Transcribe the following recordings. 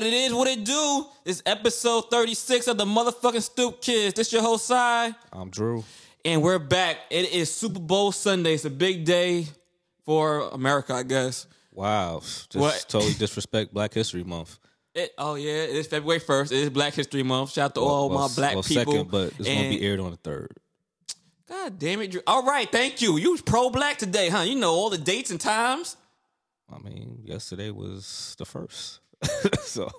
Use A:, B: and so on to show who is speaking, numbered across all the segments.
A: it do? It's episode 36 of the motherfucking Stoop Kids. This your host, side,
B: I'm Drew.
A: and we're back. It is Super Bowl Sunday. It's a big day for America, I guess.
B: Wow, just
A: What?
B: totally disrespect Black History Month.
A: It, oh yeah, it is February 1st. It is Black History Month. Shout out to all
B: Well,
A: my black
B: well,
A: people.
B: Second, but it's gonna
A: And-
B: be aired on the third.
A: God damn it, Drew. All right, thank you. You was pro-black today, huh? You know all the dates and times.
B: I mean, yesterday was the first, so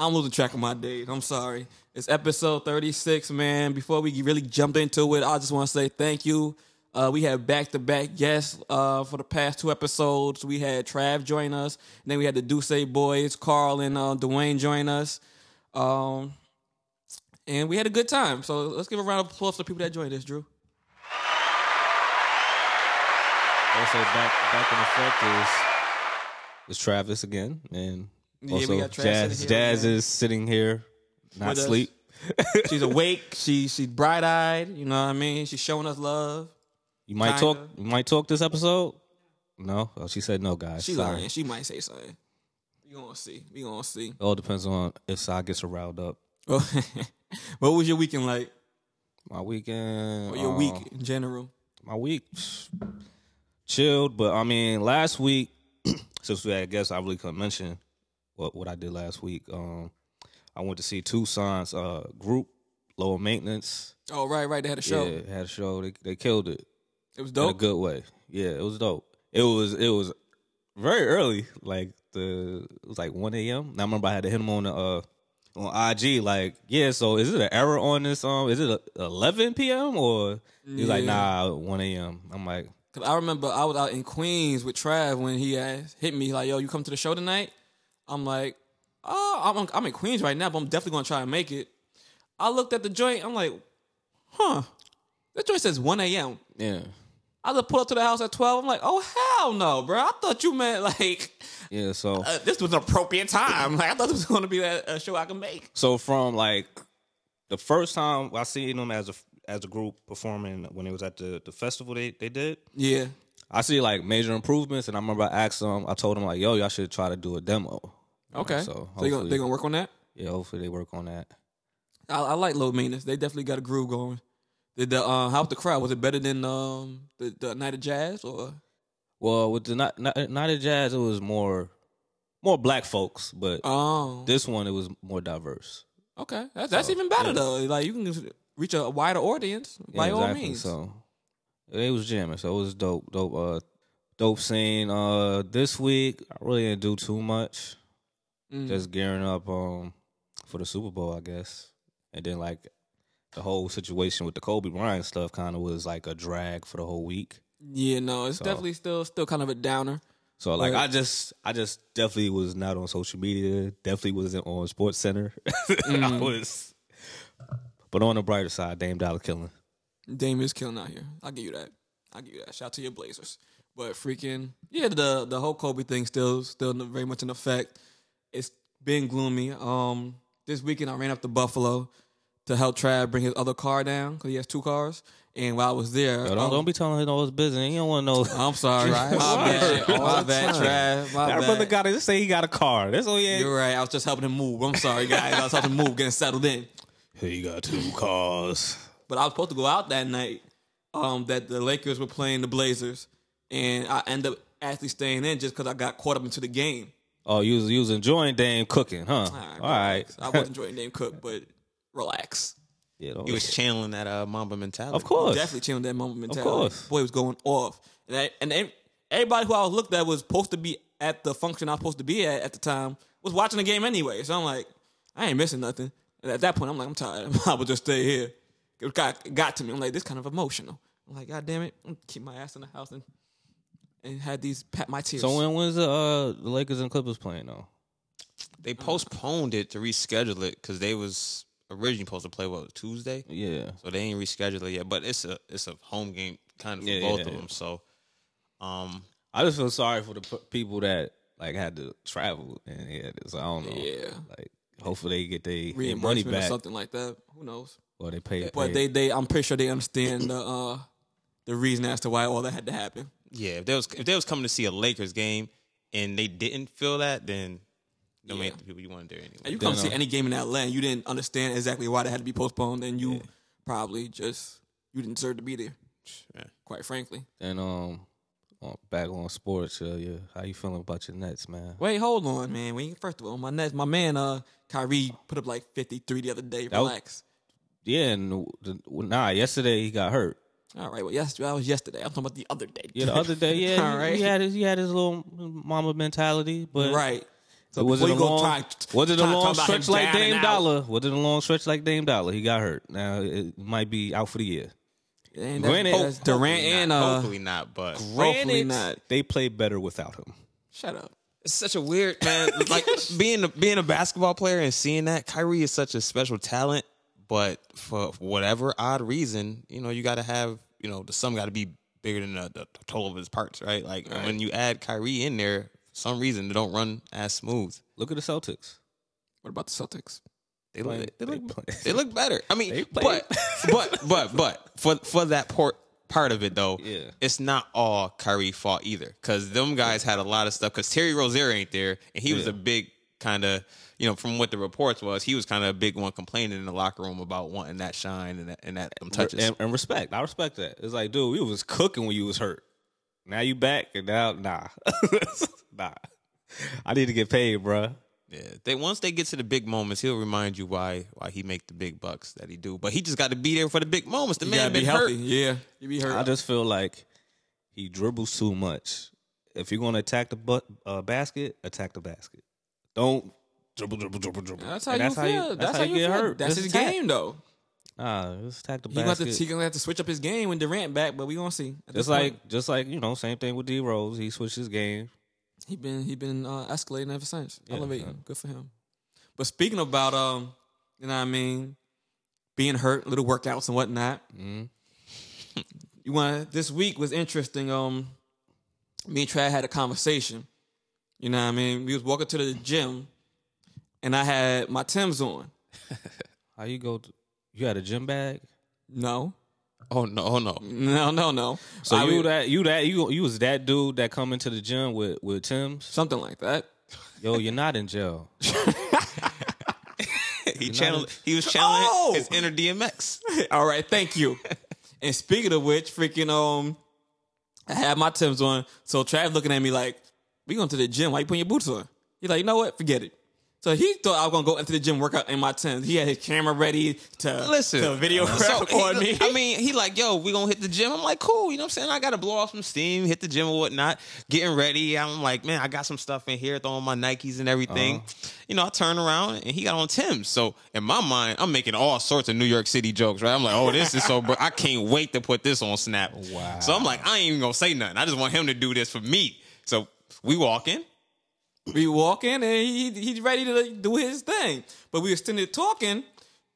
A: I'm losing track of my days. I'm sorry. It's episode 36, man. Before we really jump into it, I just want to say thank you. Uh, we had back to back guests uh, for the past two episodes. We had Trav join us, and then we had the Duce boys, Carl and uh, Dwayne join us. Um, and we had a good time. So let's give a round of applause to the people that joined us, Drew.
B: also back back in effect is is Travis again, and
A: Yeah, we
B: also
A: got Travis sitting
B: Jazz.
A: here
B: Jazz
A: again.
B: is sitting here, not
A: With us.
B: sleep.
A: She's awake. She she's bright eyed. You know what I mean. She's showing us love.
B: You might
A: Kinda.
B: talk. You might talk this episode. No, oh, she said no, guys.
A: She
B: Sorry.
A: lying. She might say something. We gonna see. We gonna see.
B: It all depends on if Sai gets her riled up.
A: Oh, what was your weekend like?
B: My weekend.
A: Or your
B: uh,
A: week in general?
B: my week chilled, but I mean, last week, since we had guests, I really couldn't mention what what I did last week. Um, I went to see Tucson's uh group, Lower Maintenance.
A: Oh right, right. They had a show.
B: Yeah, had a show. They they killed it
A: It was
B: in a
A: dope.
B: good way. Yeah, it was dope. It was it was very early, like the it was like one a.m. And I remember I had to hit him on the uh on IG, like yeah. So is it an error on this? Um, is it a eleven p.m. or he's like
A: Yeah.
B: nah one a.m. I'm like.
A: 'Cause I remember I was out in Queens with Trav when he asked, hit me like, "Yo, you come to the show tonight?" I'm like, "Oh, I'm I'm in Queens right now, but I'm definitely gonna try and make it." I looked at the joint. I'm like, "Huh." That joint says 1 a.m.
B: Yeah.
A: I just pulled up to the house at 12. I'm like, oh, hell no, bro. I thought you meant like
B: Yeah, so
A: uh, this was an appropriate time. Like I thought this was going to be a, a show I could make.
B: so from like the first time I seen them as a as a group performing when it was at the the festival they they did,
A: Yeah,
B: I see like major improvements, and I remember I asked them, I told them like, "Yo, y'all should try to do a demo." You know,
A: okay.
B: so
A: So, they gonna, they
B: hopefully-
A: gonna work on that.
B: Yeah, hopefully they work on that.
A: I, I like low maintenance. They definitely got a groove going. Did the uh, how was the crowd? Was it better than um the, the night of jazz or?
B: Well, with the not not, not a jazz, it was more more black folks, but
A: Oh,
B: this one it was more diverse.
A: okay. That's that's even better
B: yeah.
A: though. Like you can just reach a wider audience
B: Yeah,
A: by all
B: exactly.
A: means.
B: So they was jamming, so it was dope, dope, uh, dope scene. Uh, this week I really didn't do too much.
A: Mm.
B: just gearing up um for the Super Bowl, I guess. And then like the whole situation with the Kobe Bryant stuff kind of was like a drag for the whole week.
A: yeah, no, it's definitely still still kind of a downer.
B: So like
A: Right.
B: I just I just definitely was not on social media. Definitely wasn't on Sports Center.
A: Mm.
B: I was, but on the brighter side, Dame Dollar killing.
A: Dame is killing out here. I'll give you that. I'll give you that. Shout out to your Blazers. But freaking yeah, the the whole Kobe thing still still very much in effect. It's been gloomy. Um, this weekend I ran up to Buffalo to help Trav bring his other car down because he has two cars. And while I was there,
B: Yo, don't,
A: um,
B: don't be telling him all his business. He don't want to know.
A: I'm sorry, my bad,
B: All
A: my
B: the
A: bad, Trav. My
B: That
A: bad.
B: brother got to just say he got a car. That's all. Yeah,
A: You're right. I was just helping him move. I'm sorry, guys. I was helping him move, getting settled in.
B: he got two cars.
A: But I was supposed to go out that night. Um, that the Lakers were playing the Blazers, and I end up actually staying in just because I got caught up into the game.
B: Oh, you was, you was enjoying Dame cooking, huh? all right.
A: relax. I was enjoying Dame Cook, but relax.
B: Yeah, don't-
C: He was channeling that uh, Mamba mentality.
B: Of course.
A: Definitely chilling that moment mentality.
B: course.
A: boy was going off, and I, and ev- everybody who I was looked at was supposed to be at the function I was supposed to be at at the time was watching the game anyway. So I'm like, I ain't missing nothing. And at that point, I'm like, I'm tired. I might as well just stay here. It got it got to me. I'm like, this kind of emotional. I'm like, God damn it, I'm gonna keep my ass in the house and and had these pat my tears.
B: So when when's the uh, the Lakers and Clippers playing though?
C: They
A: Uh-huh.
C: postponed it to reschedule it because they was originally supposed to play what Tuesday,
B: Yeah.
C: so they ain't rescheduled it yet. But it's a it's a home game kind of for
B: Yeah,
C: both
B: yeah,
C: of
B: yeah.
C: them. So, um,
B: I just feel sorry for the p- people that like had to travel and yeah, so I don't know.
A: Yeah.
B: Like hopefully they get their money
A: reimbursement or
B: back
A: something like that. Who knows?
B: or they pay.
A: But
B: pay-
A: they they I'm pretty sure they understand the uh, the reason as to why all that had to happen.
C: yeah, if they was if they was coming to see a Lakers game and they didn't feel that, then Don't
A: Yeah.
C: make the people you want there anyway.
A: And you come
B: Then,
A: see
B: uh,
A: any game in that land, you didn't understand exactly why that had to be postponed, and you probably just you didn't deserve to be there.
C: Yeah.
A: Quite frankly.
B: And um, on- back on sports, uh, yeah. How you feeling about your Nets, man?
A: Wait, hold on, man. We first of all, my next, my man, uh, Kyrie put up like fifty three the other day.
B: was-
A: Relax.
B: Yeah, and the, nah, yesterday he got hurt.
A: all right. Well, yesterday that was yesterday. I'm talking about the other day.
B: Yeah, the other day, yeah,
A: all right.
B: he, he had his he had his little mama mentality, but
A: right.
B: So was it a
A: before you go
B: long,
A: try-
B: was it
A: try to
B: a
A: talk
B: long
A: about
B: stretch
A: him
B: like
A: down and
B: Dame
A: out.
B: Dollar? Was it a long stretch like Dame Dollar? He got hurt. Now it might be out for the year.
A: And that's-
B: Granted-
A: that's Durant
C: Hopefully
A: and
C: not,
A: uh,
C: hopefully not, but
A: Hopefully not.
B: They play better without him.
A: shut up.
C: it's such a weird man. like being a, being a basketball player and seeing that Kyrie is such a special talent, but for whatever odd reason, you know, you got to have you know the sum got to be bigger than the, the total of his parts, right? Like when you add Kyrie in there, for some reason they don't run as smooth.
B: Look at the Celtics.
A: What about the Celtics?
C: They look,
B: Like,
C: they,
B: they
C: look,
B: play-
C: they look better. I mean,
B: play-
C: but but but but for for that port part of it though,
B: Yeah.
C: it's not all Kyrie fault either. Because them guys had a lot of stuff. Because Terry Rozier ain't there, and he was
B: Yeah.
C: a big kind of you know from what the reports was, he was kind of a big one complaining in the locker room about wanting that shine and that and that them touches.
B: And, and respect. I respect that. It's like, dude, you was cooking when you was hurt. Now you back and now nah. nah. I need to get paid, bruh.
C: yeah, they once they get to the big moments, he'll remind you why why he make the big bucks that he do. But he just got to be there for the big moments. The
A: You
C: man
A: gotta
C: been
A: be
C: hurt.
A: healthy. Yeah, you be hurt.
B: I just feel like he dribbles too much. If you're gonna attack the butt, uh, basket, attack the basket. Don't dribble, dribble, dribble, dribble.
A: that's how
B: And
A: you feel. that's, how you, feel. That's
B: Just
A: his
B: attack.
A: game, though.
B: Nah, just attack the
A: He gonna, have
B: basket.
A: to, he gonna have to switch up his game when Durant back, but we gonna see. At this
B: just
A: point,
B: like, just like you know, same thing with D Rose. He switched his game.
A: he been he been uh, escalating ever since, elevating. Good for him. But speaking about um, you know what I mean, being hurt, little workouts and whatnot.
B: Mm-hmm.
A: You want this week was interesting. Um, me and Trad had a conversation. You know what I mean? We was walking to the gym, and I had my Tim's on.
B: How you go? To, you had a gym bag.
A: No,
C: Oh no, oh no.
A: no, no, no.
B: So
A: I
B: you
A: would-
B: that you that you you was that dude that come into the gym with with Tim's.
A: something like that.
B: Yo, you're not in jail.
C: He channeled. He was channeling
A: Oh!
C: his inner DMX.
A: All right, thank you. and speaking of which, freaking um, I had my Tim's on. So Trav looking at me like, "We going to the gym? Why you putting your boots on?" He's like, "You know what? Forget it." So he thought I was gonna go into the gym workout in my Tim's. He had his camera ready to
C: Listen,
A: to video
C: Uh, so
A: record
C: he-
A: me.
C: I mean, he like, yo, we gonna hit the gym. I'm like, cool. You know what I'm saying? I gotta blow off some steam, hit the gym or whatnot. Getting ready. I'm like, man, I got some stuff in here, throwing my Nikes and everything. You know, I turn around and he got on Tim's. So in my mind, I'm making all sorts of New York City jokes, right? I'm like, oh, this is so. Br- I can't wait to put this on Snap.
B: Wow.
C: So I'm like, I ain't even gonna say nothing. I just want him to do this for me. So we walk in.
A: we walk in and he he's ready to like, do his thing. But we were sitting there talking,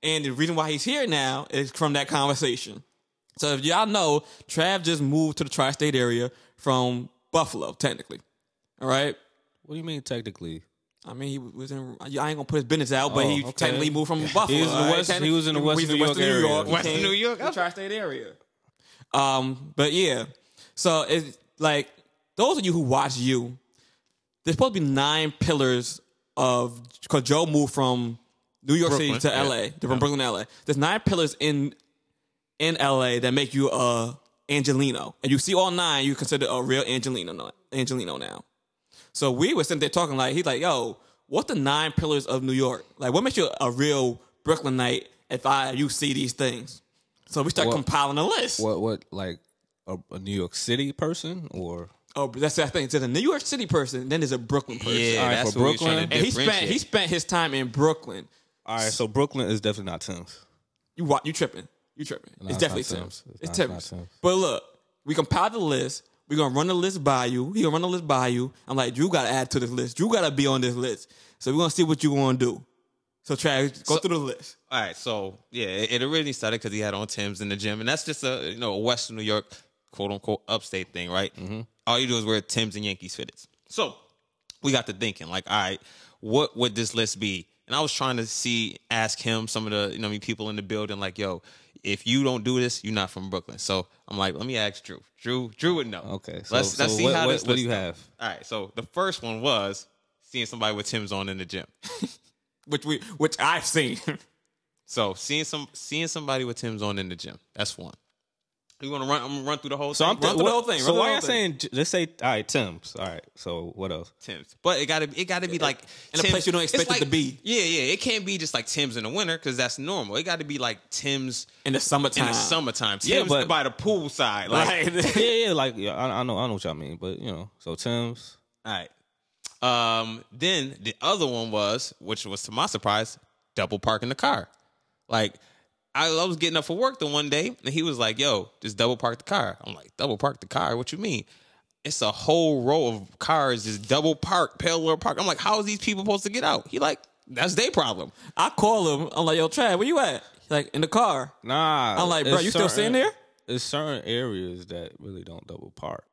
A: and the reason why he's here now is from that conversation. So if y'all know, Trav just moved to the tri-state area from Buffalo, technically. All right.
B: What do you mean technically?
A: I mean, he was in. I ain't gonna put his business out, but
B: Oh,
A: he
B: okay.
A: technically moved from Buffalo.
B: He was in
A: all
B: the West- he was in the West
A: He's
B: New York area.
A: He
C: West
A: came
C: New York?
A: to the tri-state area. Um, but yeah, so it's like those of you who watch you, there's supposed to be nine pillars of because Joe moved from New York
C: Brooklyn,
A: City to
C: yeah.
A: L.A. They're from Brooklyn, to L.A. There's nine pillars in in L.A. that make you a Angelino, and you see all nine, you consider a real Angelino. now- Angelino now. So we were sitting there talking like he's like, yo, what's the nine pillars of New York? Like, what makes you a real Brooklynite if I you see these things? So we start
B: What-
A: compiling a list.
B: What what like a, a New York City person or
A: Oh, but that's that thing. There's a New York City person, then there's a Brooklyn person.
B: All right,
C: that's
B: for
C: what we
B: Brooklyn.
C: trying to
A: and he spent
C: differentiate.
A: he spent his time in Brooklyn.
B: all right? So Brooklyn is definitely not Tim's.
A: You wa- you tripping? You tripping? it's
B: it's
A: definitely
B: not Tim's.
A: Tim's. It's,
B: It's not-
A: Tim's.
B: it's not Tim's.
A: But look, we compiled the list. We're gonna run the list by you. He gonna run the list by you. I'm like, Drew gotta add to this list. Drew gotta be on this list. So we're gonna see what you wanna do. So Travis, go through the list.
C: All right, so yeah, it, it originally started because he had on Tim's in the gym, and that's just a you know a Western New York quote unquote upstate thing, right?
B: Mm-hmm.
C: All you do is wear Tim's and Yankees fitteds. So we got to thinking, like, all right, what would this list be? And I was trying to see, ask him some of the you know I mean, people in the building, like, yo, if you don't do this, you're not from Brooklyn. So I'm like, let me ask Drew. Drew, Drew would know.
B: Okay, so,
C: let's
B: so
C: let's see
B: what,
C: how
B: what,
C: this
B: what do
C: list
B: you
C: go.
B: have?
C: All right, so the first one was seeing somebody with Tim's on in the gym.
A: which we which I've seen.
C: So seeing some seeing somebody with Tim's on in the gym. That's one. You want to run? I'm gonna run through the whole.
B: So
C: thing.
B: I'm
C: Run
B: th-
A: through the
B: what-
A: whole thing, run
B: So
A: through the
B: why
A: whole
B: y'all saying? Let's say all right, Tim's. All right. So what else?
C: Tim's, but it gotta it gotta be like
A: In a
C: Tim's-
A: place you don't
C: it's
A: expect it to
C: like-
A: be.
C: Yeah, yeah. It can't be just like Tim's in the winter because that's normal. It got to be like Tim's
A: in the summertime.
C: in the summertime. Tim's
B: Yeah, but-
C: by the poolside. Like,
A: Right.
B: yeah, yeah. Like yeah, I, I know, I know what y'all mean, but you know. So Tim's.
C: all right. Um. Then the other one was, which was to my surprise, double parking the car. Like, I, I was getting up for work the one day, and he was like, "Yo, just double park the car." I'm like, "Double park the car? What you mean?" It's a whole row of cars just double parked, parallel parked. I'm like, "How is these people supposed to get out?" He like, "That's their problem."
A: I call him. I'm like, yo, Chad, where you at? He's like, in the car.
B: Nah.
A: I'm like, bro,
B: it's
A: you still sitting there?
B: There's certain areas that really don't double park.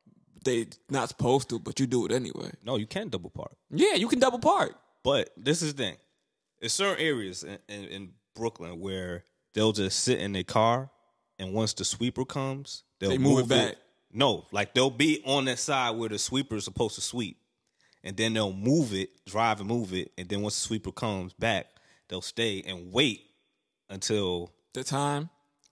A: They not supposed to, but you do it anyway.
B: No, you can double park.
A: Yeah, you can double park.
B: But this is the thing. There's certain areas in, in, in Brooklyn where they'll just sit in their car, and once the sweeper comes, they'll
A: They move it back.
B: No, like they'll be on that side where the sweeper is supposed to sweep, and then they'll move it, drive and move it, and then once the sweeper comes back, they'll stay and wait until
A: The time.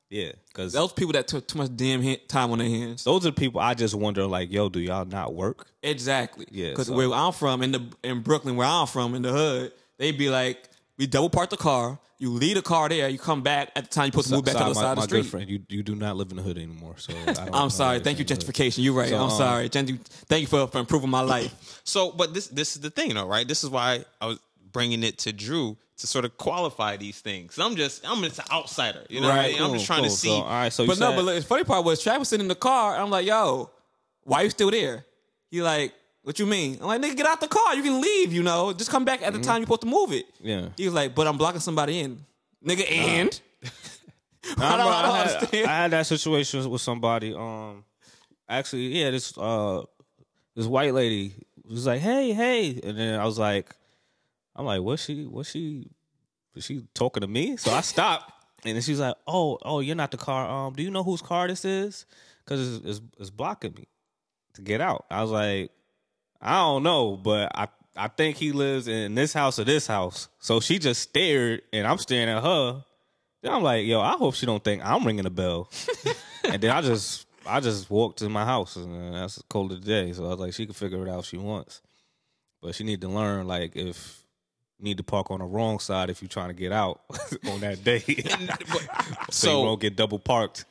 B: yeah, because
A: Those people that took too much damn hand, time on their hands.
B: those are the people I just wonder like, yo, do y'all not work?
A: Exactly.
B: Yeah,
A: Because
B: so-
A: where I'm from in the in Brooklyn, where I'm from in the hood, they be like, we double park the car. You leave the car there. You come back at the time you supposed to move back to the
B: Sorry,
A: other
B: my,
A: side of the
B: my
A: street.
B: good friend, you you do not live in the hood anymore. So I don't know
A: I'm sorry.
B: your
A: Thank you,
B: friend hood.
A: gentrification. You're right.
B: So,
A: I'm
B: um,
A: sorry. Gentr- thank you for, for improving my life.
C: So, but this this is the thing, though, right? This is why I was bringing it to Drew to sort of qualify these things. I'm just I'm just an outsider, you know. what I
B: Right,
C: mean? I'm just
B: cool,
C: trying to
B: cool.
C: see.
B: So, all right, so you
A: but no,
B: said-
A: but the funny part was Travis was sitting in the car. And I'm like, yo, why you still there? He like, what you mean? I'm like, nigga, get out the car. You can leave. You know, just come back at the time you're supposed to move it.
B: Yeah.
A: He was like, but I'm blocking somebody in, nigga, and.
B: Nah,
A: I don't,
B: bro,
A: I don't
B: had,
A: understand.
B: I had that situation with somebody. Um, actually, yeah, this uh, this white lady was like, "Hey, hey," and then I was like, "I'm like, what's she? What's she? Was she talking to me?" So I stopped, and then she's like, "Oh, oh, you're not the car. Um, do you know whose car this is? Because it's, it's it's blocking me to get out." I was like, "I don't know, but I." I think he lives in this house or this house. So she just stared, and I'm staring at her. Then I'm like, yo, I hope she don't think I'm ringing a bell. and then I just, I just walked to my house, and that's cold of the day. So I was like, she can figure it out if she wants, but she need to learn like if you need to park on the wrong side if you're trying to get out on that day, so,
C: so-
B: you won't get double parked.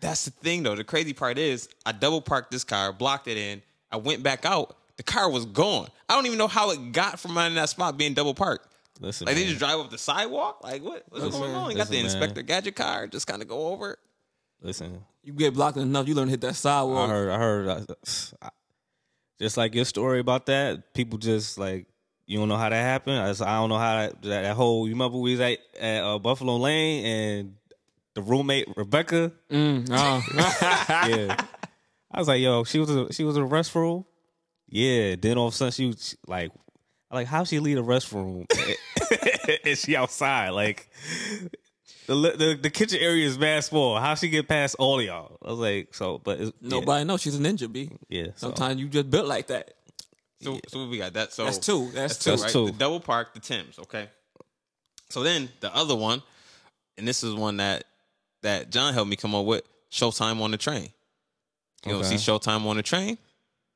C: That's the thing, though. The crazy part is I double parked this car, blocked it in. I went back out. The car was gone. I don't even know how it got from mine in that spot being double parked.
B: Listen,
C: Like they
B: man.
C: just drive up the sidewalk. Like what? What's
A: Listen,
C: going on? You got the
B: listen, man.
C: Inspector Gadget car. Just kind of go over.
B: listen.
A: you get blocked enough, you learn to hit that
B: I
A: sidewalk.
B: heard, I heard, uh, I, I- just like your story about that. People just like you don't know how that happened. I, just- I don't know how that, that, that whole. You remember we was at, at uh, Buffalo Lane and the roommate Rebecca. yeah, I was like, yo, she was a, she was in a restroom. Yeah, then all of a sudden she was like, I like how she leave the restroom and she outside like. The, li- the the kitchen area is mad small. How she get past all of y'all? I was like, so, but it's, yeah.
A: Nobody knows she's a ninja, B.
B: Yeah, so-
A: Sometimes you just built like that.
C: So, so what we got that. So
A: That's two. That's,
C: two,
A: two.
B: That's
C: right?
B: two.
C: The double park, the Tim's, okay? So then the other one, and this is one that that John helped me come up with, Showtime on the train. You don't
B: Okay.
C: see Showtime on the train?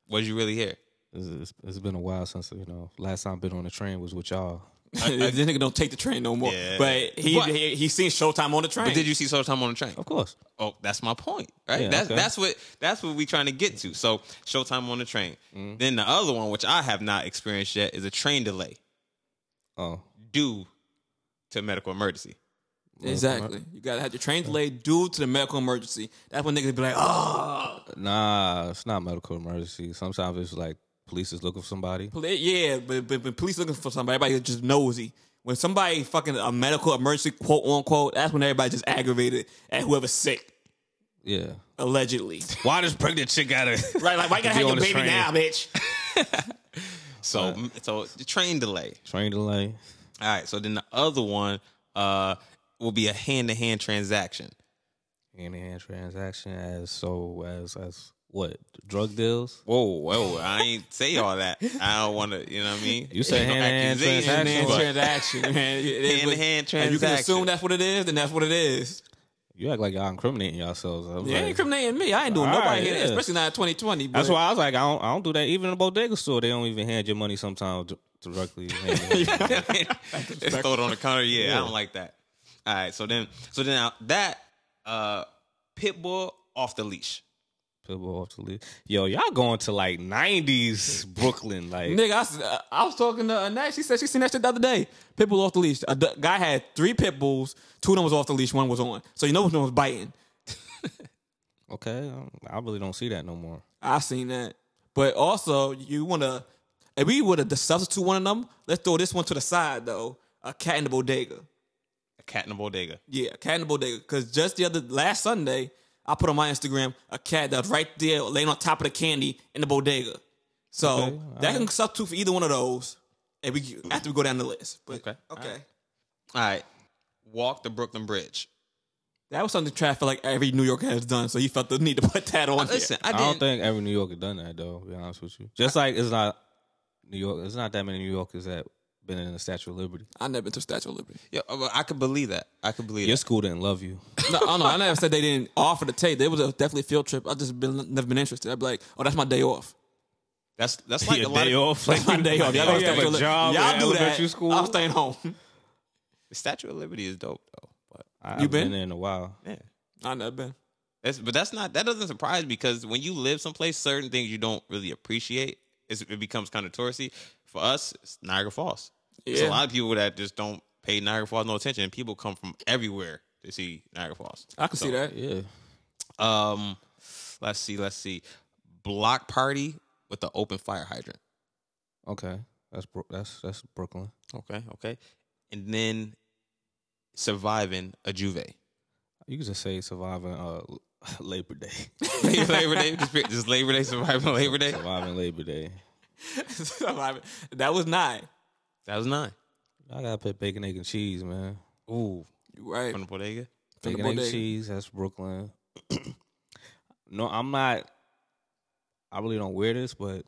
C: Was you really here?
B: It's- it's- it's been a while since you know last time I've been on the train was with y'all.
A: this nigga don't take the train no more.
C: Yeah.
A: But he,
C: But-
A: he he seen Showtime on the train.
C: But did you see Showtime on the train?
B: Of course,
C: Oh, that's my point, right?
B: Yeah,
C: that's
B: okay.
C: that's what that's what we trying to get to. So Showtime on the train.
B: Mm-hmm.
C: Then the other one, which I have not experienced yet, is a train delay
B: oh,
C: due to medical emergency.
A: Exactly. You gotta have your train delayed due to the medical emergency. That's when niggas be like, oh,
B: nah, it's not medical emergency. Sometimes it's like police is looking for somebody.
A: poli- yeah, but, but, but police looking for somebody. Everybody just nosy. When somebody fucking a medical emergency, quote unquote, that's when everybody just aggravated at whoever's sick,
B: Yeah,
A: allegedly.
B: why does pregnant chick gotta?
A: right? Like, why you gotta have
B: Be
A: your
B: on the
A: baby
B: train.
A: now, bitch?
C: So so the train delay.
B: train delay.
C: All right. So then the other one uh, will be a hand to hand transaction.
B: Hand to hand transaction as so as as what drug deals.
C: Whoa, whoa! I ain't say all that. I don't want to. You know what I mean?
B: You said
C: Ain't no
B: hand-to-hand
C: accusations,
A: Hand-to-hand
B: transaction.
C: but-
A: transaction, man. It is what-
C: Hand-to-hand
A: and You can
C: transaction.
A: assume that's what it is, then that's what it is.
B: You act like y'all incriminating yourselves. I was
A: You ain't
B: like-
A: incriminating me. I ain't doing
B: All
A: nobody
B: right,
A: here,
B: yeah.
A: especially not in 2020. But
B: That's why I was like, I don't, I don't do that. Even in the bodega store, they don't even hand your money sometimes d- directly.
C: it's thrown on the counter. Yeah, I don't like that. All right, so then, so then I- that uh, pit bull off the leash.
B: People off the leash. Yo, y'all going to like '90s Brooklyn? Like,
A: Nigga, I s- I, was talking to Annette. She said she seen that shit the other day. Pit bull off the leash. A d- guy had three pit bulls. Two of them was off the leash. One was on. So you know which one was biting.
B: okay, I don't- I really don't see that no more.
A: I seen that. But also, you want to, if we would have substitute one of them, let's throw this one to the side, though. A cat in the bodega.
C: A cat in a bodega.
A: Yeah, a cat in the bodega. Because just the other, last Sunday, I put on my Instagram a cat that's right there laying on top of the candy in the bodega. So that can substitute for either one of those. And we after we go down the list. But, okay.
C: Okay. All right, walk the Brooklyn Bridge.
A: That was something Trav felt like every New Yorker has done, so he felt the need to put that on. there.
C: Listen,
B: I,
C: I didn't.
B: don't think every New Yorker done that though. To be honest with you, just like it's not New York. It's not that many New Yorkers that been in the Statue of Liberty.
A: I never been to Statue of Liberty.
C: Yeah, uh, I could believe that. I could believe
B: Your
C: it.
B: school didn't love you.
A: No, I don't know. I never said they didn't offer to take. It was a definitely a field trip. I just been never been interested. I'd be like, oh, that's my day off.
C: That's that's like
B: Your
C: a lot
B: day
C: of
B: off.
A: That's my day off. Y'all, go to
B: You have
A: Statue
B: a
A: of Liberty.
B: job
A: Y'all
B: in
A: do
B: elementary
A: that.
B: school?
A: I'm staying home.
C: the Statue of Liberty is dope though. But
B: I,
A: You
B: I've been?
A: been?
B: there in a while.
C: yeah,
A: I never been.
C: that's but that's not that doesn't surprise me because when you live someplace, certain things you don't really appreciate. It's, it becomes kind of touristy. For us, it's Niagara Falls. There's
A: Yeah.
C: a lot of people that just don't pay Niagara Falls no attention. and People come from everywhere to see Niagara Falls.
A: I can see that.
B: Yeah,
C: Um, let's see, let's see, block party with the open fire hydrant.
B: okay, that's Bro- that's that's Brooklyn.
C: Okay, okay, and then surviving a juve.
B: You could just say surviving uh, Labor Day,
C: Labor Day, just, just Labor Day, surviving Labor Day.
B: surviving Labor Day.
A: that was nine.
C: That was nine.
B: I gotta put bacon, egg, and cheese, man. Ooh,
A: You Right.
C: From the bodega.
A: From the
B: bacon, egg, and
A: bodega.
B: cheese. That's Brooklyn. no, I'm not. I really don't wear this, but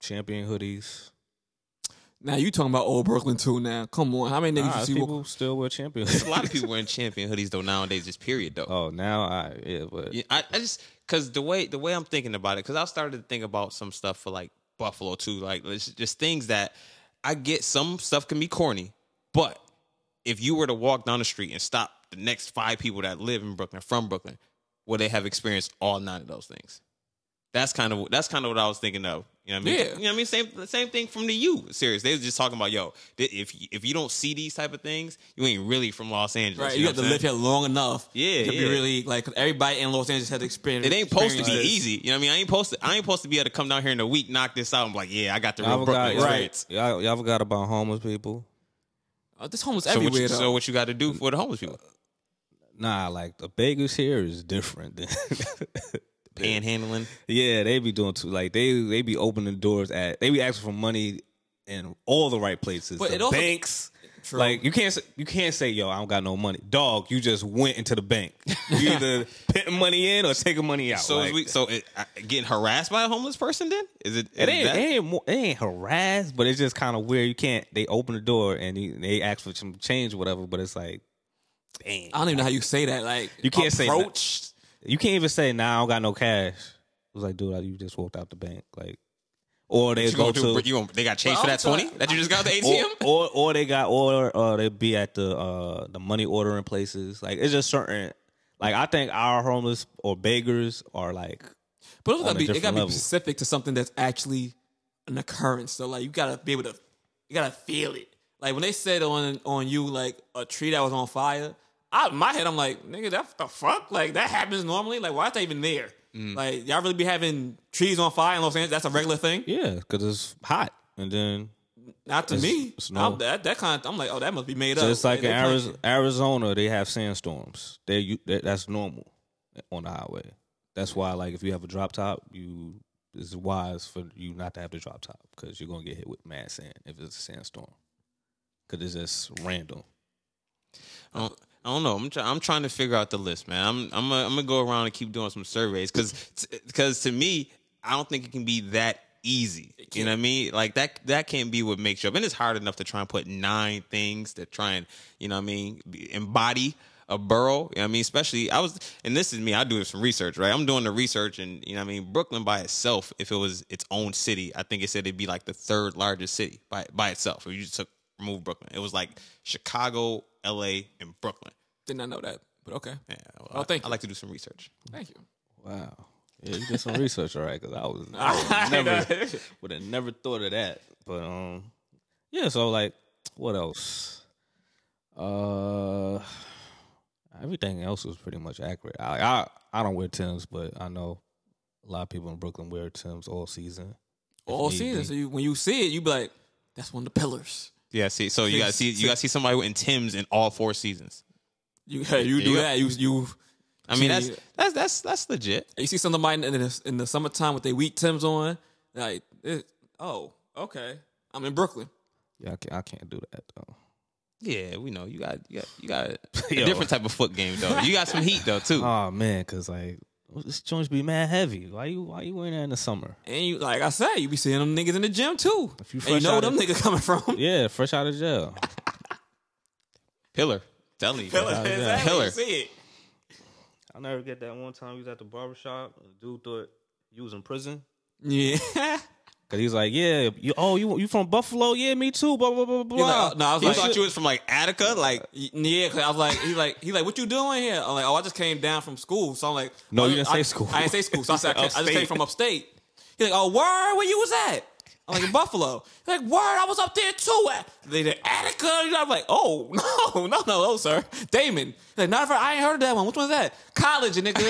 B: champion hoodies.
A: Now you talking about old Brooklyn too? Now come on, how many niggas
B: Nah,
A: you see?
B: people
A: People,
B: still wear champion.
C: A lot of people wearing champion hoodies though nowadays. Just period though.
B: oh, now I yeah, but
C: Yeah, I, I just because the way the way I'm thinking about it, because I started to think about some stuff for like Buffalo too, like it's just things that I get. Some stuff can be corny, but if you were to walk down the street and stop the next five people that live in Brooklyn from Brooklyn, would they have experienced all nine of those things? That's kind of that's kind of what I was thinking of. You know what I mean?
A: Yeah.
C: You know what I mean? Same same thing from the U series. They was just talking about yo, th- if if you don't see these type of things, you ain't really from Los Angeles.
A: right.
C: you
A: You
C: know
A: have
C: what
A: to
C: I'm
A: live
C: saying?
A: here long enough.
C: Yeah,
A: To be
C: yeah.
A: really like 'cause everybody in Los Angeles has experience.
C: It ain't supposed to be
A: experiences.
C: easy. You know what I mean? I ain't supposed to. I ain't supposed to be able to come down here in a week, knock this out. I'm like, yeah, I got the real
B: y'all
C: Brooklyn
B: forgot,
C: experience.
B: right? Y'all, y'all forgot about homeless people.
A: Uh, this homeless
C: So what,
A: everywhere.
C: you,
A: though.
C: so what you got to do for the homeless people?
B: Nah, like the beggars here is different. Than
C: Panhandling.
B: yeah, they be doing too. Like they they be opening doors at. They be asking for money in all the right places.
A: But
B: The
A: it also-
B: banks.
A: True.
B: Like you can't say, you can't say yo I don't got no money, dog. You just went into the bank. You either putting money in or taking money out.
C: So
B: like,
C: is we, so it, I, getting harassed by a homeless person? Then is it?
B: it
C: is
B: ain't,
C: that-
B: it ain't more, it ain't harassed, but it's just kind of weird. You can't. They open the door and you, they ask for some change, or whatever. But it's like, damn,
A: I don't even know how you say that. Like
B: You can't say that.
A: approach.
B: you can't even say nah. I don't got no cash. It was like, dude, I- you just walked out the bank, like, or they
C: You
B: go
C: gonna do,
B: to
C: you gonna, they got change for
A: Well,
C: that
A: I'm
C: twenty
A: sorry.
C: that you just got at the
B: or,
C: ATM?
B: or or they got or uh, they be at the uh the money ordering places. Like it's just certain. Like I think our homeless or beggars are like
A: But it's gotta
B: a
A: be it
B: different
A: gotta be
B: level.
A: specific to something that's actually an occurrence. So like you gotta be able to you gotta feel it. Like when they said on on you like a tree that was on fire, I in my head I'm like, nigga, that the fuck? Like that happens normally? Like why is that even there?
B: Mm.
A: Like y'all really be having trees on fire in Los Angeles? That's a regular thing?
B: yeah, because it's hot, and then
A: Not to
B: It's-
A: me.
B: it's
A: I'm,
B: normal.
A: that that kind of, I'm like, oh that must be made up.
B: just like
A: They-
B: in
A: they playing.
B: Ariz- Arizona, they have sandstorms. They you that, that's normal on the highway. That's why like if you have a drop top, you it's wise for you not to have the drop top because you're gonna get hit with mad sand if it's a sandstorm. Cause it's just random.
C: I don't, I I don't know. I'm try- I'm trying to figure out the list, man. I'm I'm i I'm gonna go around and keep doing some surveys because because to me, I don't think it can be that easy. You know what I mean? Like that that can't be what makes you up. And it's hard enough to try and put nine things to try and you know what I mean be- embody a borough. You know what I mean? Especially I was and this is me. I do some research, right? I'm doing the research, and you know what I mean. Brooklyn by itself, if it was its own city, I think it said it'd be like the third largest city by by itself. If you just took remove Brooklyn, it was like Chicago. LA and Brooklyn.
A: Did not know that, but okay.
C: Yeah, well,
A: Oh,
C: I
A: thank
C: I
A: you.
C: like to do some research.
A: Thank you.
B: Wow. Yeah, you did some research, all right? Because I was I would never would have never thought of that. But um, yeah. So like, what else? Uh, everything else was pretty much accurate. I I, I don't wear Tim's, but I know a lot of people in Brooklyn wear Tim's all season.
A: All
B: need
A: season.
B: be.
A: So you, when you see it, you be like, that's one of the pillars.
C: Yeah, see, so you gotta see, you gotta see somebody in Tim's in all four seasons.
A: You you do
C: you go.
A: that. You you
C: I mean, that's
A: See-
C: that's that's that's legit.
A: you see somebody in the in the summertime with their wheat tims on. Like, it, oh, okay. I'm in Brooklyn.
B: Yeah, I can't, I can't do that though.
C: Yeah, we know you got you got you got a
B: Yo.
C: different type of foot game though. You got some heat though too.
B: Oh man, cause like this joint be mad heavy. Why you why you wearing that in the summer?
A: And you like I say, you be seeing them niggas in the gym too.
B: If you
A: and you
B: fresh
A: know where
B: out
A: them
B: of-
A: niggas coming from.
B: Yeah, fresh out of jail.
C: Pillar, telling you,
A: Pillar,
B: yeah.
A: exactly.
C: Pillar.
A: You see it.
B: I'll never get that one time you was at the barbershop. A dude thought you was in prison.
A: Yeah.
B: Cause he's like, yeah, you, oh, you you from Buffalo? Yeah, me too. Blah blah blah blah.
A: He
B: blah.
A: like, no, I was
C: You
A: like,
C: thought you was from like Attica, like
A: yeah, 'cause I was like, he like, he like, what you doing here? I'm like, oh, I just came down from school. So I'm like,
B: No,
A: I-
B: you didn't
A: I-
B: say school.
A: I didn't say school. So I said, I, just came
B: Upstate.
A: from upstate. He's like, oh, word, where you was at? I'm like, in Buffalo. He's like, word, I was up there too. At they did Attica. You know, I'm like, oh, no, no, no, no, sir. Damon. He's like, not if I, I ain't heard of that one. Which one's that? College, nigga.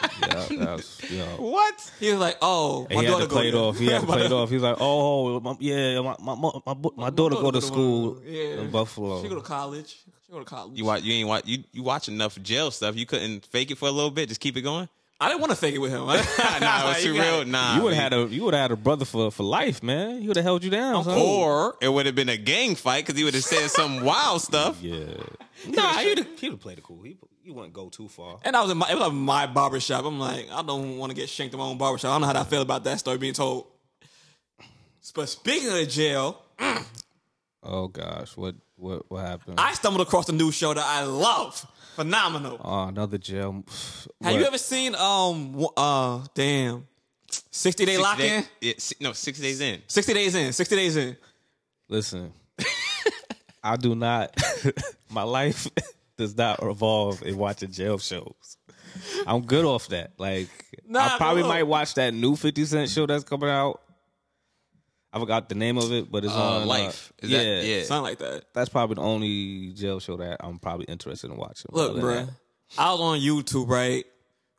B: Yeah, that was, you know.
C: what?
A: he was like, oh, my
B: He had
A: daughter
B: to
A: go
B: play it
A: there.
B: off. He had to
A: My
B: play it
A: daughter-
B: off. He's like, oh, my, yeah, my my my, my, bo- my daughter go to school
A: Yeah.
B: in Buffalo.
A: She go to college. She go to college.
C: You watch, you ain't watch, you you watch enough jail stuff. You couldn't fake it for a little bit, just keep it going.
A: I didn't want to fake it with him. nah,
C: nah, was too real. Nah,
B: you would
C: man.
B: have had a you would have had a brother for for life, man. He would have held you down. son.
C: or it would have been a gang fight because he would have said some wild stuff.
B: Yeah. Nah, he would have played it cool. He he wouldn't go too far.
A: And I was in my, it was my barbershop. I'm like, I don't want to get shanked in my own barbershop. I don't know how that I feel about that story being told. But speaking of jail,
B: Oh gosh, what what what happened?
A: I stumbled across a new show that I love. Phenomenal.
B: oh, another jail.
A: Have you ever seen um w- uh damn 60 day lock in?
C: Day- yeah, si- no, six days in.
A: 60 days in, 60 days in.
B: Listen, I do not. my life does not revolve in watching jail shows. I'm good off that. Like,
A: Nah,
B: I probably
A: bro.
B: might watch that new Fifty Cent show that's coming out. I forgot the name of it, but it's on uh,
C: Life. Is
B: yeah,
C: that- yeah.
A: Something like that.
B: That's probably the only jail show that I'm probably interested in watching.
A: Look,
B: Other than
A: bruh, I was on YouTube, right?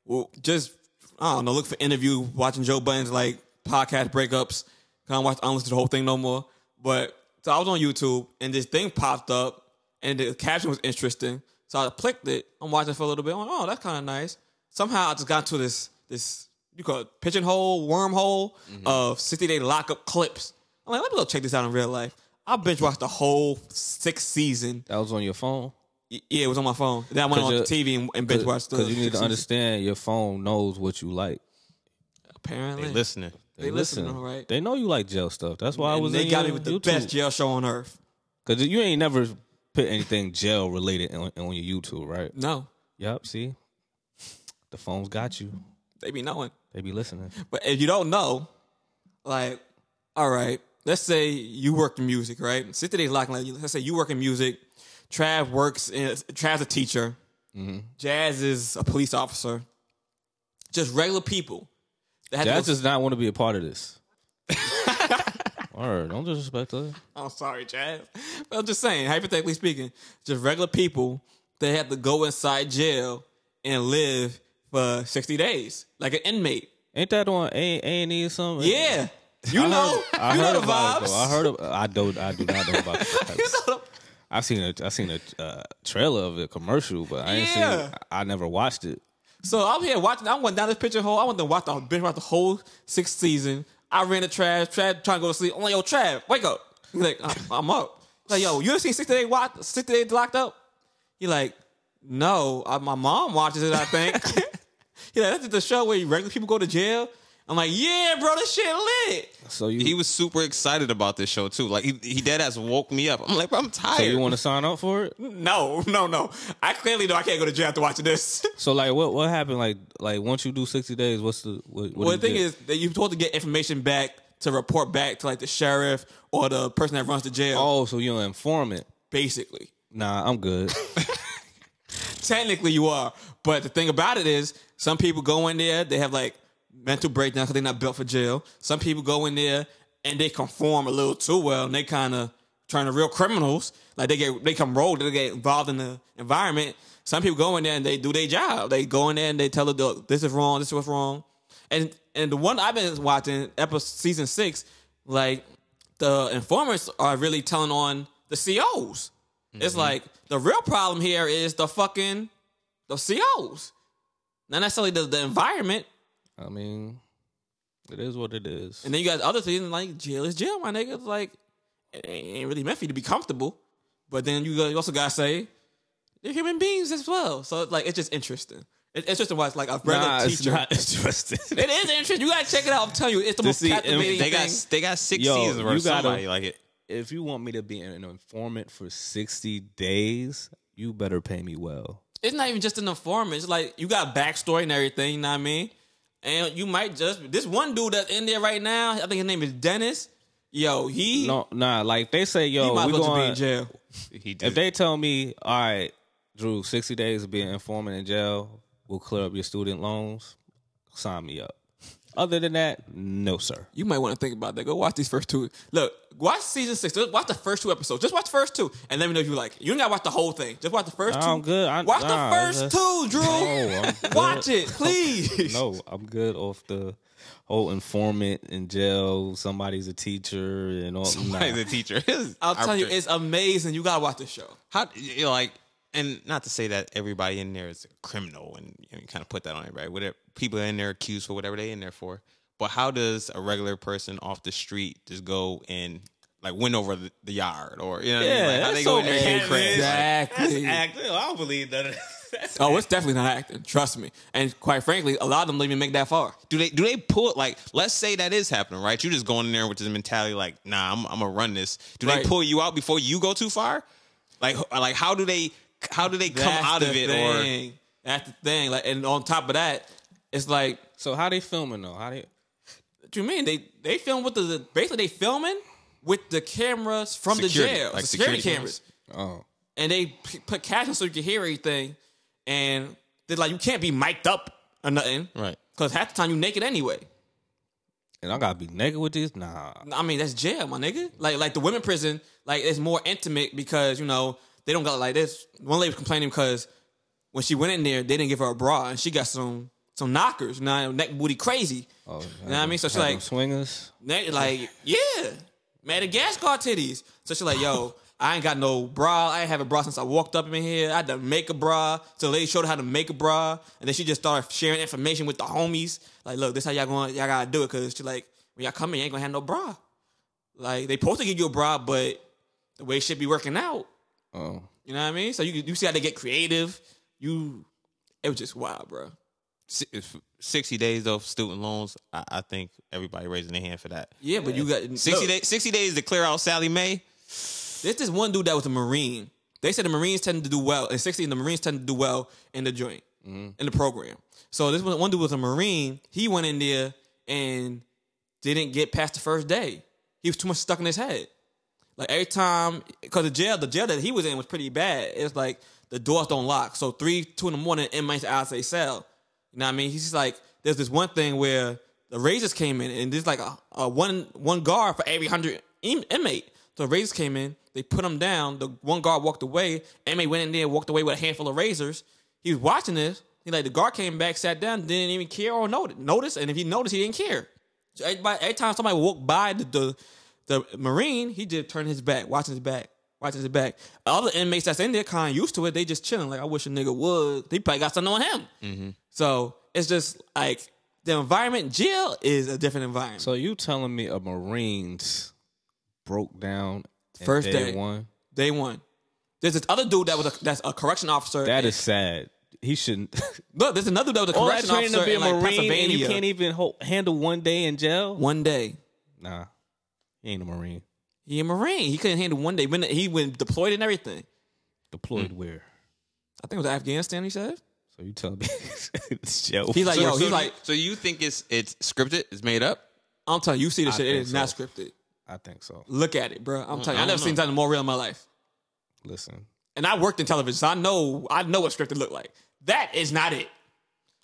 A: Well, just I don't know. Look for interview watching Joe Budden's like podcast breakups. Cause I don't watch, I don't listen to the whole thing no more. But so I was on YouTube, and this thing popped up, and the caption was interesting. So I clicked it. I'm watching for a little bit. I'm like, oh, that's kind of nice. Somehow I just got to this this you call it pigeonhole wormhole of 60 day lockup clips. I'm like, let me go check this out in real life. I binge watched the whole sixth season
B: That was on your phone.
A: Y- Yeah, it was on my phone. Then I went
B: 'Cause
A: on the
B: you're-
A: TV and, and binge watched the.
B: Because you need to
A: season.
B: understand your phone knows what you like.
A: Apparently, they,
C: Listening.
A: listen, all right.
B: They know you like jail stuff. That's why I
A: and
B: was
A: they
B: in
A: got
B: your
A: me with the
B: YouTube.
A: best jail show on earth.
B: Cause you ain't never put anything jail related on, on your YouTube, right?
A: No,
B: Yep. See, the phones got you.
A: they be knowing.
B: They be listening.
A: But if you don't know, like, all right, let's say you work in music, right? Sixty days locking. Like, let's say you work in music. Trav works. In, Trav's a teacher.
B: Mm-hmm.
A: Jazz is a police officer. Just regular people. That had to
B: That
A: go-
B: does not want to be a part of this. All right, don't disrespect us.
A: I'm sorry, Chad. But I'm just saying, hypothetically speaking, just regular people that have to go inside jail and live for 60 days, like an inmate.
B: Ain't that on A and E or something?
A: Yeah. You
B: I heard-
A: know,
B: I
A: you
B: heard
A: know the
B: about it,
A: vibes.
B: though. I heard. Of, I do. I do not know about.
A: You
B: It.
A: know the-
B: I've seen a. I've seen a uh, trailer of a commercial, but I ain't seen.
A: Yeah.
B: I, I never watched it.
A: So I'm here watching. I went down this picture hole. I went to watch the binge watch the whole sixth season. I ran to Trav. Trav trying to go to sleep. I'm like, yo, Trav, wake up. He's like, I'm, I'm up. He's like, yo, you ever seen 60 Day Locked, 60 Day Locked Up? He like, no, I, my mom watches it. I think. yeah, that's just the show where regular people go to jail. I'm like, yeah, bro, this shit lit.
B: So you
C: He was super excited about this show too. Like he, he dead ass woke me up. I'm like, bro, I'm tired.
B: so you want to sign up for it?
A: No, no, no. I clearly know I can't go to jail after watching this.
B: So like what what happened? Like like once you do sixty days, what's the what? what
A: well,
B: do
A: the thing
B: you get?
A: is that you're supposed to get information back to report back to like the sheriff or the person that runs the jail.
B: oh, so you're an informant.
A: Basically,
B: Nah, I'm good.
A: technically you are, but the thing about it is, some people go in there, they have like mental breakdown because they're not built for jail. Some people go in there and they conform a little too well, and they kind of turn to real criminals. Like they get they come rolled, they get involved in the environment. Some people go in there and they do their job. They go in there and they tell the dog, this is wrong, this is what's wrong. And and the one I've been watching, episode season six, like the informants are really telling on the COs. It's
B: Mm-hmm.
A: like the real problem here is the fucking the COs. Not necessarily the, the environment.
B: I mean, it is what it is.
A: And then you got other things like jail is jail, my nigga. It's like it ain't really meant for you to be comfortable. But then you got- you also gotta say they're human beings as well. So it's like it's just interesting. It's interesting why it's like a brother
B: nah, it's
A: teacher.
B: not interesting.
A: It is interesting. You gotta check it out. I'm telling you, it's the most
B: see, um, and
A: captivating
C: they
A: thing.
C: got they got six
B: Yo,
C: seasons
B: you
C: or
B: gotta-
C: somebody like it.
B: if you want me to be an informant for sixty days, you better pay me well.
A: it's not even just an informant. It's like you got backstory and everything. You know what I mean? And you might just this one dude that's in there right now. I think his name is Dennis. Yo, he
B: No, nah. Like they say,
A: he
B: yo,
A: might
B: we
A: look to be
B: going.
A: in jail.
C: He did.
B: if they tell me, all right, Drew, sixty days of being informant in jail, we'll clear up your student loans. Sign me up. Other than that, no, sir.
A: You might want to think about that. Go watch these first two. Look, watch season six. Just watch the first two episodes. Just watch the first two, and let me know if you like. It. You ain't gotta watch the whole thing. Just watch the first
B: Nah,
A: two.
B: I'm good. I-
A: watch
B: nah,
A: the first
B: that's-
A: two, Drew.
B: No, I'm good.
A: watch it, please.
B: No, I'm good off the whole informant in jail. Somebody's a teacher and all.
C: He's
B: Nah.
C: a teacher.
A: I'll tell you, it's amazing. You gotta watch the show.
C: how you know, like, and not to say that everybody in there is a criminal, and you, know, you kind of put that on everybody. Whatever people are in there accused for whatever they in there for. But how does a regular person off the street just go and like win over the, the yard, or you know, what I mean?
B: Yeah,
C: like, how
B: that's
C: they go in
B: so
C: there and
B: bad,
C: get
B: man.
C: crazy?
A: Exactly.
B: I don't believe that.
A: Oh, it's definitely not acting. Trust me. And quite frankly, a lot of them don't even make that far.
C: do they do they pull like let's say that is happening right you just going in there with this mentality like nah i'm, I'm gonna run this do
A: Right.
C: they pull you out before you go too far like h- like how do they how do they come
A: That's
C: out of
A: the
C: it or
A: thing. that's the thing. Like, and on top of that, it's like,
B: So how they filming though? How they?
A: what you mean they they film with the basically they filming with the cameras from
C: Security,
A: the jail,
C: like
A: the security,
C: security
A: cameras,
B: Oh,
A: and they p- put captions so you can hear everything. And they're like, you can't be mic'd up or nothing,
C: right
A: Because half the time you naked anyway.
B: and I gotta be naked with this? Nah.
A: I mean, that's jail, my nigga. Like, like the women prison, like it's more intimate because you know they don't got like this. One lady was complaining because when she went in there, they didn't give her a bra, and she got some some knockers, you know, neck booty crazy.
B: Oh,
A: you know what I mean? So she's
B: have them
A: like,
B: swingers.
A: neck, like yeah, Madagascar titties. So she's like, yo, I ain't got no bra. I ain't have a bra since I walked up in here. I had to make a bra. So the lady showed her how to make a bra, and then she just started sharing information with the homies. Like, look, this how y'all going, y'all gotta do it, because she like, when y'all come in, you ain't gonna have no bra. Like they supposed to give you a bra, but the way shit be working out,
B: Oh,
A: you know what I mean? So you you see how they get creative. You, it was just wild, bro.
C: Si- if 60 days though for student loans I, I think everybody raising their hand for that
A: Yeah, but you got
C: 60
A: look,
C: days 60 days to clear out sally Mae.
A: There's this one dude that was a marine. They said the marines tend to do well in 60, and the marines tend to do well in the joint in the program. So this one, one dude was a marine. He went in there and didn't get past the first day. He was too much stuck in his head. Like every time, because the jail, the jail that he was in was pretty bad. It's like the doors don't lock. So three, two in the morning, inmates are out they cell. You know what I mean? He's just like, there's this one thing where the razors came in, and there's like a, a one one guard for every hundred in- inmate. So the razors came in, they put him down. The one guard walked away. Inmate went in there, walked away with a handful of razors. He was watching this. He like the guard came back, sat down, didn't even care or notice. Notice, and if he noticed, he didn't care. So everybody, every time somebody walked by the, the the marine, he just turned his back, watching his back, watching his back. Other inmates that's in there kind of used to it. They just chilling. Like I wish a nigga would. They probably got something on him.
B: Mm-hmm.
A: So it's just like the environment. Jail is a different environment.
B: so you telling me a Marines broke down in
A: First
B: day
A: day.
B: one?
A: Day one, There's this other dude that was a, that's a correction officer.
B: That
A: in-
B: is sad. He shouldn't.
A: look. There's another dude that was a
B: All that
A: correction
B: training
A: officer
B: to be a
A: in like
B: marine, and you
A: Pennsylvania.
B: can't even ho- handle one day in jail.
A: One day,
B: Nah, he ain't a marine.
A: he a marine. He couldn't handle one day. When he went deployed and everything.
B: Deployed where?
A: I think it was Afghanistan. He said
B: So you tell me it's jail.
A: he's like, yo, he's
C: so,
A: like,
C: so you think it's it's scripted? It's made up?
A: I'm telling you, you see this
B: I
A: shit. It
B: think
A: is not scripted.
B: I think so.
A: Look at it, bro.
B: Mm,
A: I'm telling you, I
C: I don't
A: never seen
C: know.
A: something more real in my life.
B: Listen,
A: And I worked in television, so I know I know what scripted looked like. That is not it.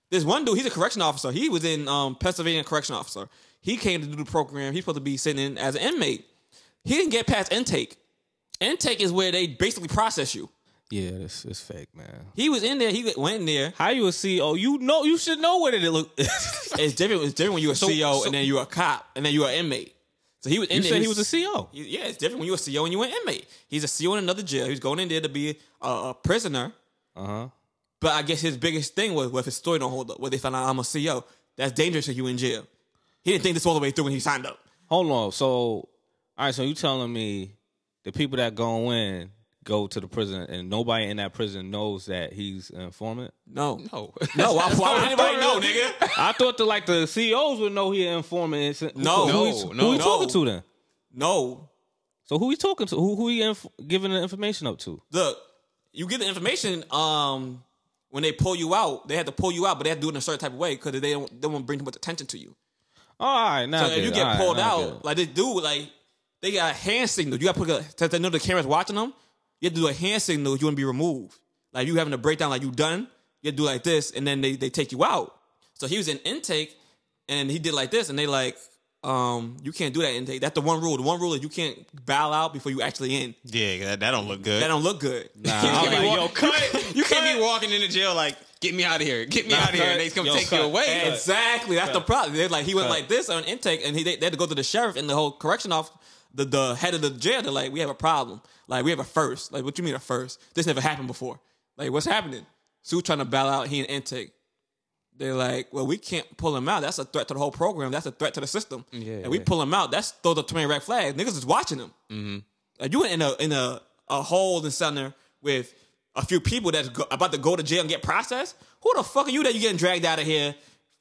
A: This one dude, he's a correction officer. He was in um, Pennsylvania correction officer. He came to do the program. He's supposed to be sitting in as an inmate. He didn't get past intake. Intake is where they basically process you.
B: yeah, this is fake, man.
A: He was in there. He went in there.
B: How you a CEO? You know, you should know what it look. you
A: It's different. It's different when you're a CO and then you're a cop and then you're an inmate. So he was in there.
B: said he was a E CEO.
A: He- yeah, it's different when you're a CO and you're an inmate. He's a CO in another jail. He's going in there to be a, a prisoner.
B: Uh huh.
A: But I guess his biggest thing was, well, if his story don't hold up, well, they found out I'm a CO, that's dangerous if you in jail. He didn't think this all the way through when he signed up.
B: Hold on. So, all right. So you telling me the people that go in go to the prison, and nobody in that prison knows that he's an informant.
A: No.
C: No.
A: No, why, why would anybody know,
C: No,
A: nigga?
B: I thought that like the CEOs would know he an informant. It's- who-
A: No.
B: who he's-
C: No,
B: who
C: no,
B: he
A: no.
B: talking to then?
A: No.
B: So who he talking to? Who who he inf- giving the information up to?
A: Look, you get the information um, when they pull you out. They have to pull you out, but they have to do it in a certain type of way because they don't, they won't bring too much attention to you.
B: All right, now
A: So if
B: I get
A: you
B: it.
A: get
B: All right,
A: pulled
B: now I
A: out,
B: get it.
A: like this dude, like they got a hand signal. You got to put a, since they know the camera's watching them. You have to do a hand signal. if You want to be removed. Like you having a breakdown. Like you done. You have to do like this, and then they they take you out. So he was in intake, and he did like this, and they like, um, you can't do that intake. That's the one rule. The one rule is you can't bow out before you actually in.
C: Yeah, that, that don't look good.
A: That don't look good.
B: Nah, I'm
C: Yo,
B: like, yo,
C: walk- you can't be walking into jail like, get me out of here, get me
B: Nah,
C: out of here,
B: cut.
C: and they come
B: Yo,
C: take
B: cut.
C: you away.
B: Cut.
A: Exactly. That's the problem. They're like he went like this on intake, and he they, they had to go to the sheriff and the whole correction off the the head of the jail. They're like, we have a problem. Like we have a first. Like what you mean a first? This never happened before. Like what's happening? Sue trying to bail out. He in intake. They're like, well, we can't pull him out. That's a threat to the whole program. That's a threat to the system. Yeah, and we pull him out. That's those are too many red flags. Niggas is watching him. Like you in a in a a hole in center with a few people that's go, about to go to jail and get processed. Who the fuck are you that you getting dragged out of here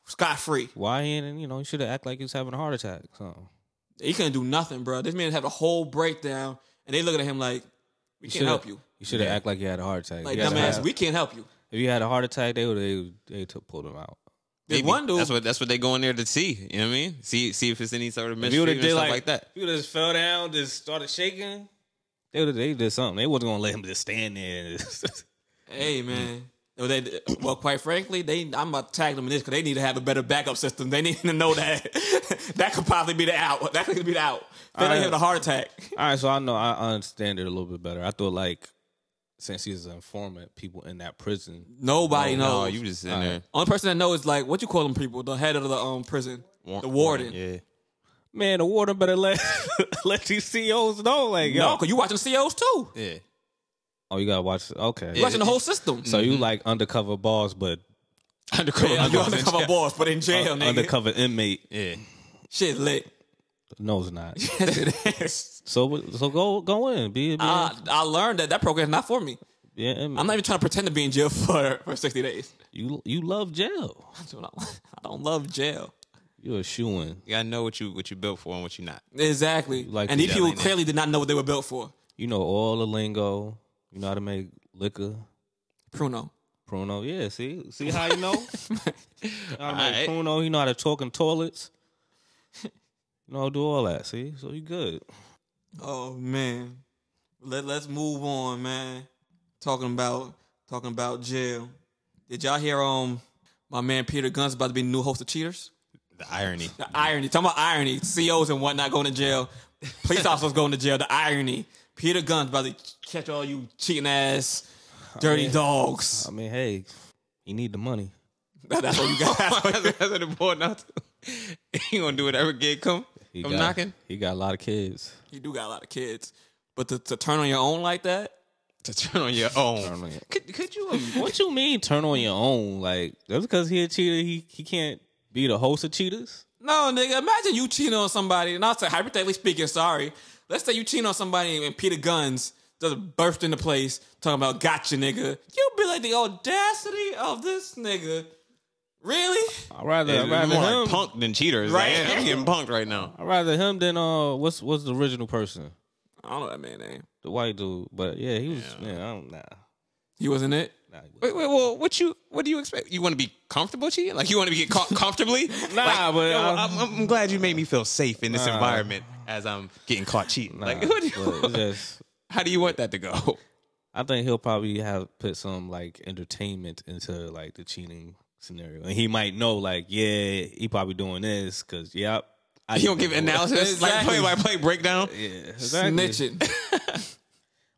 A: scot free?
B: why he ain't? You know, he should have act like he was having a heart attack. So
A: He couldn't do nothing, bro. This man had a whole breakdown, and they looking at him like, "We can't
B: shoulda-
A: help you."
B: You should have act like you had a heart attack.
A: Like
B: You had a
A: dumbass,
B: heart-
A: we can't help you.
B: if you had a heart attack, they would they they took pulled him out.
A: There's
C: Maybe.
A: one dude.
C: That's what that's what they go in there to see. You know what I mean? See see if it's any sort of
B: If you
C: mystery
B: would
C: and
B: have did
C: stuff
B: like,
C: like, that.
B: you would have just fell down, just started shaking. They would have they did something. They wasn't gonna let him just stand there. and just-
A: Hey man. Well, they, well, quite frankly, they I'm about to tag them in this because they need to have a better backup system. They need to know that that could possibly be the out. That could be the out. They
B: All
A: might
B: right.
A: have a heart attack.
B: All right, so I know I understand it a little bit better. I thought like since he's an informant, people in that prison.
A: Nobody knows.
C: Oh, No, you just in there.
A: Only person that knows is like what you call them people, the head of the um prison, the warden.
C: Yeah.
B: Man, the warden better let let these CEOs know. Like, yo,
A: No, because you watching COs too. You
C: Yeah.
B: oh, you gotta watch. Okay,
A: watching the whole system.
B: so you like undercover boss, but
A: yeah,
C: Undercover.
A: you
C: undercover.
A: undercover boss, but in jail, nigga.
B: undercover inmate.
C: Yeah.
A: Shit lit.
B: No, it's not.
A: Yes, it is.
B: so so go go in. Be, be,
A: Uh, I learned that that program's not for me.
B: be an inmate.
A: I'm not even trying to pretend to be in jail for for 60 days.
B: you you love jail.
A: I don't, I don't love jail.
B: You're a shoe in.
C: You gotta know what you what you built for and what you not.
A: Exactly.
B: like
A: and
B: the
A: these people
B: jelly, nigga.
A: clearly did not know what they were built for.
B: You know all the lingo. You know how to make liquor.
A: Pruno.
B: Pruno, yeah. See, see how you know. You know how to make
C: Alright.
B: Pruno, you know how to talk in toilets. You know, how to do all that. See, so you good.
A: Oh man. Let let's move on, man. Talking about talking about jail. Did y'all hear um my man Peter Gunn's about to be the new host of Cheaters?
C: The irony.
A: The irony. Talking about irony. COs and whatnot going to jail. Police officers going to jail. The irony. Peter Gunn's about to catch all you cheating ass dirty dogs.
B: I mean, hey, you need the money.
A: That's what you got.
C: that's what it boiled down to. You gonna do whatever gig come
B: He
C: come
B: got,
C: knocking
B: He got a lot of kids.
A: you do got a lot of kids. But to, to turn on your own like that,
C: to turn on your own.
B: on-
C: Could could you?
B: What you mean? Turn on your own? Like that's because he a cheater. He he can't be the host of cheaters.
A: No, nigga. Imagine you cheating on somebody, and I'll say hypothetically speaking. Sorry, let's say you cheating on somebody, and Peter Guns just burst into place talking about gotcha nigga. You be like the audacity of this nigga. Really?
B: I'd rather,
C: It's
B: I'd rather
C: more like
B: him.
C: punk than cheaters.
A: Right.
C: Right. I'm getting punked right now.
B: I'd rather him than uh, what's what's the original person,
A: I don't know that man's name.
B: the white dude. But yeah, he was. Yeah, I don't nah.
A: He wasn't it?
B: nah he wasn't.
C: Wait, wait, well, what you what do you expect? You want to be comfortable cheating? Like you want to be get caught comfortably?
B: Nah,
C: Like,
B: but,
C: yo,
B: uh,
C: I'm, I'm glad you made me feel safe in this
B: Nah.
C: environment as I'm getting caught cheating.
B: Nah,
C: like, what do you-
B: but it's just,
C: how do you want that to go?
B: I think he'll probably have put some like entertainment into like the cheating scenario, and he might know like, yeah, he probably doing this because yep, I
C: You don't give
B: didn't know it.
C: analysis like
A: Exactly.
C: play by play breakdown.
B: Yeah, exactly.
A: Snitching.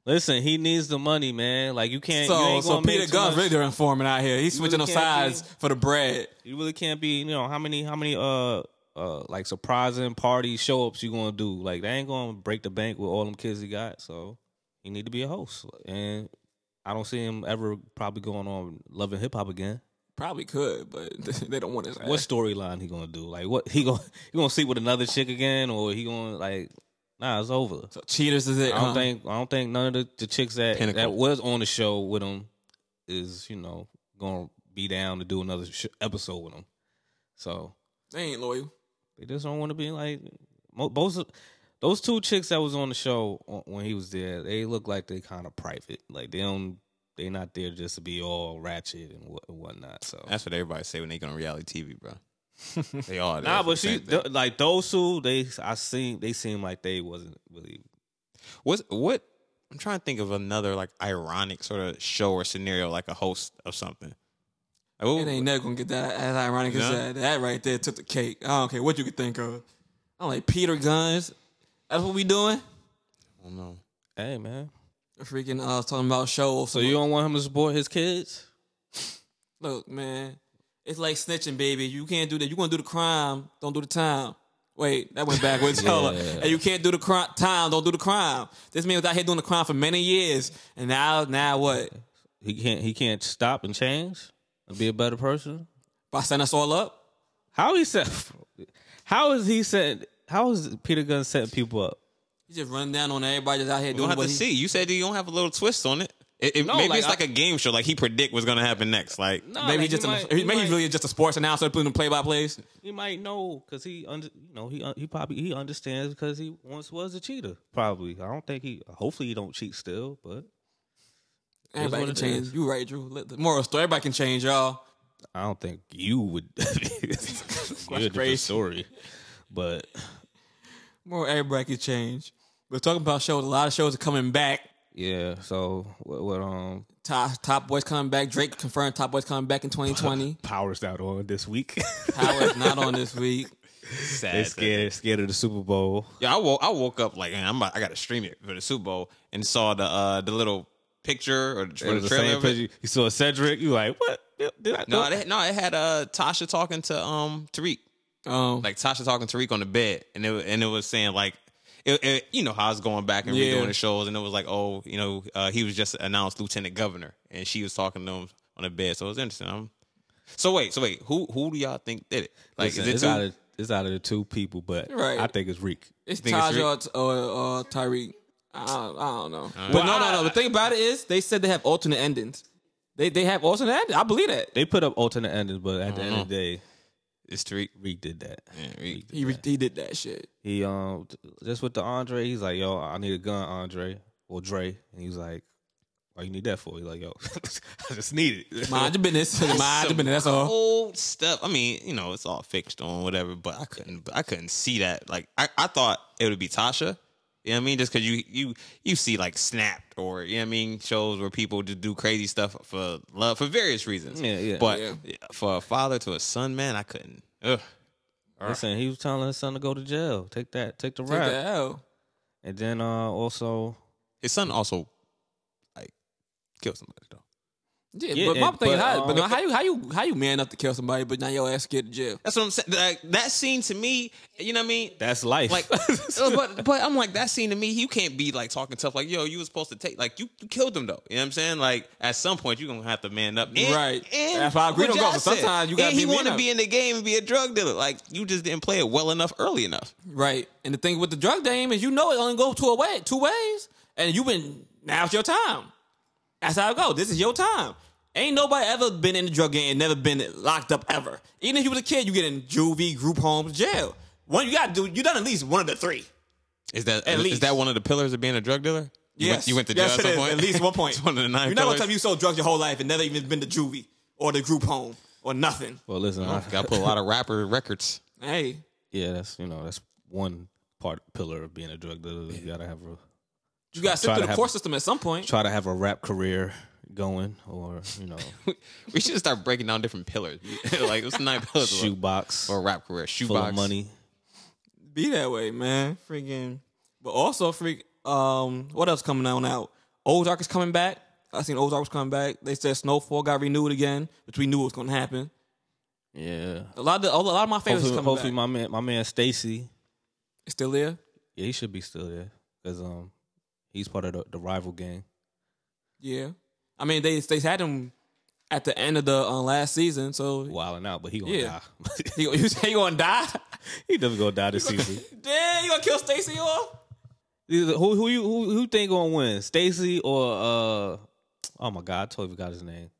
B: Listen, he needs the money, man. Like you can't. you
A: So,
B: ain't
A: so
B: gonna make
A: Peter
B: too
A: Gunn's
B: much-
A: really the informant out here. He's switching
B: really
A: on
B: can't
A: sides for the bread.
B: You really can't be, you know, how many, how many, uh, uh, like surprising party show ups you gonna do? Like they ain't gonna break the bank with all them kids he got. So he need to be a host, and I don't see him ever probably going on loving hip hop again.
A: Probably could, but they don't want his ass.
B: What storyline he gonna do? Like what he gonna he gonna sleep with another chick again, or he gonna like? Nah, it's over.
A: So cheaters is it?
B: I don't
A: huh?
B: think I don't think none of the, the chicks that
C: Pinnacle.
B: that was on the show with him is you know gonna be down to do another sh- episode with him. So
A: they ain't loyal.
B: they just don't want to be like mo- both of- those two chicks that was on the show on- when he was there. They look like they kind of private, like they don't they not there just to be all ratchet and what and whatnot. So
C: That's what everybody say when they go on reality TV, bro. They all there
B: nah,
C: for
B: but
C: the
B: she
C: same thing.
B: th- like those two. They I seen they seem like they wasn't really
C: What's what? I'm trying to think of another like ironic sort of show or scenario, like a host of something. Like, what-
A: It ain't never gonna get that as ironic as
C: No.
A: that. That right there took the cake. I don't care what you could think of. I'm like Peter Guns. That's what we doing.
C: I don't know.
B: hey man.
A: Freaking uh, talking about shows.
B: So you don't want him to support his kids?
A: look, man. It's like snitching, baby. You can't do that. You gonna do the crime? Don't do the time. Wait, that went backwards. Hold on.
B: Yeah.
A: And you can't do the crime. Time. Don't do the crime. This man was out here doing the crime for many years, and now, now what?
B: He can't he can't stop and change and be a better person.
A: By setting us all up.
B: How he said how is he setting how is Peter Gunn setting people up?
A: He just run down on everybody that's out here
C: You don't
A: doing
C: have
A: what
C: to
A: he,
C: see. You said you don't have a little twist on it. It- it-
B: No,
C: maybe
B: like,
C: it's
B: I-
C: like a game show. Like he predict what's gonna happen next. Like
A: Maybe he just an, maybe he really just a sports announcer doing play by plays.
B: he might know because he under you know he un- he probably he understands because he once was a cheater. Probably I don't think he. Hopefully he don't cheat still, but
A: Everybody
B: what
A: can
B: it
A: change. You right, Drew. Let the moral story. Everybody can change, y'all.
B: I don't think you would. It's a
A: crazy.
B: different story, but
A: Moral everybody can change. We're talking about shows. A lot of shows are coming back.
B: yeah. So what, what um
A: Top Top Boys coming back. Drake confirmed Top Boys coming back in 2020.
B: powers out on this week?
A: Howard's not on this week.
C: sad.
B: they
C: that-
B: scared scared of the Super Bowl.
C: Yeah, I woke I woke up like man, I'm about, I gotta stream it for the Super Bowl and saw the uh the little picture or the,
B: It
C: or
B: was the
C: the trailer.
B: same
C: of it.
B: picture. You saw Cedric. You like what? Did did I
C: No, they, no, it had uh Tasha talking to um Tariq.
A: Um,
C: like Tasha talking to Tariq on the bed, and it and it was saying like, it, it, you know how it's going back and
A: Yeah.
C: redoing the shows, and it was like, oh, you know, uh, he was just announced lieutenant governor, and she was talking to him on the bed, so it was interesting. Um so wait, so wait, who who do y'all think did it? Like,
B: Listen,
C: is
B: it's
C: it
B: out
C: two?
B: of it's out of the two people, but
A: Right.
B: I think it's Reek.
A: it's
C: think it's
A: Taj or, or, or Tyreek. I don't, I don't know.
C: right.
A: but no, no, no. The thing about it is, they said they have alternate endings. They they have alternate endings. I believe that.
B: They put up alternate endings, but at the end of the day,
C: It's Tariq.
B: Reek did that.
C: Yeah, Tariq.
A: He, re- he did that shit.
B: He um t- just with the Andre, he's like, "Yo, I need a gun, Andre or Dre," and he's like, "Why you need that for?" He's like, "Yo, I just need it."
A: Mind your business. Mind your
C: Some
A: business. That's all.
C: Old stuff. I mean, you know, it's all fixed on whatever, but I couldn't I couldn't see that. Like I, I thought it would be Tasha. You know what I mean? Just cause you you you see like snapped or you know what I mean, shows where people just do crazy stuff for love for various reasons.
B: Yeah, yeah.
C: But
A: Yeah.
C: for a father to a son, man, I couldn't. Ugh.
B: Listen, he was telling his son to go to jail, take that, take the
A: Take
B: rap,
A: the L.
B: and then uh also
C: His son also like killed somebody though.
A: Yeah,
B: Yeah,
A: but my
B: and-
A: thing is
B: but,
C: uh,
A: how, but
B: um,
A: how you how you how you man up to kill somebody, but now your ass scared to jail.
C: That's what I'm saying. Like, that scene to me, you know what I mean?
B: that's life.
C: Like, uh, but but I'm like that scene to me. You can't be like talking tough. Like, yo, you was supposed to take. Like, you, you killed him though. You know what I'm saying? Like, at some point, you're gonna have to man up. And-
A: Right.
C: And
A: That's why I agree
C: what
A: with him,
C: Josh
A: 'cause sometimes
C: said.
A: you gotta
C: And
A: be
C: he
A: man
C: wanna
A: up.
C: be in the game and be a drug dealer. Like, you just didn't play it well enough early enough.
A: Right. And the thing with the drug game is you know it only goes two way two ways. And you've been Now's your time. That's how it go. This is your time. Ain't nobody ever been in the drug game and never been locked up ever. Even if you was a kid, you get in juvie, group homes, jail. One you gotta do, you done at least one of the three.
C: Is that
A: At
C: is
A: least.
C: that one of the pillars of being a drug dealer? You went-
A: Yes.
C: you went to jail
A: Yes,
C: at
A: it
C: some
A: is.
C: point.
A: At least one point.
C: it's one of the nine
A: You're not gonna
C: pillars.
A: tell me you sold drugs your whole life and never even been to juvie or the group home or nothing.
B: Well, listen, I,
C: Got to put a lot of rapper records.
A: Hey,
B: yeah, that's you know that's one part pillar of being a drug dealer. You gotta have a
A: you gotta sit
B: Try to
A: through the
B: have-
A: court system at some point.
B: try to have a rap career going, or you know,
C: We should start breaking down different pillars. like it's nine pillars of a-
B: shoebox
C: of a rap career.
B: full
C: Shoebox
B: of money.
A: Be that way, man. Freaking. But also, freak. Um, what else coming on out? Ozark is coming back. I seen Ozark was coming back. They said Snowfall got renewed again, which we knew was gonna happen.
B: Yeah.
A: A lot of the, a lot of my favorites is
B: Hopefully,
A: coming
B: hopefully
A: back.
B: my man, my man Stacy,
A: It's still there.
B: yeah, he should be still there because um, he's part of the, the rival gang.
A: Yeah. I mean, they they had him at the end of the uh, last season, so
B: Wilding out, but he gonna
A: Yeah.
B: die.
A: he, you say he gonna die?
B: he never gonna die this season.
A: Damn, you gonna kill Stacy off?
B: Either- Who who you who, who think gonna win, Stacy or uh? Oh my God, I totally forgot his name.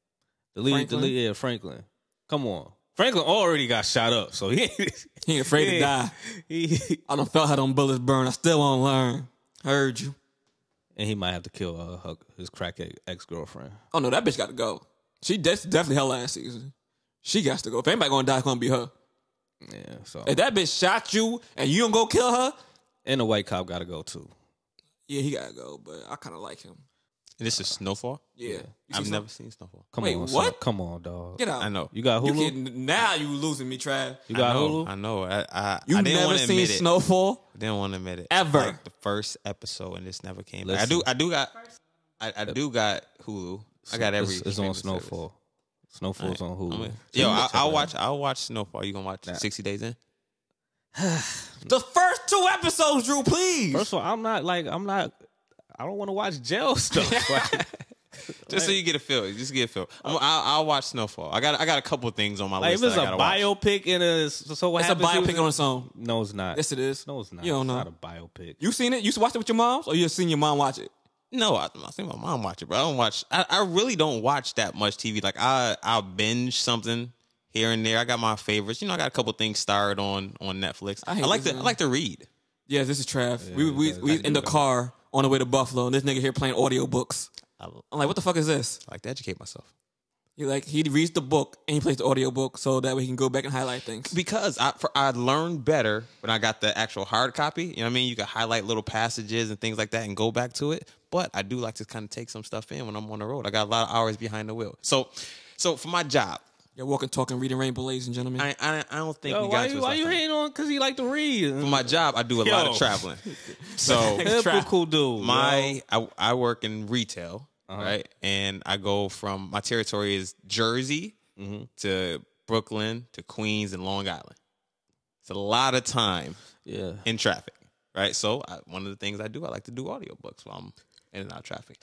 B: The lead,
A: Franklin?
B: the lead, yeah, Franklin. Come on, Franklin already got shot up, so he
A: He ain't afraid to
B: Yeah.
A: die.
B: he
A: I don't felt how them bullets burn. I still won't learn. Heard you.
B: and he might have to kill uh, her, his crack ex girlfriend.
A: Oh no, that bitch got to go. She de- definitely her last season. She got to go. If anybody gonna die, it's gonna be her.
B: Yeah, so
A: If that bitch shot you and you don't go kill her,
B: and the white cop got to go too.
A: yeah, he gotta go. But I kind of like him.
C: And this is Snowfall.
A: Yeah, You see
C: I've
A: something?
C: never seen Snowfall.
B: Come
A: Wait,
B: on,
A: what?
B: Son. Come on, dog.
A: Get out.
C: I know.
B: You got
A: You
B: Hulu. You,
A: kidding- now you losing me, Trav.
C: I
B: got
C: know.
B: Hulu.
C: I know. I, I,
A: You
C: I didn't
A: never
C: want to
A: seen
C: admit it.
A: Snowfall?
C: I didn't want to admit it
A: Ever.
C: Like the first episode, and this never came. back. I do.
B: Listen.
C: I do got. I, I do got Hulu. I got every.
B: It's, it's on
C: streaming service.
B: Snowfall. Snowfall's on
C: I'm
B: Hulu.
C: in. Yo, I,
B: Check it
C: I'll
B: out.
C: watch. I'll watch Snowfall. You gonna watch sixty days in?
A: The first two episodes, Drew. Please.
B: First of all, I'm not like I'm not. I don't want to watch jail stuff. Like,
C: Just so you get a feel. Just get a feel. I'm, I'll, I'll watch Snowfall. I got. I got a couple things on my
B: uh, like,
C: list.
B: if it's
C: that
B: a
C: I gotta watch.
B: biopic and a so what
A: it's a
B: happens
A: biopic
B: Houston-
A: on its own.
B: No, it's not.
A: Yes, it is.
B: no, it's not.
A: You don't know.
B: It's not a biopic.
A: You seen it? You watched it with your moms, or you seen your mom watch it?
C: No, I, I think my mom watch it, but I don't watch. I, I really don't watch that much TV. Like I, I binge something here and there. I got my favorites. You know, I got a couple things starred on on Netflix. I,
A: hate
C: like
A: this,
C: to, I
A: man.
C: like to read.
A: Yeah, this is Trav. we we,
B: yeah,
A: we
B: I
A: in the car on the way to Buffalo, and this nigga here playing audiobooks.
C: I
A: I'm like, what the fuck is this?
C: like to educate myself
A: He like he reads the book and he plays the audiobook so that way he can go back and highlight things.
C: because I for, I learned better when I got the actual hard copy. You know what I mean? You can highlight little passages and things like that and go back to it. But I do like to kind of take some stuff in when I'm on the road. I got a lot of hours behind the wheel. So, so for my job,
A: You're walking, talking, reading Rainbow, ladies and gentlemen.
C: I I, I don't think
B: Yo,
C: we got
B: why
C: to
B: you
C: it
B: why
C: last
B: you
C: time.
B: hating on? Cause he like to read.
C: For my job, I do a lot of
B: Yo.
C: traveling. So
B: Typical dude.
C: my I, I work in retail,
B: Uh-huh.
C: right? And I go from my territory is Jersey
B: Mm-hmm.
C: to Brooklyn to Queens and Long Island. It's a lot of time
B: yo. yeah.
C: in traffic, right? So I, one of the things I do, I like to do audiobooks while I'm in and out of traffic.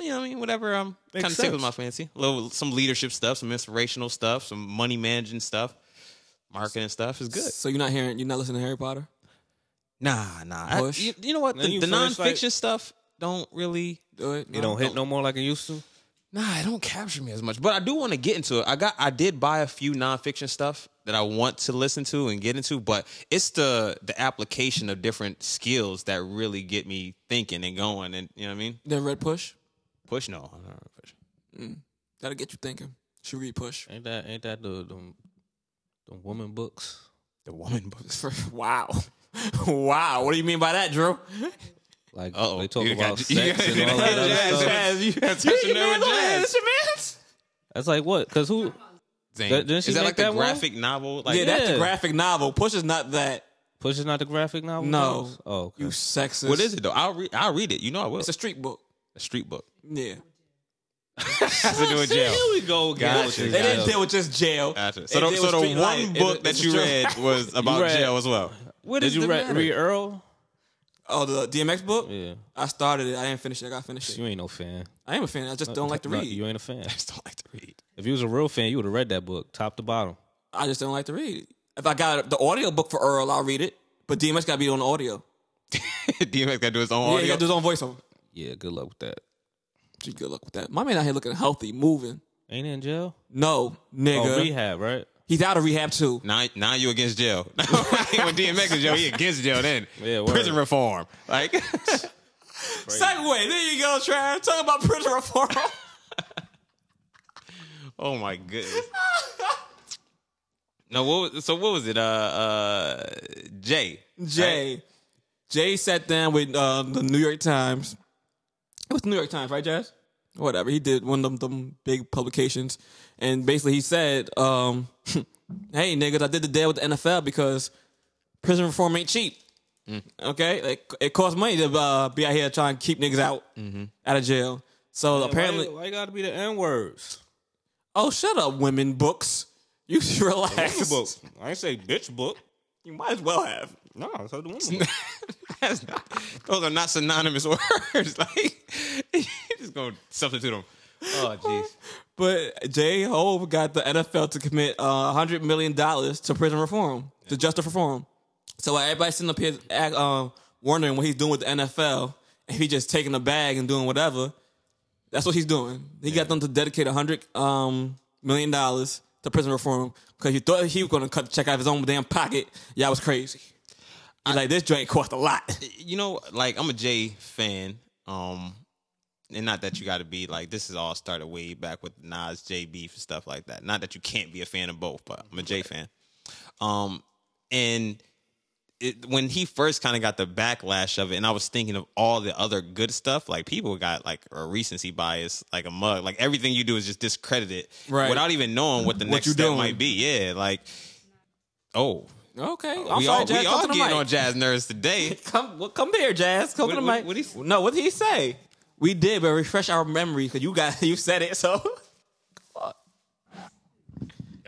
C: You know what I mean? Whatever um kind of
B: sense.
C: tickles my fancy. A little some leadership stuff, some inspirational stuff, some money managing stuff, marketing stuff is good.
A: So you're not hearing, you're not listening to Harry Potter.
C: Nah, nah. I-
A: Push.
C: you, you know what? The,
B: Then you
C: the
B: finish,
C: nonfiction
B: like-
C: stuff don't really.
A: Do it.
B: It don't hit no more like it used to.
C: Nah, it don't capture me as much. But I do want to get into it. I got. I did buy a few nonfiction stuff that I want to listen to and get into. But it's the the application of different skills that really get me thinking and going. And you know what I mean?
A: Then Red Push.
C: Push no, I don't know, push.
A: That'll get you thinking. Should read Push.
B: Ain't that ain't that the them, them woman books?
C: The woman books.
A: wow. wow. What do you mean by that, Drew?
B: Like
C: Uh-oh.
B: they talk
C: You got-
B: about
C: you
B: sex
C: got-
B: and all that other
C: Jazz,
B: stuff.
C: jazz, you- that's your man, jazz.
B: That's like what? Cause who?
C: Dang.
B: That- didn't
C: Is
B: she
C: that
B: make
C: like the
B: that one?
C: graphic novel? Like
A: yeah, that's the
B: Yeah.
A: graphic novel. Push is not that.
B: Push is not the graphic novel.
A: No.
B: books? Oh, okay.
A: You sexist.
C: what is it though? I'll read. I'll read it. You know I will.
A: It's a street book.
C: a street book.
A: Yeah.
C: Has to do with jail.
B: Here we go. again.
C: Gotcha.
A: They
C: Got
A: didn't
C: it.
A: deal with just jail.
C: Gotcha.
A: They
C: So, the,
A: deal
C: so
A: with
C: the
A: street
C: one
A: light. It-
C: book
A: it's
C: that
A: a
C: you
A: street-
C: read was about
B: read-
C: jail as well.
B: What
C: is
B: Did you
C: the
B: re-
C: matter?
B: read Earl?
A: Oh, the DMX book?
B: Yeah.
A: I started it. I didn't finish it. I got finished it.
B: You ain't no fan.
A: I am a fan. I just don't like to
B: Uh, No,
A: read.
B: you ain't a fan.
C: I just don't like to read.
B: If you was a real fan, you would have read that book top to bottom.
A: I just don't like to read. If I got the audio book for Earl, I'll read it. But DMX got to be on audio.
C: DMX got to do his own
A: Yeah,
C: audio.
A: he got to do his own voiceover.
B: Yeah, good luck with that.
A: Gee, good luck with that. My man out here looking healthy, moving.
B: Ain't he in jail?
A: No, nigga.
B: Oh, rehab, right?
A: He's out of rehab too.
C: Now, now you against jail. when DMX is jail, he against jail then.
B: Yeah, word.
C: Prison reform. Like,
A: Segway. There you go, Trav. Talking about prison reform.
C: oh my goodness. No, what was, so what was it? Uh, uh, Jay. right?
A: Jay. Jay sat down with uh, the New York Times. It was the New York Times, right, Jazz? Whatever. He did one of them, them big publications. And basically he said, um, hey, niggas, I did the deal with the NFL because prison reform ain't cheap. Okay? Like, it costs money to uh, be out here trying to keep niggas out out of jail. So apparently.
B: why, why you gotta be the N words?
A: Oh, shut up, women books. You should relax.
B: book. I ain't say bitch book.
A: You might as well have.
B: No, I said the woman book.
C: That's not, those are not synonymous words. like, you just gonna substitute them. Oh, jeez.
A: But Jay Hove got the NFL to commit uh, hundred million dollars to prison reform, to justice reform. So while everybody's sitting up here act, uh, wondering what he's doing with the NFL, if he's just taking a bag and doing whatever, that's what he's doing. He got them to dedicate a hundred um, million dollars to prison reform because he thought he was going to cut the check out of his own damn pocket. Y'all was crazy. He's like this joint cost a lot.
C: You know, like, I'm a Jay fan. Um, and not that you gotta be like, this is all started way back with Nas, J Beef, and stuff like that. Not that you can't be a fan of both, but I'm a Jay fan. Um, and it, when he first kind of got the backlash of it, and I was thinking of all the other good stuff, like people got like a recency bias, like a mug, like everything you do is just discredited,
A: Right.
C: Without even knowing what the next
A: you
C: step
A: doing.
C: might be. Yeah, like oh,
A: Okay, I'm
C: we
A: sorry,
C: all
A: Jazz.
C: we
A: come
C: all
A: to the
C: getting
A: mic.
C: on jazz nerves today.
A: Come, well, come here, Jazz. Come
C: What-
A: to the
C: what-
A: mic.
C: what he say?
A: no, what did he say? We did, but refresh our memory because you got you said it. So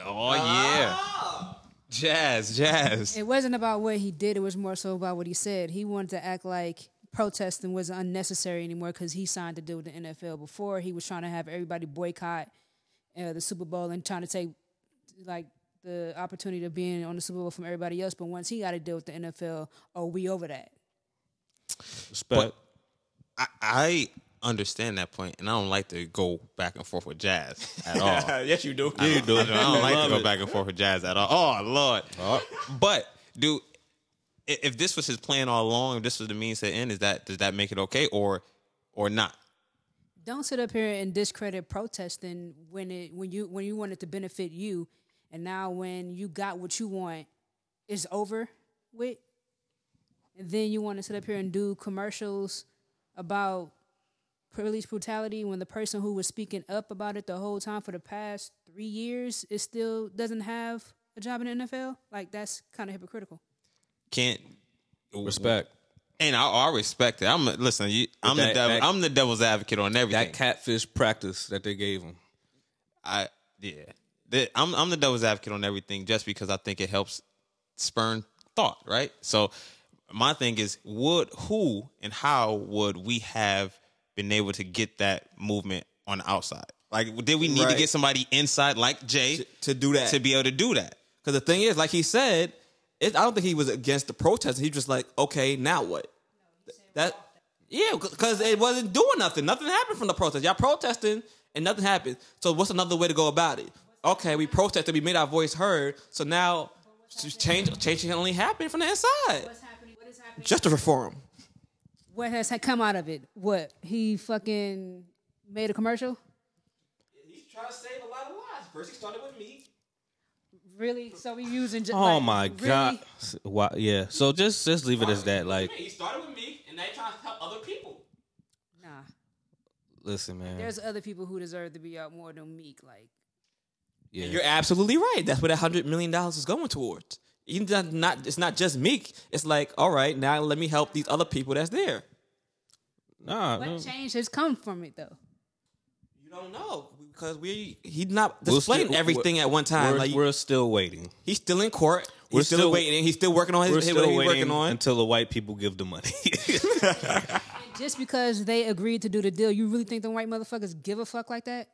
C: Oh yeah, Oh. jazz, jazz.
D: It wasn't about what he did. It was more so about what he said. He wanted to act like protesting was unnecessary anymore because he signed a deal with the NFL. Before he was trying to have everybody boycott uh, the Super Bowl and trying to take like the opportunity of being on the Super Bowl from everybody else. But once he got a deal with the NFL, oh, we over that.
B: Respect.
C: I, I understand that point, and I don't like to go back and forth with jazz at all.
A: yes, you do.
C: I don't, I don't, I don't like to
B: Love
C: go
B: it.
C: back and forth with Jazz at all. Oh Lord! But dude, i- if this was his plan all along, if this was the means to the end, is that does that make it okay or or not?
D: Don't sit up here and discredit protesting when it when you when you want it to benefit you, and now when you got what you want, it's over with. And then you want to sit up here and do commercials about police brutality when the person who was speaking up about it the whole time for the past three years is still doesn't have a job in the NFL. Like that's kind of hypocritical.
C: Can't
B: Respect.
C: And I, I respect it. I'm listen. You, I'm the
B: that-
C: devil,
B: that-
C: I'm the devil's advocate on everything.
B: That catfish practice that they gave him.
C: I yeah. The- I'm I'm the devil's advocate on everything just because I think it helps spurn thought, right? So my thing is would who and how would we have been able to get that movement on the outside? Like did we need to
A: Right.
C: get somebody inside like Jay
A: To- to do that.
C: to be able to do that?
A: Because the thing is, like he said, it, I don't think he was against the protest. He was just like, okay, now what? That yeah, because it wasn't doing nothing. Nothing happened from the protest. Y'all protesting and nothing happened. So what's another way to go about it? Okay, we protested. We made our voice heard. So now change change can only happen from the inside.
D: What's happening? What is happening?
A: Just to reform.
D: What has had come out of it? What he fucking made a commercial?
A: He's trying to save a lot of lives. First, he started with me.
D: Really? So we using just
B: Oh my god. S- Why, yeah. So just just leave it as that. Like,
A: he started with me, and now he's trying to help other people.
D: Nah.
B: listen, man.
D: There's other people who deserve to be out more than Meek. Like
A: You're
B: Yeah.
A: absolutely right. That's what that hundred million dollars is going towards. Even not, not it's not just Meek. It's like, all right, now let me help these other people that's there.
B: Nah.
D: what
B: no.
D: change has come from it though?
A: You don't know because we he's not
B: We'll
A: displaying
B: still-
A: everything
B: we're-
A: at one time.
B: We're,
A: like
B: we're still waiting.
A: he's still in court.
B: we're
A: He's still,
B: still-
A: waiting. He's still working on his
B: We're
A: what
B: still
A: he's
B: waiting
A: working on.
B: until the white people give the money.
D: And just because they agreed to do the deal, you really think the white motherfuckers give a fuck like that?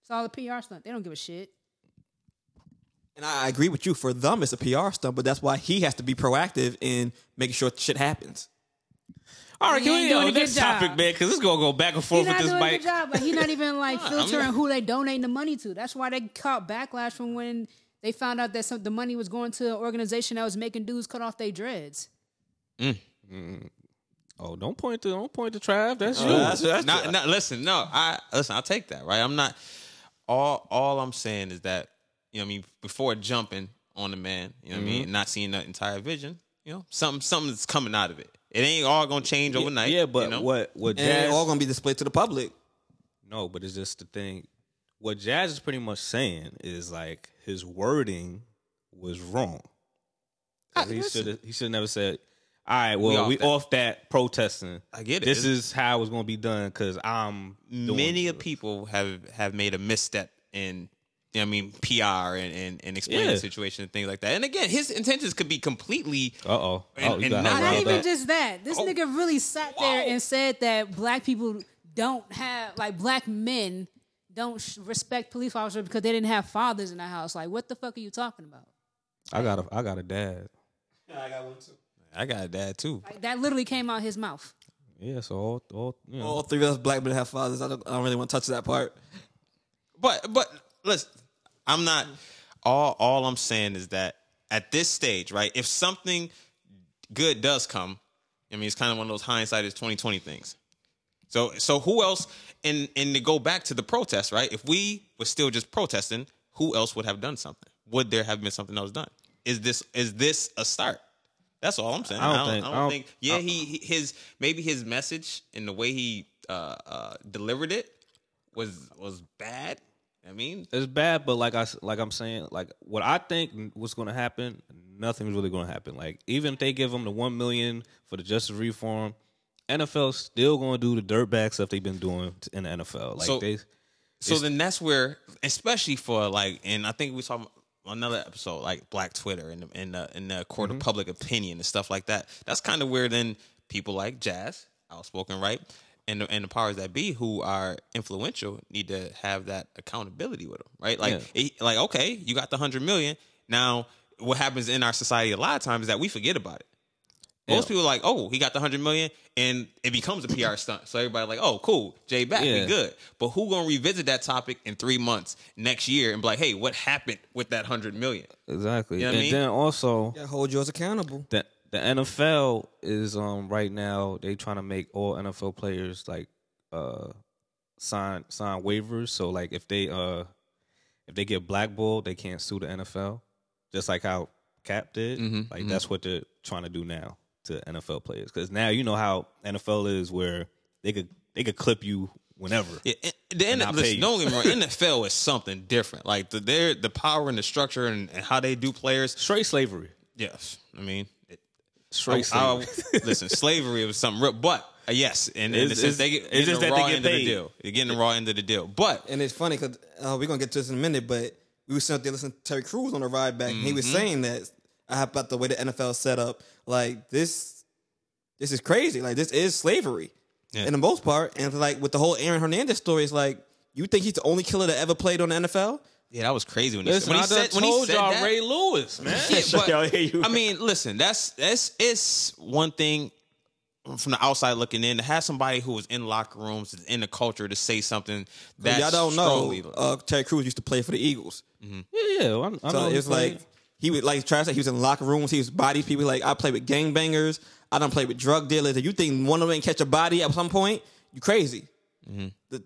D: It's all a PR stunt. They don't give a shit.
A: And I agree with you. For them, it's a PR stunt, but that's why he has to be proactive in making sure shit happens.
B: All right,
D: He
B: can we
D: ain't
B: go
D: doing
B: to
D: a good
B: next topic,
D: job.
B: man? Because it's gonna go back and
D: He's
B: forth
D: not
B: with this
D: doing a
B: bike.
D: good job. Like he's not even like
C: I'm
D: filtering
C: not-
D: who they donating the money to. That's why they caught backlash from when they found out that some the money was going to an organization that was making dudes cut off their dreads.
B: Oh, don't point to don't point to Trav. That's you.
C: No, not, not- listen, no, I listen, I'll take that, right? I'm not all all I'm saying is that, you know what I mean, before jumping on the man, you know what I mean, not seeing the entire vision, you know, something something's coming out of it. It ain't all gonna change overnight.
B: yeah, but
C: you know?
B: what what
A: And
B: Jazz?
A: they're all gonna be displayed to the public.
B: no, but it's just the thing. What Jazz is pretty much saying is like his wording was wrong.
D: Ah,
B: 'Cause he should he should never said, "All right, well,
C: off
B: we off,
C: that."
B: that protesting."
C: I get it.
B: This
C: It's-
B: is how it's gonna be done because I'm doing
C: many
B: it.
C: of people have have made a misstep in you know what I mean PR and and, and explaining
B: Yeah.
C: the situation and things like that. And again, his intentions could be completely
B: Uh-oh.
C: And-
B: oh, you
C: and
B: got
C: not
B: her
D: Not
C: Well,
B: riled
C: about
D: even
B: up.
D: just that. This
C: Oh.
D: nigga really sat there
C: Whoa.
D: and said that black people don't have like black men don't sh- respect police officers because they didn't have fathers in the house. Like, what the fuck are you talking about?
B: I got a I got a dad.
A: I got one too.
C: I got that too.
D: Like, that literally came out his mouth.
B: Yeah, so all all you know.
A: All three of us black men have fathers. I don't, I don't really want to touch that part.
C: But but listen, I'm not all all I'm saying is that at this stage, right, if something good does come, I mean it's kind of one of those hindsight is 2020 things. So so who else and and to go back to the protest, right? If we were still just protesting, who else would have done something? Would there have been something else done? Is this is this a start? That's all I'm saying. I don't, think, I don't, think. Yeah, he he- his maybe his message and the way he uh, uh, delivered it was was bad. I mean,
B: it's bad, but like I s- like I'm saying, like what I think what's gonna happen, nothing's really gonna happen. Like even if they give them the one million for the justice reform, NFL still gonna do the dirtbag stuff they've been doing t- in the NFL. Like
C: So-
B: they,
C: so then that's where, especially for like, and I think we saw another episode like Black Twitter and the, and the, and the court of public opinion and stuff like that. That's kind of where then people like Jazz, outspoken, right, and the, and the powers that be who are influential need to have that accountability with them, right? Like, it- like okay, you got the hundred million now. What happens in our society a lot of times is that we forget about it. Most people are like, oh, he got the hundred million, and it becomes a PR stunt. So everybody like, oh, cool, Jay back,
B: Yeah.
C: we good. But who gonna revisit that topic in three months next year and be like, hey, what happened with that hundred million?
B: exactly.
C: You know what I
B: and
C: mean?
B: then also
A: Yeah, hold yours accountable.
B: the the NFL is um right now they trying to make all NFL players like uh sign sign waivers. So like if they uh if they get blackballed, they can't sue the NFL. Just like how Cap did.
C: Mm-hmm,
B: like that's what they're trying to do now to NFL players because now you know how NFL is where they could they could clip you whenever.
C: Yeah, and the
B: And I
C: NFL,
B: pay
C: listen,
B: you.
C: don't get me wrong, NFL is something different. Like the their the power and the structure and, and how they do players.
B: Straight slavery.
C: Yes, I mean, it,
B: Straight
C: I-
B: slavery.
C: I- listen, slavery was something real, but. uh, yes, and, and
B: It's-
C: it's, just they get
B: it's
C: getting
B: just
C: the
B: that
C: raw
B: they get
C: end of the
B: paid.
C: deal. They're getting the raw end of the deal, but
A: And it's funny because uh, we're gonna get to this in a minute, but we were sitting up there listening to Terry Crews on the ride back, and he
C: Mm-hmm.
A: was saying that uh, about the way the NFL is set up, like this, this is crazy. Like this is slavery,
C: Yeah.
A: in the most part. And like with the whole Aaron Hernandez story, it's like you think he's the only killer that ever played on the NFL.
C: yeah, that was crazy when he
B: Listen,
C: said
B: I
C: when he
B: done
C: said when he
B: told
C: said
B: y'all
C: that-
B: Ray Lewis, man.
C: Yeah, but,
A: Y'all hear you.
C: I mean, listen, that's that's it's one thing from the outside looking in to have somebody who was in locker rooms, is in the culture, to say something that
A: y'all don't know.
C: strongly,
A: Uh, Terry Crews used to play for the Eagles,
B: Yeah, yeah. I, I
A: so
B: know
A: it's like he would like try to say he was in locker rooms, he was body people. Like I play with gangbangers, I don't play with drug dealers. If you think one of them catch a body at some point, you crazy. The-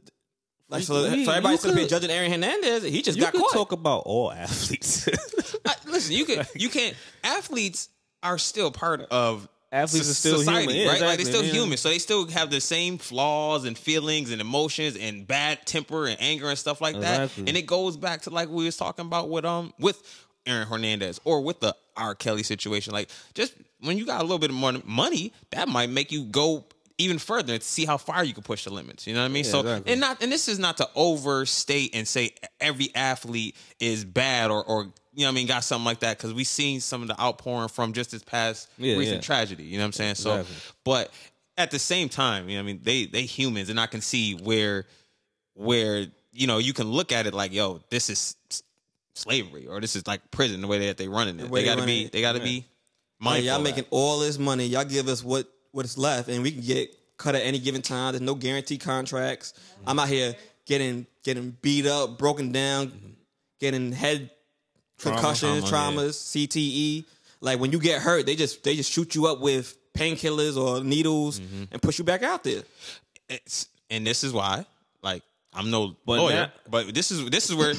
A: like so,
B: You-
A: so
B: Mm-hmm. you
A: everybody's gonna be
B: could-
A: judging Aaron Hernandez. He just
B: you
A: got
B: could
A: caught.
B: talk about all athletes.
C: I- listen, you can you can athletes are still part of
B: Athletes
C: so-
B: are still
C: society,
B: human. Yeah,
C: right? Like
B: exactly,
C: they're still
B: man.
C: human, so they still have the same flaws and feelings and emotions and bad temper and anger and stuff like that.
B: Exactly.
C: And it goes back to like we was talking about with um with Aaron Hernandez or with the R. Kelly situation. Like just when you got a little bit of mon- money, that might make you go even further and see how far you can push the limits. You know what I mean? so
B: exactly.
C: and not and this is not to overstate and say every athlete is bad or or you know what I mean got something like that because we seen some of the outpouring from just this past
B: Yeah,
C: recent
B: yeah.
C: tragedy. You know what I'm saying? So,
B: Exactly.
C: but at the same time, you know, what I mean, they they humans, and I can see where where you know you can look at it like, yo, this is s- slavery, or this is like prison, the way that they running it.
A: way
C: They
A: they
C: gotta
A: running
C: be,
A: it,
C: they gotta be mindful.
A: y'all
C: of that.
A: making all this money. Y'all give us what what's left, and we can get cut at any given time. There's no guarantee contracts.
C: Mm-hmm.
A: I'm out here getting getting beat up, broken down, getting head concussions,
C: Mm-hmm. trauma, yeah.
A: traumas, CTE. Like when you get hurt, they just they just shoot you up with painkillers or needles
C: Mm-hmm.
A: and push you back out there.
C: It's, and this is why, like, I'm no
B: But
C: lawyer,
B: that-
C: but this is this is where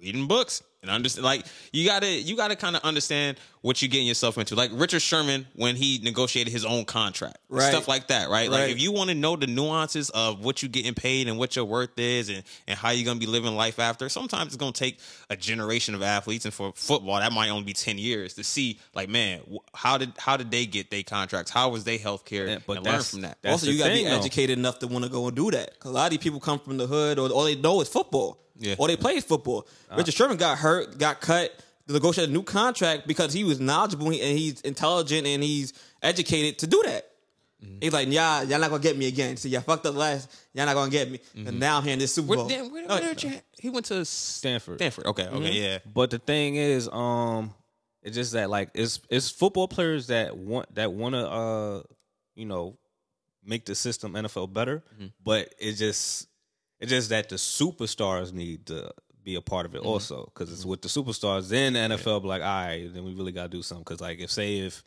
C: reading books and understand, like, you gotta you gotta kind of understand what you're getting yourself into. Like Richard Sherman when he negotiated his own contract,
A: Right.
C: stuff like that, right? Like,
A: Right.
C: if you want to know the nuances of what you're getting paid and what your worth is, and and how you're gonna be living life after, sometimes it's gonna take a generation of athletes, and for football, that might only be ten years to see, like, man, wh- how did how did they get their contracts? How was they healthcare?
B: Yeah, but
C: and learn
B: that's-
C: from that.
B: that's
A: also,
B: the
A: you gotta
B: thing,
A: be
B: though.
A: educated enough to want to go and do that. 'Cause a lot of these people come from the hood, or all they know is football,
C: Yeah.
A: or they play football. Richard Sherman got hurt, got cut, negotiated a new contract because he was knowledgeable and he's intelligent and he's educated to do that.
B: Mm-hmm.
A: He's like, y'all, y'all not gonna get me again. See, y'all fucked up last. Y'all not gonna get me.
B: Mm-hmm.
A: And now I'm here in this Super
C: Where,
A: Bowl.
C: damn, where-
A: No,
C: where did you- he went to
B: Stanford.
C: Stanford. Okay, okay,
B: Mm-hmm.
C: yeah.
B: But the thing is, um, it's just that like it's it's football players that want that want to uh you know make the system NFL better, but it's just it's just that the superstars need to be a part of it also because it's with the superstars then the NFL be like all right then we really gotta do something because like if say if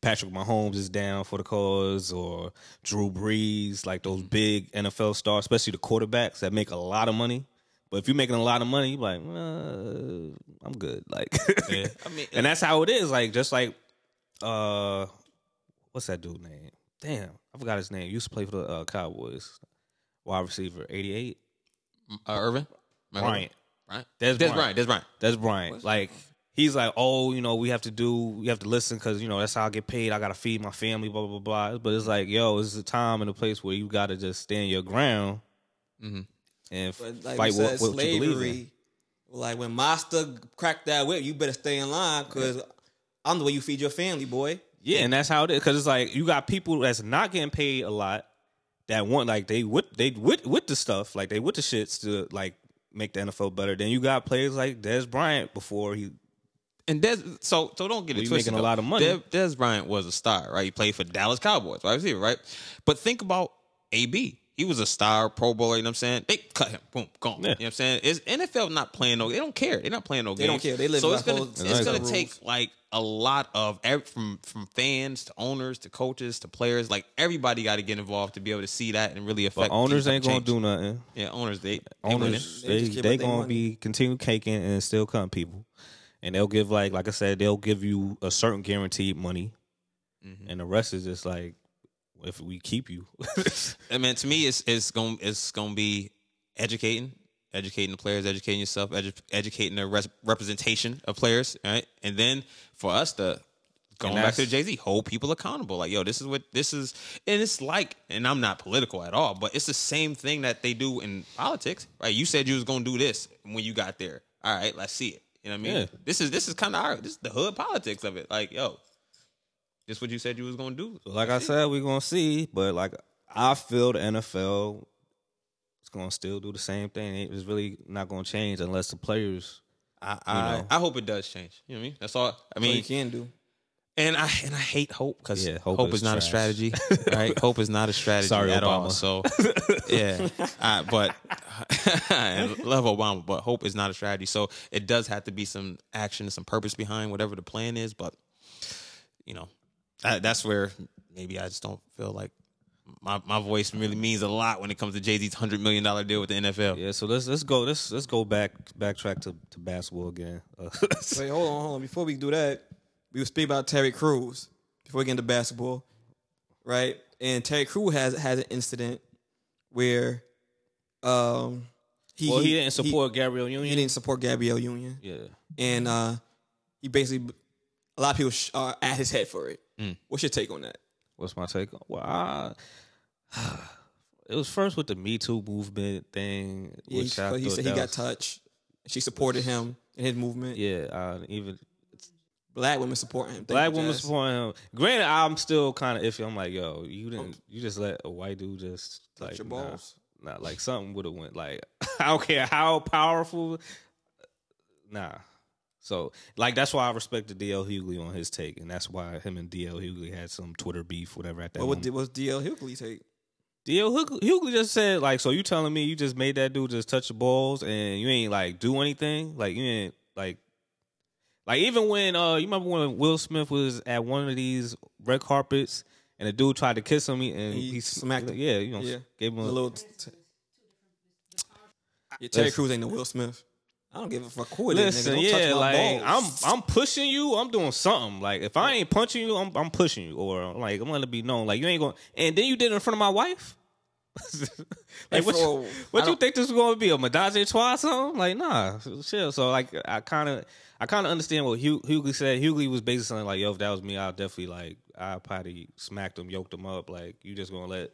B: Patrick Mahomes is down for the cause or Drew Brees like those big NFL stars especially the quarterbacks that make a lot of money. But if you're making a lot of money, you're like, uh, I'm good. Like,
C: I mean,
B: and that's how it is. Like, just like, uh, what's that dude name? Damn, I forgot his name. He used to play for the uh, Cowboys, wide receiver, eighty eight.
C: uh, Irvin, Michael
B: Bryant.
C: Irvin? Bryant,
B: Des
C: Des
B: Bryant.
C: Bryant, Des Bryant.
B: That's Brian. Like, he's like, oh, you know, we have to do, we have to listen because you know that's how I get paid. I gotta feed my family, blah blah blah. blah. But it's like, yo, this is a time and a place where you gotta just stand your ground and f-
A: But like
B: fight
A: we said,
B: what, what you believe in.
A: slavery. Like when Master cracked that whip, you better stay in line because I'm the way you feed your family, boy.
B: Yeah, and that's how it is. Because it's like you got people that's not getting paid a lot that want like they with they with with the stuff like they with the shits to like make the NFL better. Then you got players like Des Bryant before he
C: And Des, so so don't get it
B: We
C: twisted.
B: making a
C: though.
B: lot of money.
C: Des, Des Bryant was a star, right? He played for Dallas Cowboys, right receiver, right? But think about AB. He was a star, Pro Bowler. You know what I'm saying? They cut him, boom,
B: Yeah.
C: gone. You know what I'm saying? It's NFL not playing no. They don't care. They're not playing no. They
A: don't care. They live
C: So
A: by
C: it's gonna
A: those-
C: it's
A: Exactly.
C: gonna
A: rules.
C: take like a lot of ev- from from fans to owners to coaches to players. Like everybody got to get involved to be able to see that and really affect.
B: but owners
C: these type
B: ain't gonna
C: changes.
B: do nothing.
C: Yeah, owners they, they winning.
B: Owners
A: They
B: they
A: just
B: they,
A: care about their
B: gonna
A: money.
B: be continue caking and still cutting people, and they'll give like like I said they'll give you a certain guaranteed money, and the rest is just like if we keep you.
C: I mean, to me, it's it's going it's going to be educating, educating the players, educating yourself, edu- educating the res- representation of players, right? And then for us to going back
B: that's-
C: to Jay Z, hold people accountable. Like, yo, this is what this is, and it's like, and I'm not political at all, but it's the same thing that they do in politics, right? You said you was going to do this when you got there. All right, let's see it. You know what I mean?
B: Yeah.
C: This is this is kind of our this is the hood politics of it. Like, yo, this what you said you was going to do.
B: So like I said, we're gonna see, but like I feel the NFL is gonna still do the same thing. It's really not gonna change unless the players.
C: I, I,
B: know.
C: I hope it does change. You know what I mean? That's all. I
A: What
C: mean,
A: you can do.
C: and I and I hate hope because
B: Yeah,
C: hope,
B: hope
C: is,
B: is
C: not a
B: trash.
C: strategy, right? hope is not a strategy
B: Sorry,
C: at all.
B: Obama.
C: So yeah, I, but I love Obama, but hope is not a strategy. So it does have to be some action, some purpose behind whatever the plan is. But you know, that, that's where maybe I just don't feel like my my voice really means a lot when it comes to Jay Z's hundred million dollar deal with the NFL.
B: Yeah, so let's let's go let's let's go back backtrack to, to basketball again. Uh,
A: Wait, hold on, hold on. Before we do that, we will speak about Terry Crews before we get into basketball, right? And Terry Crews has has an incident where, um, he
B: well, he didn't support Gabriel
A: he,
B: Union.
A: didn't support Gabrielle Union,
B: yeah,
A: and uh, he basically a lot of people sh- are at his head for it.
B: Mm.
A: What's your take on that?
B: what's my take? Well, I, it was first with the Me Too movement thing,
A: Yeah, he,
B: which I
A: but he
B: thought
A: said he
B: that
A: got
B: was-
A: touched. She supported him in his movement.
B: Yeah, uh, even
A: Black women support him. Thank
B: Black
A: you,
B: woman
A: Jazz.
B: supporting him. Granted, I'm still kind of iffy. I'm like, yo, you didn't, you just let a white dude just touch like,
A: Oh. your
B: nah.
A: balls.
B: Nah, like something would have went. Like I don't care how powerful. Nah, So like that's why I respected DL Hughley on his take, and that's why him and DL Hughley had some Twitter beef, whatever. At that,
A: But what
B: moment.
A: did what's DL Hughley take?
B: DL Hughley, Hughley just said like, so you telling me you just made that dude just touch the balls and you ain't like do anything, like you ain't like, like even when uh you remember when Will Smith was at one of these red carpets and the dude tried to kiss him and
A: He
B: he,
A: smacked him.
B: yeah, you know,
A: Yeah.
B: gave him
A: A
B: a,
A: little. T- t- yeah, Terry
B: Listen.
A: Crews ain't no Will Smith. I don't give a fuck who it is.
B: Listen,
A: nigga. Don't
B: yeah,
A: touch my
B: like
A: balls.
B: I'm I'm pushing you. I'm doing something. Like if I ain't punching you, I'm I'm pushing you, or I'm like I'm gonna be known. Like you ain't going. to And then you did it in front of my wife. like what?
A: for-
B: You, what
A: I
B: you
A: don't-
B: think this was gonna be a menage a trois? or Something like nah, chill. So like I kind of I kind of understand what Hugh, Hughley said. Hughley was basically saying like, yo, if that was me, I'll definitely like I probably smacked him, yoked him up. Like you just gonna let.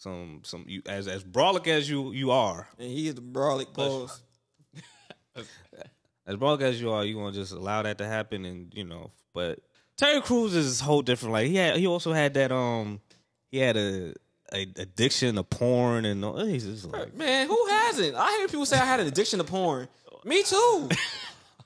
B: Some some you as as brawlic as you you are
A: and he is the brolic balls.
B: as broke as you are, you gonna just allow that to happen, and you know. But Terry Crews is whole different. Like he had, he also had that um, he had a, a addiction to porn, and all- he's just like,
A: Man, who hasn't? I hear people say I had an addiction to porn. Me too.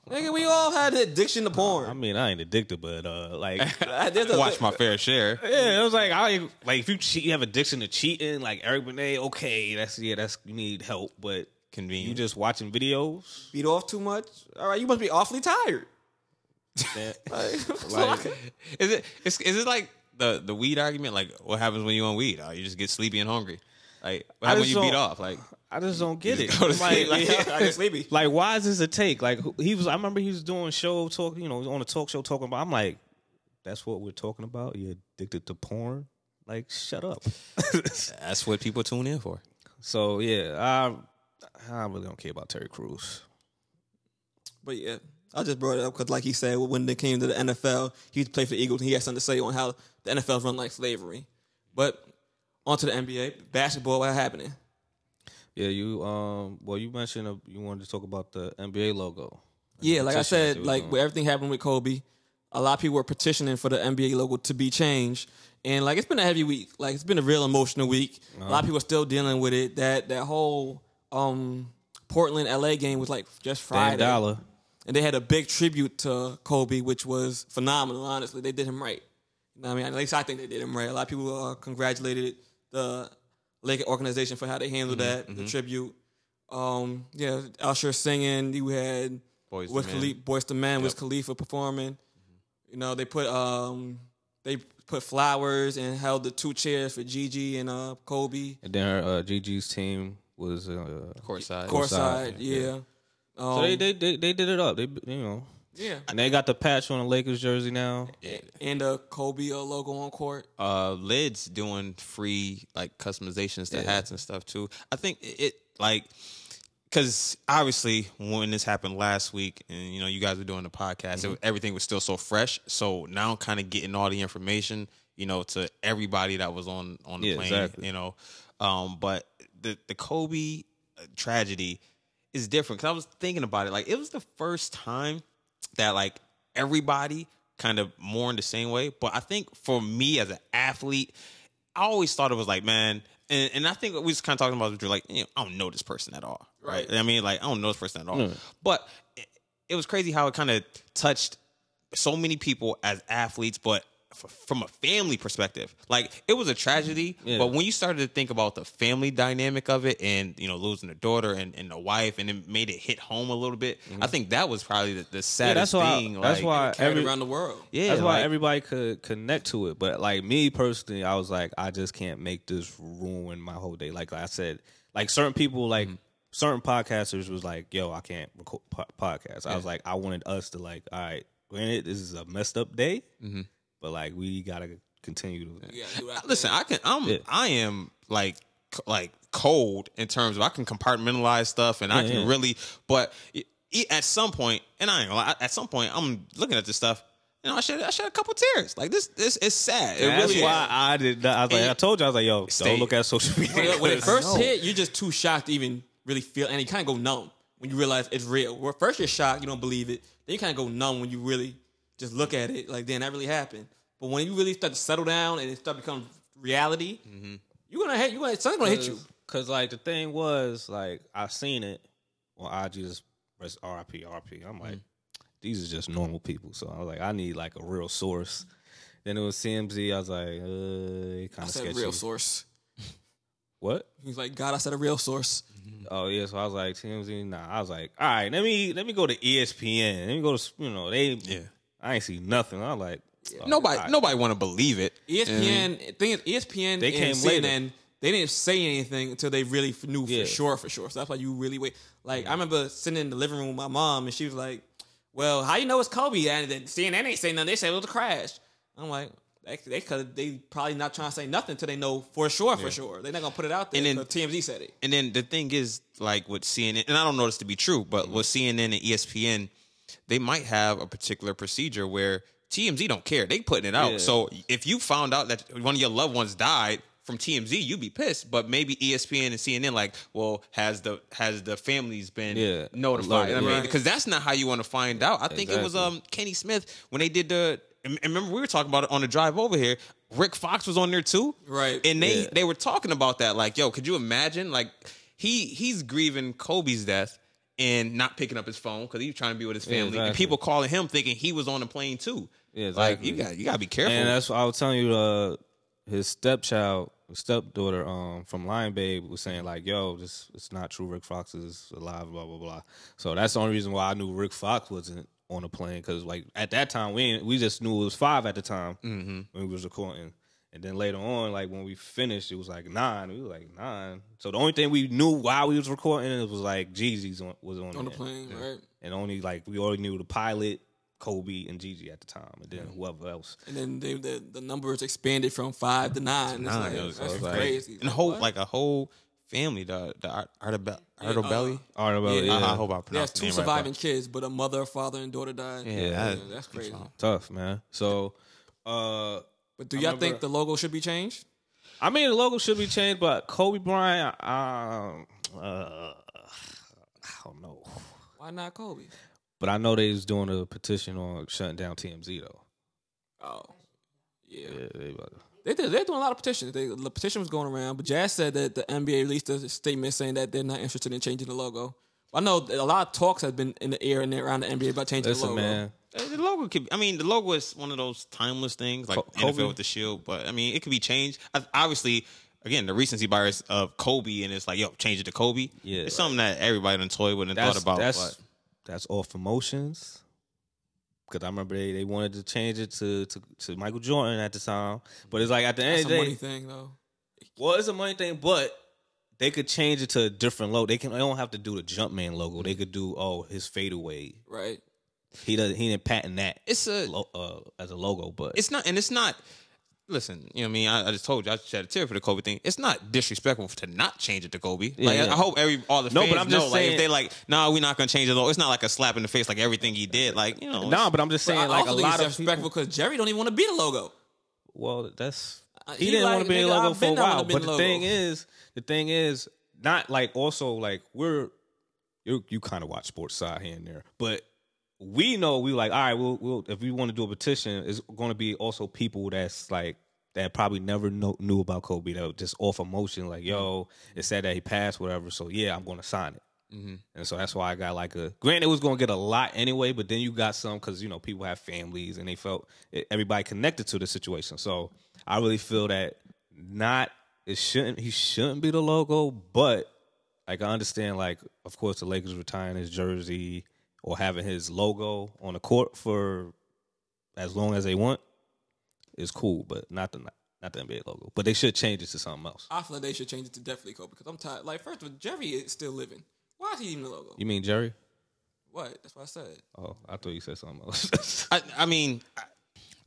A: Nigga, we all had an addiction to
B: I
A: porn.
B: mean, I ain't addicted, but uh, like,
A: There's a-
C: Watch my fair share.
B: yeah, it was like I ain't- like if you cheat, you have addiction to cheating, like Eric Benet, okay, that's yeah, that's you need help, but
C: Convenient.
B: you just watching videos,
A: beat off too much. All right, you must be awfully tired.
B: that-
A: Like,
B: Like-
C: Is it is, is it like the the weed argument? Like what happens when you on weed? Oh, you just get sleepy and hungry. Like what
B: I
C: happens when you
B: just
C: beat
B: don't-
C: off? Like
B: I just don't get it.
C: go to sleep.
B: like,
A: yeah, I get sleepy.
B: Like, why is this a take? Like, who- he was. I remember he was doing show talk. You know, on a talk show talking about. I'm like, that's what we're talking about. You're addicted to porn. Like, shut up.
C: that's what people tune in for.
B: so yeah, I I really don't care about Terry Crews.
A: But yeah, I just brought it up because, like he said, when they came to the NFL, he played for the Eagles and he had something to say on how the NFL's run like slavery. But onto the NBA, basketball, what happening?
B: Yeah, you um. Well, you mentioned uh, you wanted to talk about the NBA logo.
A: Yeah, like I
B: petition that
A: said,
B: they was
A: like
B: doing.
A: with everything happened with Kobe, a lot of people were petitioning for the NBA logo to be changed. And like it's been a heavy week. Like it's been a real emotional week. A
B: Uh-huh.
A: lot of people are still dealing with it. That that whole um Portland LA game was like just
B: Damn
A: Friday.
B: dollar.
A: And they had a big tribute to Kobe, which was phenomenal, honestly. They did him right. You know what I mean? At least I think they did him right. A lot of people uh, congratulated the Laker organization for how they handled that, the tribute. Um, yeah, Usher singing. You had Wiz
C: Boyz II Men.
A: Khalifa, Boyz II Men, Wiz Khalifa performing. You know, they put um, they put flowers and held the two chairs for Gigi and uh, Kobe.
B: And then uh, GG's team was. Uh,
C: Courtside.
A: Courtside, yeah. Um,
B: so they, they they they did it up. They you know.
A: yeah,
B: And they got the patch on the Lakers jersey now.
A: and the Kobe uh, logo on court.
C: uh lids doing free like customizations to hats and stuff too i think it, it like because obviously when this happened last week and you know you guys were doing the podcast
B: Mm-hmm.
C: it, everything was still so fresh so now kind of getting all the information you know to everybody that was on on the
B: Yeah,
C: plane
B: exactly.
C: you know um but the the kobe uh, tragedy is different because i was thinking about it like it was the first time that like everybody kind of mourned the same way. But I think for me as an athlete, I always thought it was like, man, and, and I think we was kind of talking about it, like, you know, I don't know this person at all, right? I mean, like, I don't know this person at all. But it, it was crazy how it kind of touched so many people as athletes, but f- from a family perspective, like it was a tragedy. But when you started to think about the family dynamic of it, and you know, losing a daughter and, and a wife, and it made it hit home a little bit. I think that was probably the,
B: Mm-hmm.
C: the
B: Yeah, that's
C: saddest
B: why.
C: thing.
B: that's
C: like-
B: why
A: carried
B: every,
A: around the world.
C: Yeah,
B: that's why
C: like-
B: everybody could connect to it. But like me personally, I was like, I just can't make this ruin my whole day. Like I said, like certain people, like
C: Mm-hmm.
B: certain podcasters, was like, "Yo, I can't record po- podcast." I was like, I wanted us to like, all right, granted, this is a messed up day,
C: Mm-hmm.
B: but like we gotta continue to.
A: Yeah, do that
C: Uh, Listen, I can. I'm. I am like c- like cold in terms of I can compartmentalize stuff and I can
B: yeah.
C: really. But i- i- at some point, and I ain't gonna lie, at some point, I'm looking at this stuff. You know, I shed I shed a couple tears. Like this, this is sad. It
B: That's
C: really is.
B: why I did. Not, I was like,
C: And-
B: I told you, I was like, "Yo,
C: Stay-
B: don't look at social
A: when
B: media."
A: it, when it first hit, you're just too shocked to even really feel, and you kind of go numb when you realize it's real. Well, first you're shocked, you don't believe it. Then you kind of go numb when you really just look at it, like, damn, that really happened. But when you really start to settle down and it start to become reality,
B: Mm-hmm.
A: you're gonna hit. You gonna something's gonna hit you.
B: Cause like the thing
A: Mm.
B: was, like I seen it on IG just press RIP, RIP. I'm like, these are just normal people. So I was like, I need like a real source. Then it was CMZ. I was like, uh, kind
A: I
B: of
A: said
B: sketchy.
A: real source.
B: What?
A: He was like, God, I said a real source.
B: Oh yeah, so I was like TMZ. Nah, I was like, all right, let me let me go to E ESPN. Let me go to you know they.
C: Yeah.
B: I ain't see nothing. I was like all
C: Nobody,
B: right.
C: nobody want to believe it.
A: E ESPN, thing is, E ESPN
B: They
A: and
B: came
A: CNN,
B: later.
A: they didn't say anything until they really f- knew for
B: Yeah.
A: sure, for sure. So that's why you really wait. Like, I remember sitting in the living room with my mom, and she was like, Well, how you know it's Kobe? And then CNN ain't saying nothing. They said it was a crash. I'm like, they, they, cause they probably not trying to say nothing until they know for sure, for sure. They're not going to put it out there.
C: And
A: And
C: then-
A: then TMZ said it.
C: And then the thing is, like with CNN, and I don't know this to be true, but with CNN and E ESPN, they might have a particular procedure where TMZ don't care. They putting it out.
B: Yeah.
C: So if you found out that one of your loved ones died from TMZ, you'd be pissed. But maybe E ESPN and CNN, like, well, has the has the families been
B: Yeah.
C: notified?
B: Alerted,
C: I mean,
B: yeah.
C: because that's not how you want to find out. I think it was
B: Exactly.
C: um Kenny Smith when they did the. And and remember, we were talking about it on the drive over here. Rick Fox was on there too,
A: Right.
C: And they
B: Yeah.
C: they were talking about that. Like, yo, could you imagine? Like, he he's grieving Kobe's death and not picking up his phone because he's trying to be with his family. And
B: exactly.
C: people calling him thinking he was on the plane too.
B: Yeah,
C: Like, you
B: exactly.
C: got you got to be careful.
B: And that's what I was telling you. Uh, his stepchild, his stepdaughter, um, from Lion Babe was saying like, "Yo, this it's not true. Rick Fox is alive." Blah blah blah. So that's the only reason why I knew Rick Fox wasn't on the plane because like at that time we ain't, we just knew it was five at the time
A: Mm-hmm.
B: when we was recording. And then later on, like when we finished, it was like nine. We were like nine. So the only thing we knew while we was recording it was like Jeezy's on, was on,
A: On the
B: there.
A: plane, right?
B: and only like we already knew the pilot, Kobe, and Gigi at the time, and then whoever else.
A: And then they, the, the numbers expanded from five to nine. It's
C: Nah,
A: like,
C: yo, so
A: that's
C: it's like-
A: crazy.
C: and whole
A: what?
C: like a whole family, the the Ar- Artebe- Artobelli.
B: Arnabelle,
A: Yeah.
B: yeah,
C: I, I hope I
A: There's
C: pronounced
A: two
C: the name right,
A: surviving kids, but a mother, father, and daughter died.
C: Yeah, that-
A: that's crazy.
B: tough man. So, uh,
A: But do y'all
B: remember-
A: think the logo should be changed?
B: I mean the logo should be changed, but Kobe Bryant, um, uh, I don't know.
A: Why not Kobe?
B: But I know they was doing a petition on shutting down TMZ though.
A: Oh, yeah.
B: Yeah, they about to-
A: They did, they're doing a lot of petitions. They, the petition was going around, but Jazz said that the NBA released a statement saying that they're not interested in changing the logo. I know that a lot of talks have been in the air and around the NBA about changing the
B: Listen,
A: logo.
B: man.
C: Uh, The logo could. Be, I mean, the logo is one of those timeless things, like
B: Co- Kobe.
C: NFL with the shield. But I mean, it could be changed. I, obviously, again, the recency bias of Kobe, and it's like, yo, change it to Kobe.
B: Yeah.
C: it's something that everybody done toyed with and
B: That's
C: thought about.
B: that's
C: but
B: that's off emotions. Because I remember they, they wanted to change it to, to to Michael Jordan at the time, but it's like at the end
A: That's
B: of
A: a
B: the day,
A: money thing, though.
B: Well, it's a money thing, but they could change it to a different logo. They can. They don't have to do the Jumpman logo. They could do oh his fadeaway.
A: Right?
B: He doesn't. He didn't patent that
C: it's a
B: lo- uh, as a logo, but
C: it's not and it's not listen you know what i mean i, I just told you i shed a tear for the kobe thing it's not disrespectful to not change it to kobe like I,
B: yeah.
C: I hope every all the
B: No,
C: fans
B: but I'm
C: know
B: just
C: like if
B: saying-
C: they like nah we're not gonna change it though it's not like a slap in the face like everything he did like you know
B: nah. But I'm just
A: But I
B: saying, like a
A: also think
B: lot
A: it's
B: of people.
A: disrespectful because Jerry don't even want to be the logo.
B: Well, that's
A: Uh,
B: he,
A: he
B: didn't
A: like,
B: want to be a
A: nigga,
B: logo
A: I've
B: for a
A: been not wanna
B: while.
A: been
B: But the
A: logo.
B: thing is, the thing is, not like also like we're you you kind of watch sports side here and there, but we know we like all right. We'll, we'll if we want to do a petition, it's going to be also people that's like that probably never know, knew about Kobe that just off emotion like yo, it said that he passed whatever. So yeah, I'm going to sign it. And so that's why I got like a. Granted, it was going to get a lot anyway, but then you got some because you know people have families and they felt e, everybody connected to the situation. So I really feel that not it shouldn't he shouldn't be the logo, but like I understand like of course the Lakers retiring his jersey or having his logo on the court for as long as they want is cool, but not the not the NBA logo. But they should change it to something else.
A: I feel like they should change it to definitely Kobe because I'm tired. Like, first of all, Jerry is still living. Why is he even the logo?
B: You mean Jerry?
A: What? That's what I said.
B: Oh, I thought you said something else.
C: i, I mean I-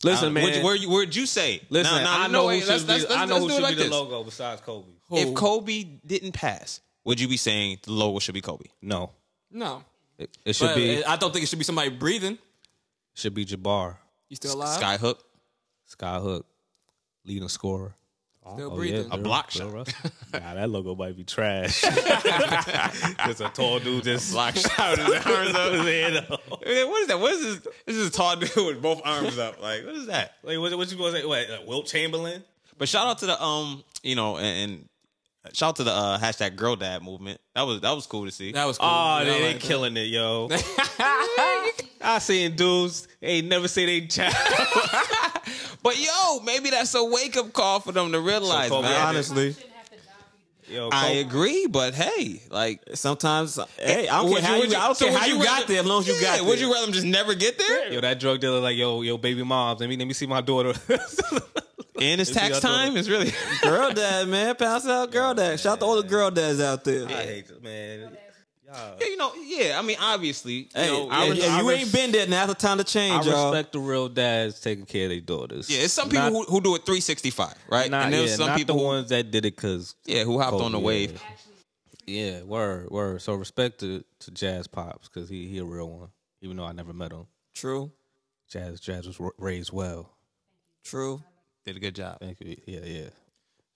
B: Listen, man.
C: Where, where Uh, you where'd you say?
B: Listen,
C: Nah, nah,
B: I
C: no,
B: know
C: wait,
B: who
C: let's-
B: should
C: let's-
B: be, I
C: let's-
B: know
C: let's
B: who
C: do it
B: should
C: like
B: be the
C: this.
B: logo besides Kobe.
C: If
A: Who?
C: Kobe didn't pass, would you be saying the logo should be Kobe?
B: No,
A: No.
B: it, it should
A: But
C: uh,
B: be
A: I don't think it should be somebody breathing.
B: should be Jabbar,
A: You still alive?
C: Skyhook,
B: Sky Hook, leading scorer. Oh,
A: still breathing.
B: Bill-
C: block
B: Bill
C: shot.
B: Russell. nah, that logo might be trash. just a tall dude just
C: block shot with his arms up.
B: head up.
C: Man, What is that? What is this? This is a tall dude with both arms up. Like what is that? uh,
B: Like, what, what you gonna say? What, like Wilt Chamberlain?
C: But shout out to the um, you know, and, and Shout out to the uh, hashtag girl dad movement. That was that was cool to see.
A: That was cool.
B: Oh,
A: Yeah, I
B: they, they
A: like that.
B: killing it, yo. I seen dudes they ain't never say they child.
C: But yo, maybe that's a wake up call for them to realize,
B: Kobe,
C: man.
B: honest-
A: Honestly,
B: Yo,
C: I
B: Kobe-
C: agree, but hey, like,
A: sometimes hey, I don't
C: would
A: care how you,
C: would
A: I don't
C: so
A: care
C: would
A: how you got
C: rather-
A: there as long as you
C: Yeah,
A: got there.
C: Would you rather them just never get there?
B: Yo, that drug dealer like, yo, yo, baby moms, let me let me see my daughter.
C: And it's
B: If you
C: tax
B: got the-
C: time. It's really
A: girl dad, man, pass out girl dad. Shout out to all the girl dads out there.
B: I hate this man.
C: you know. Yeah, I mean, obviously,
A: Hey,
C: you know,
A: yeah,
C: I res-
A: yeah,
C: I
A: you
C: res-
A: ain't been there. Now's the time to
B: I
A: change, y'all.
B: respect the real dads taking care of their daughters.
C: Yeah, it's some people
B: Not-
C: who, who do it 365, right?
B: not,
C: and there's
B: yeah,
C: some
B: not
C: people
B: the
C: who,
B: ones that did it because
C: yeah, who hopped
A: Oh,
C: on the
B: yeah.
C: wave.
B: Yeah, word, word. So respect to, to Jazz Pops because he he a real one. Even though I never met him,
A: True,
B: Jazz Jazz was ra- raised well.
A: true.
C: Did a good job.
B: Thank you. Yeah, yeah.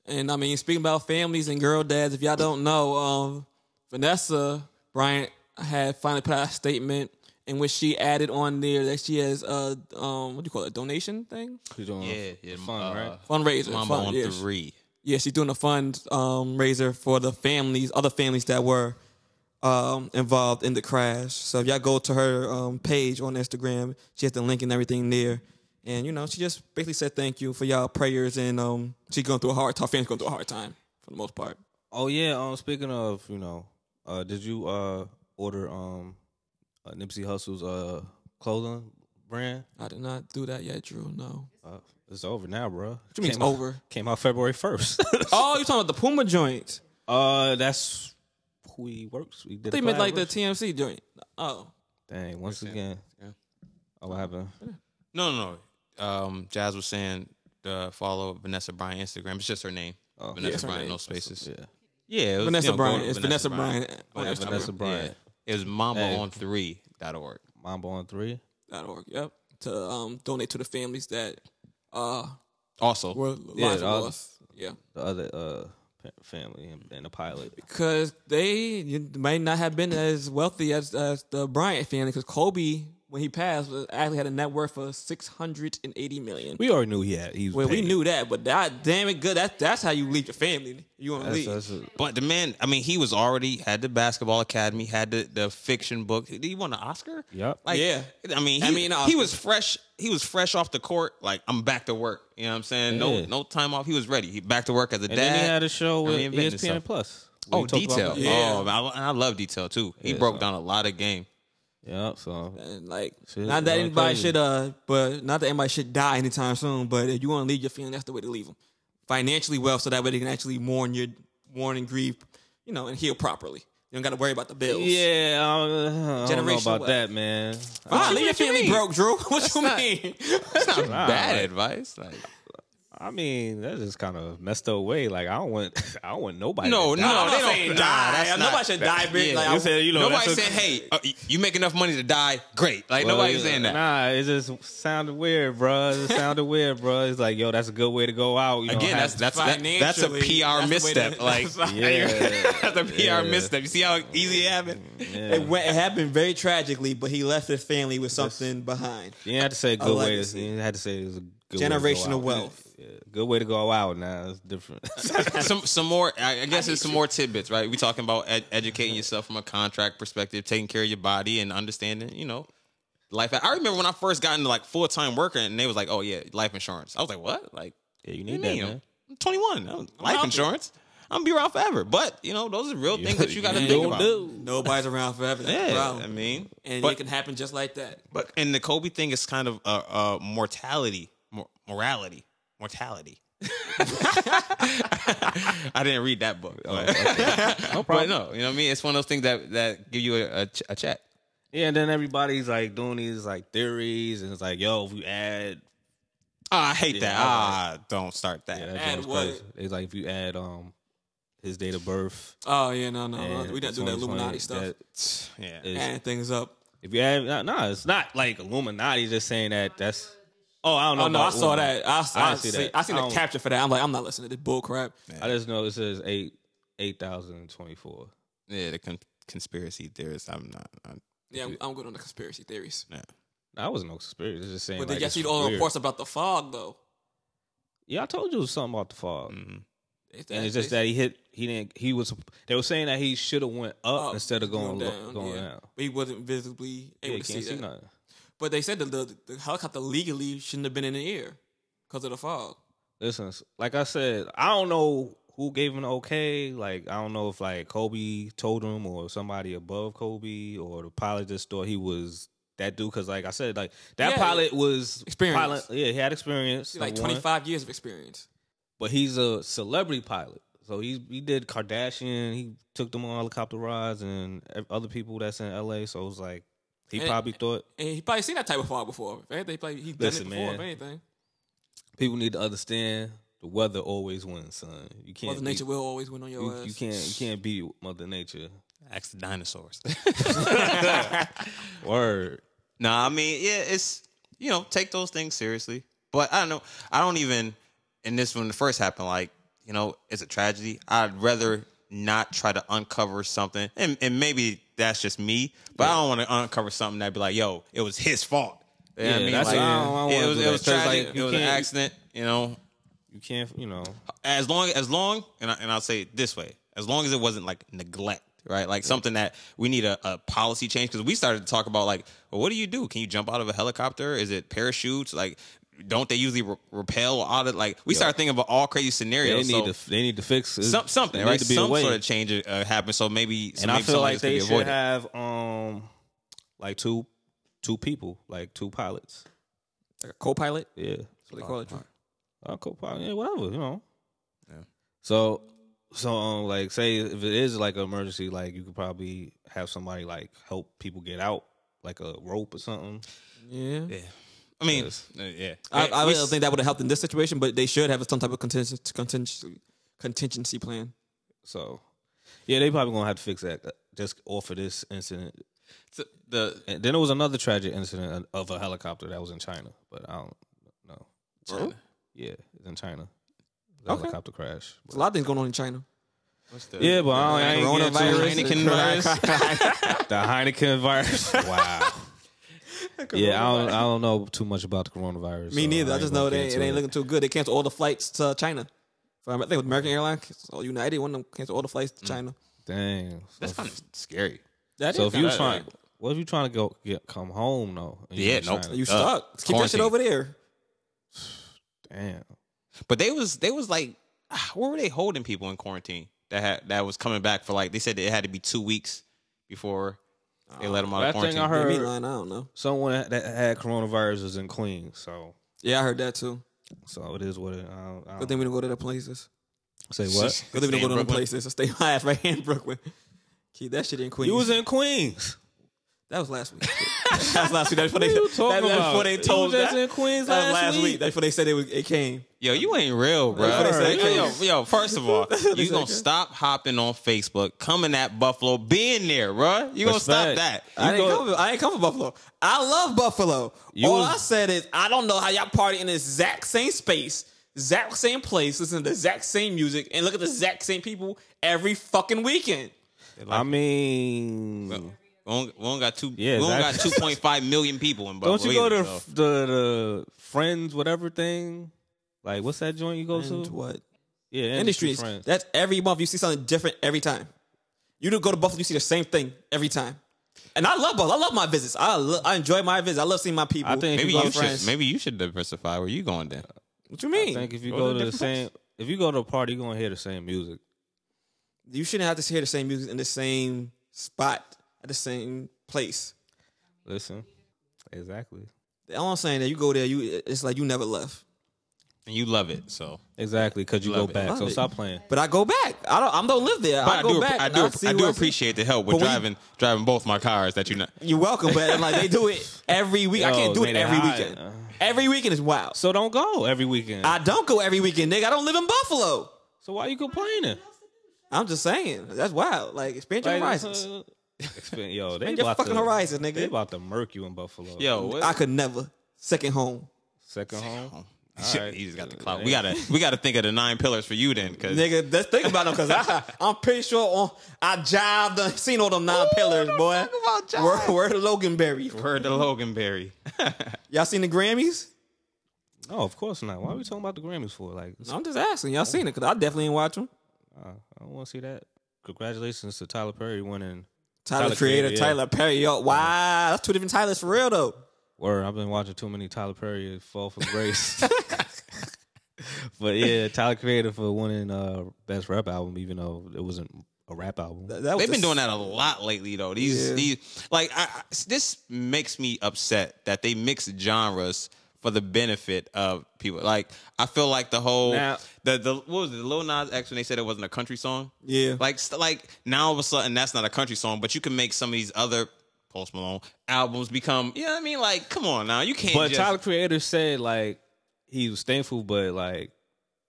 A: And I mean, speaking about families and girl dads, if y'all don't know, um, Vanessa Bryant had finally put out a statement in which she added on there that she has a um, what do you call it, donation thing,
B: He's doing
C: Yeah, yeah,
B: um, fun,
C: uh,
B: right?
A: fundraiser.
C: Mama
A: fund-
C: on
A: yeah, she-
C: three.
A: yeah, she's doing a fund um, raiser for the families, other families that were um, involved in the crash. So if y'all go to her um, page on Instagram, she has the link and everything there. And you know, she just basically said thank you for y'all prayers, and um, she's going through a hard. Her fans going through a hard time for the most part.
B: Oh yeah. Um, speaking of, you know, uh, did you uh order um uh, Nipsey Hussle's uh clothing brand?
A: I did not do that yet, Drew. No.
B: Uh, it's over now, bro. What
A: you mean it's
B: came out-
A: over?
B: Came out February first.
A: Oh, you talking about the Puma joint?
B: uh, that's who he works. We did.
A: They
B: a
A: meant like the
B: collaboration.
A: TMC joint. Oh,
B: Dang. Once again.
C: Yeah.
B: Oh, what happened?
C: No, no, no. Um, Jazz was saying uh, follow Vanessa Bryant Instagram. It's just her name.
B: Oh,
C: Vanessa
A: yeah, it's her
C: Bryant,
A: name.
C: no spaces.
B: Yeah.
C: Yeah, it was,
A: Vanessa
C: you know, go
A: Bryant.
C: to
A: It's Vanessa Bryant. on
B: Yeah,
A: Instagram.
B: Vanessa Bryant.
C: Yeah. It was mama
B: Hey.
C: on three dot org.
B: Mambo on three.
A: dot org. Yep. To um, donate to the families that uh
C: Also,
A: were
B: Yeah,
A: lives
B: the
A: were
B: other-
A: lost. Yeah.
B: The other uh pa- family and, and the pilot.
A: Because they you may not have been as wealthy as, as the Bryant family. Because Kobe, when he passed, was- actually had a net worth of six hundred and eighty million.
B: We already knew he had. He was
A: well, we
B: paid.
A: knew that, but that damn it, good. That's that's how you leave your family. You want to
B: That's,
A: leave?
B: that's a,
C: but the man, I mean, he was already had the basketball academy, had the, the fiction book. Did he won an Oscar?
B: Yep.
C: Like,
A: Yeah.
C: I mean, he,
A: I mean,
C: he was fresh. He was fresh off the court. Like, I'm back to work. You know what I'm saying? No,
B: Yeah.
C: no time off. He was ready. He back to work as a dad.
B: and then he had a show with E
C: reinventing
B: ESPN
C: himself.
B: Plus.
C: oh,
B: We talked about
C: detail.
B: that.
A: Yeah.
C: Oh, man, I, and I love detail too. He broke down a lot of game.
B: Yeah, so
A: And like,
B: Shit,
A: not that
B: going
A: anybody
B: crazy.
A: should, uh, but not that anybody should die anytime soon. But if you want to leave your family, that's the way to leave them financially well, so that way they can actually mourn your mourn and grieve, you know, and heal properly. You don't got to worry about the bills.
B: yeah, I don't, I don't know
A: Generational
B: about
A: wealth.
B: that, man.
A: Ah, leave your
C: What you
A: family
C: mean?
A: broke, Drew. What you
C: not-
A: mean?
C: That's not bad
B: like-
C: advice. Like,
B: I mean, that's just kind of messed up way. Like I don't want, I don't want nobody.
C: No,
B: to
C: no,
B: die.
C: they don't die. That's
A: nobody
C: not-
A: should die, bitch.
B: Yeah,
A: like,
B: you
A: I-
B: said you know
C: nobody
B: that's
C: said, "Hey, uh, y- you make enough money to die? Great!" Like
B: Well,
C: nobody's
B: yeah,
C: saying that.
B: Nah, it just sounded weird, bro. It just sounded weird, bro. It's like, yo, that's a good way to go out. You know,
C: Again,
B: have-
C: that's that's that, that's a
A: Financially,
C: PR
A: that's the way
C: misstep.
A: to-
C: like
B: Yeah.
C: that's a PR
B: Yeah.
C: misstep. You see how easy it happened?
A: it, went, it happened very tragically, but he left his family with something behind.
B: You didn't have to say a
A: Oh,
B: good way. To,
A: legacy.
B: you didn't have to say it was a good way to go
A: Generational
B: out.
A: wealth.
B: Yeah, good way to go out. Now it's different.
C: some some more. I, I guess it's some more tidbits, right? We talking about ed- educating yourself from a contract perspective, taking care of your body, and understanding, you know, life. I remember when I first got into like full time worker, and they was like, "Oh yeah, life insurance." I was like, "What?" Like,
B: yeah, you
C: what
B: need
C: do
B: that,
C: you mean?
B: man.
C: I'm 21. I'm- life
A: out
C: insurance. I'm gonna be around forever. But you know, those are real things that you got to
B: you
C: think
B: don't
C: about.
B: do.
A: Nobody's around forever. That's the
C: Yeah,
A: problem.
C: I mean,
A: and
C: but-
A: it can happen just like that.
C: But and the Kobe thing is kind of a, a mortality, mor- morality, mortality. I didn't read that book. but-
B: Oh, No
C: But
B: problem.
C: no, you know what I mean. It's one of those things that that give you a, a, ch- a check.
B: Yeah, and then everybody's like doing these like theories, and it's like, yo, if you add,
C: Oh, I hate that.
B: I
C: Ah, don't start that.
B: yeah, that
A: Add
B: joint's
A: what?
B: crazy. It's like if you add um his date of birth,
A: Oh yeah, no, no,
B: and
A: we don't do that
B: 2020,
A: Illuminati stuff.
B: that
C: yeah.
B: is-
A: adding things up.
B: if you add, nah, nah, it's not like Illuminati just saying that. That's oh, I don't know.
A: Oh no, I
B: about
A: saw
B: Illuminati.
A: that. I, I,
B: didn't see
A: see,
B: that.
A: I seen
B: I
A: the
B: don't-
A: capture for that. I'm like, I'm not listening to this bull crap.
B: I just know it says eight eight thousand and twenty four.
C: yeah, the con- conspiracy theorist. I'm not. I'm,
A: Yeah, I'm, I'm good on the conspiracy theories.
C: nah.
B: That was no conspiracy. It's just saying.
A: But
B: like,
A: did you
B: it's
A: see all the uh,
B: weird.
A: reports about the fog though?
B: Yeah, I told you it was something about the fog. and it's just Mm-hmm. that he hit. He didn't. He was. They were saying that he should have went up, instead of going lo- going
A: yeah.
B: down.
A: But he wasn't visibly
B: Yeah,
A: able
B: you
A: to
B: can't
A: see
B: see
A: that.
B: nothing.
A: But they said that the, the helicopter legally shouldn't have been in the air because of the fog.
B: Listen, like I said, I don't know who gave him the okay. Like I don't know if like Kobe told him or somebody above Kobe or the pilot just thought he was that dude. Because like I said, like that
A: Yeah.
B: pilot was
A: Experience.
B: Pilot, yeah, he had experience.
A: Like
B: number one.
A: twenty five years of experience.
B: but he's a celebrity pilot. So he he did Kardashian. He took them on helicopter rides and ev- other people that's in L.A. So it was like he
A: And-
B: probably thought
A: And he probably seen that type of fog before. Right? They probably he done
B: Listen,
A: it before,
B: man.
A: if anything.
B: people need to understand the weather always wins, son. You can't
A: Mother Nature will always win on your
B: beat, you,
A: ass.
B: you can't you can't beat Mother Nature.
C: Ask the dinosaurs.
B: Word.
C: nah, I mean, yeah, it's you know, take those things seriously. But I don't know. I don't even in this when it first happened, like, you know, it's a tragedy. I'd rather not try to uncover something. And and maybe that's just me, but I don't want to uncover something that'd be like, yo, it was his fault. You know what
B: Yeah, that's
C: I mean,
B: what I don't- I don't
C: like, it
B: wanna
C: was
B: do
C: it
B: that,
C: was
B: 'cause,
C: tragic.
B: like,
C: it
B: you
C: was an
B: can't-
C: accident. You know,
B: You can't you know
C: as long as long and I, and I'll say it this way, as long as it wasn't like neglect, right? Like something that we need a, a policy change because we started to talk about like, well, what do you do? Can you jump out of a helicopter? Is it parachutes? Like, don't they usually re- repel out of like? We started thinking about all crazy
B: they
C: scenarios. so
B: need to they need to fix it.
C: some, something
B: They
C: right,
B: need to be
C: some
B: away.
C: sort of change uh, happened. So maybe so
B: and I
C: maybe
B: feel
C: something
B: like
C: this could be
B: they should
C: avoided.
B: have um like two two people like two pilots.
A: like a co-pilot.
B: Yeah.
A: That's what they call it.
B: Uh, co-pilot, yeah, whatever, you know. So, so um, like, say if it is like an emergency, like you could probably have somebody like help people get out, like a rope or something.
A: Yeah.
C: Yeah, I mean, uh, yeah.
A: I, I
C: We-
A: don't think that would have helped in this situation, but they should have some type of contingency contingency, contingency plan.
B: So, yeah, they probably gonna have to fix that uh, just off of this incident.
C: the
B: And then there was another tragic incident of a helicopter that was in China, but I don't know.
C: China.
B: Yeah, it's in China. The Helicopter crash.
A: There's a lot of things going on in China.
C: what's the-
B: Yeah, but I ain't getting too-
A: Coronavirus.
C: Heineken virus.
B: The Heineken virus. Wow. yeah, I don't, I don't know too much about the coronavirus.
A: Me
B: so
A: neither. I,
B: ain't
A: just
B: gonna
A: know
B: get
A: they, it
B: into
A: ain't looking too good. They canceled all the flights to China. From, I think it was American Airlines or United. One of them canceled all the flights to China.
B: Dang.
C: That's
B: so,
C: kind of scary.
A: That
B: so
A: is
B: if you
A: kinda-
B: trying, what if you trying to go get come home though? and you
C: Yeah,
B: in
C: nope.
B: China?
A: you
C: Uh,
A: stuck, keep that shit
C: quarantine.
A: over there.
B: Damn.
C: But they was they was like, ah, where were they holding people in quarantine that had, that was coming back for like they said that it had to be two weeks before they let them out
B: Uh, That
C: of quarantine.
B: thing I
A: They be
B: heard,
A: lying, I don't know.
B: someone that had coronavirus is in Queens, so
A: Yeah, I heard that too.
B: so it is what it. I don't, I
A: But
B: don't
A: then we don't go to the places.
B: say what?
A: Good thing we
C: Stay
A: don't go
C: in
A: to the
C: Brooklyn.
A: places. I stay my ass right here in Brooklyn. Keep that shit in Queens.
B: You was in Queens.
A: that was last week. that was last week. That's before they, that, that's before they
B: You
A: told
B: was just
A: that,
B: in Queens
A: that was
B: last
A: last week.
B: week.
A: That's before they said it, was, it came.
C: Yo, you ain't real, bro.
A: what they
C: Yo,
A: say.
C: yo, yo, first of all, you
A: say,
C: gonna
A: okay.
C: stop hopping on Facebook, coming at Buffalo, being there, bro. You gonna stop
B: Respect.
C: that?
A: I didn't,
B: go-
A: come, I didn't come from Buffalo. I love Buffalo.
B: You
A: All
B: was-
A: I said is I don't know how y'all party in the exact same space, exact same place, listen to the exact same music, and look at the exact same people every fucking weekend.
B: I mean,
C: We don't, we don't got two.
B: Yeah,
C: we don't
B: exactly.
C: got two point five million people in Buffalo.
B: don't you go to
C: either, so.
B: the, the friends whatever thing? Like what's that joint you go
A: And
B: to?
A: what?
B: Yeah,
A: Industries.
B: friends.
A: That's every month you see something different every time. You don't go to Buffalo, you see the same thing every time. And I love Buffalo. I love my visits. I lo- I enjoy my visits. I love seeing my people.
B: I think
C: Maybe
B: if you,
C: you
B: go,
C: should.
A: friends.
C: Maybe you should diversify. Where you going then?
A: what you mean?
B: I think if you
C: Go
B: go,
C: to
B: to, the
C: different places.
B: same, if you go to a party, you're gonna hear the same music.
A: you shouldn't have to hear the same music in the same spot at the same place.
B: Listen, exactly,
A: All I'm saying that you go there, you it's like you never left.
C: And you love it, so
B: exactly, because you
C: Love
B: go
C: it.
B: back.
A: Love
B: So
A: it.
B: stop playing.
A: But I go back. I don't. I don't live there.
C: But
A: I, go
C: do,
A: back.
C: I
A: and
C: do,
A: see
C: I
A: what
C: do appreciate the help with
A: But we-
C: driving, driving both my cars. That you not.
A: See. You're welcome, but I'm like they do it every week. I
B: Yo,
A: can't do it
B: man, they
A: every
B: hide.
A: weekend. Every weekend is wild.
B: So don't go every weekend.
A: I don't go every weekend, nigga. I don't live in Buffalo.
B: so why you complaining?
A: I'm just saying that's wild. Like expand your
B: Like,
A: horizons.
B: uh, expand- yo, they
A: your
B: about
A: fucking
B: to,
A: horizons, nigga.
B: They about to murk you in Buffalo.
C: Yo, what?
A: I could never second home,
B: second home.
C: Shit,
B: right.
C: He just got the clout.
B: Yeah.
C: We gotta we gotta think of the nine pillars for you then, because
A: nigga. Let's think about them because I I'm pretty sure on I jived done seen all them nine pillars, boy. Where where the Logan Berry?
C: word to Logan Berry.
A: Y'all seen the Grammys?
B: No, of course not. Why are we talking about the Grammys for? Like, it's-
A: I'm just asking. Y'all seen it? Cause I definitely ain't watch them.
B: uh, I don't want to see that. Congratulations to Tyler Perry winning.
A: Tyler,
B: Tyler
A: Creator,
B: Creator, yeah.
A: Tyler Perry. Yo, wow, that's two different Tylers for real though.
B: Word, I've been watching too many Tyler Perry fall from grace. but yeah, Tyler Creator for winning uh, best rap album, even though it wasn't a rap album.
A: That- that was
C: They've been
A: the-
C: doing that a lot lately, though. These,
A: Yeah.
C: these, like, I, I- this makes me upset that they mix genres for the benefit of people. Like, I feel like the whole
B: Now-
C: the the what was it, the Lil Nas X when they said it wasn't a country song.
A: Yeah.
C: like st- like now all of a sudden that's not a country song, but you can make some of these other Post Malone albums become. You know what I mean? Like, come on now, you can't.
B: but
C: just,
B: Tyler Creator said like he was thankful, but like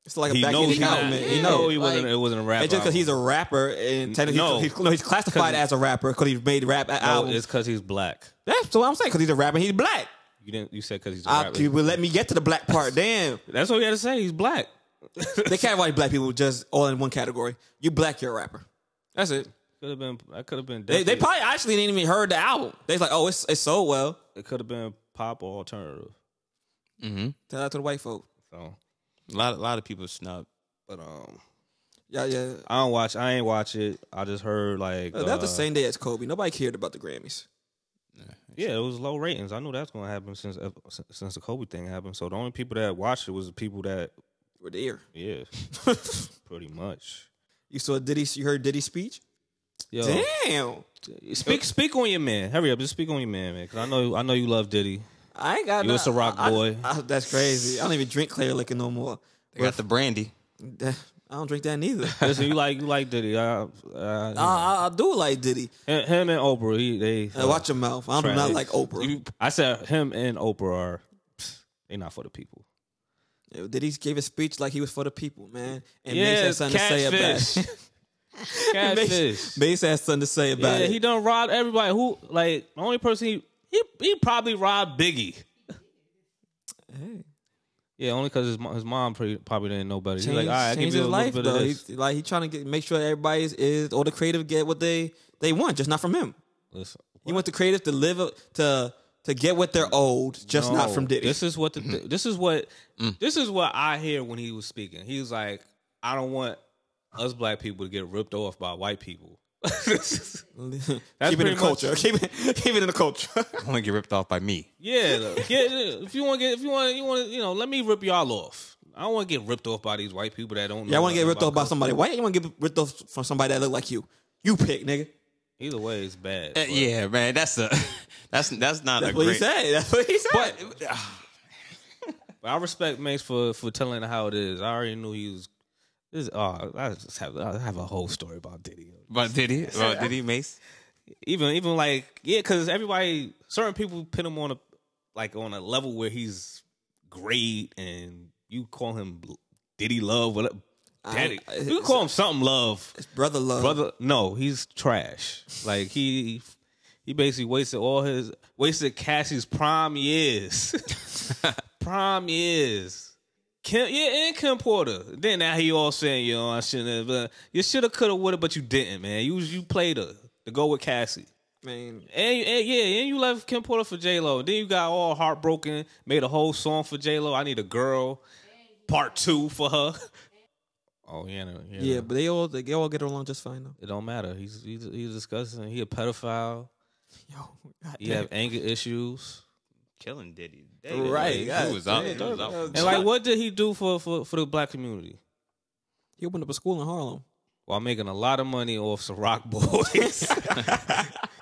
A: It's like a
B: he
A: back
B: knows
A: end
B: he, not,
A: compliment.
B: he
A: You
B: know
A: know,
B: he wasn't it wasn't a rap.
A: It's just because
B: album.
A: he's a rapper and technically
B: No.
A: he's, no, he's classified as a rapper because he's made rap
B: No,
A: albums.
B: Oh, it's because he's black.
A: That's what I'm saying because he's a rapper. and He's black.
B: You didn't. You said because he's a
A: I,
B: rapper.
A: you would let me get to the black part. Damn,
B: That's what you had to say. He's black.
A: they categorize black people just all in one category. You black, you're a rapper. That's it.
B: Could have been. I could have been.
A: They, they
B: definitely-
A: probably actually didn't even heard the album. They was like, oh, it's it's so well.
B: it could have been pop or alternative.
A: Tell that to the white folk.
B: So,
C: a lot a lot of people snub.
B: but um,
A: Yeah, yeah.
B: I don't watch. I ain't watch it. I just heard like
A: That's the
B: uh,
A: same day as Kobe. Nobody cared about the Grammys.
B: Yeah, it was low ratings. I knew that's gonna happen since since the Kobe thing happened. So the only people that watched it was the people that
A: We're there.
B: yeah, pretty much.
A: You saw Diddy. You heard Diddy's speech.
B: Yo,
A: Damn.
B: speak speak on your man. Hurry up, just speak on your man, man. Cause I know I know you love Diddy.
A: I ain't got.
B: You was
A: no-
B: a rock
A: I- I-
B: boy.
A: I- that's crazy. I don't even drink clear liquor no more.
C: They got the brandy.
A: I don't drink that neither.
B: Listen, you like you like Diddy. I, I,
A: I, I, I do like Diddy.
B: him, him and Oprah. He they
A: Uh, watch your mouth. I'm not
B: Travis.
A: like Oprah.
B: You- I said him and Oprah are pfft, they not for the people.
A: Yeah, Diddy gave a speech like he was for the people, man. And Mace
B: Yes,
A: had something to say
B: catfish.
A: about it.
B: Catfish.
A: Mace, Mace had something to say about
B: Yeah,
A: it.
B: he done robbed everybody. Who like the only person he he, he probably robbed Biggie.
A: Hey.
B: Yeah, only because his, mo- his mom pre- probably didn't know better. He's
A: Change,
B: like, all right, I give
A: change
B: you a
A: his
B: life,
A: life
B: bit of
A: though. He,
B: this.
A: like he trying to get, make sure everybody is, is all the creative get what they they want, just not from him.
B: Listen,
A: He want the creative to live a- to to get what they're owed, just not
B: No,
A: from Diddy. Mm-hmm. Mm.
B: This is what the, this is what this is what I hear when he was speaking. He was like, I don't want us black people to get ripped off by white people.
A: keep it in
B: pretty
A: the culture.
B: much-
A: Keep it, keep it in the culture.
C: I want to get ripped off by me.
B: Yeah, look, get, if you want to get, if you want, you want to, you know, let me rip y'all off. I don't want to get ripped off by these white people that don't. know
A: Y'all want to get
B: nothing
A: ripped off by
B: about
A: somebody? Why you want to get ripped off from somebody that look like you? You pick, nigga.
B: culture. Either way, it's bad.
C: Uh, yeah, man, that's a that's that's not
A: That's
C: a
A: what
C: great.
A: he said. That's what he said.
C: But
B: But I respect Mace for for telling how it is. I already knew he was. This oh, I just have I have a whole story about Diddy.
C: But did he? But did he, Mace?
B: Even even like yeah, because everybody, certain people put him on a like on a level where he's great, and you call him Diddy Love, whatever. Daddy,
A: I-
B: you can call him something love.
A: brother love.
B: brother no he's trash like he he basically wasted all his wasted cassie's prime years prime years kim yeah and kim porter then now he all saying yo i shouldn't have uh, you should have could have would have but you didn't man you you played her to go with cassie
A: Man,
B: and, and yeah, and you left Kim Porter for J Lo. Then you got all heartbroken, made a whole song for J Lo. I need a girl, part two for her. Oh yeah, no,
A: yeah, but they all they all get along just fine though.
B: it don't matter. He's he's, he's discussing. He a pedophile.
A: Yo, God
B: He
A: damn.
B: have anger issues.
C: Killing Diddy.
A: Right,
C: He
A: God
C: was out. He
A: damn.
C: was out. for
B: And like, what did he do for for for the black community?
A: he opened up a school in Harlem.
B: While making a lot of money off some rock boys,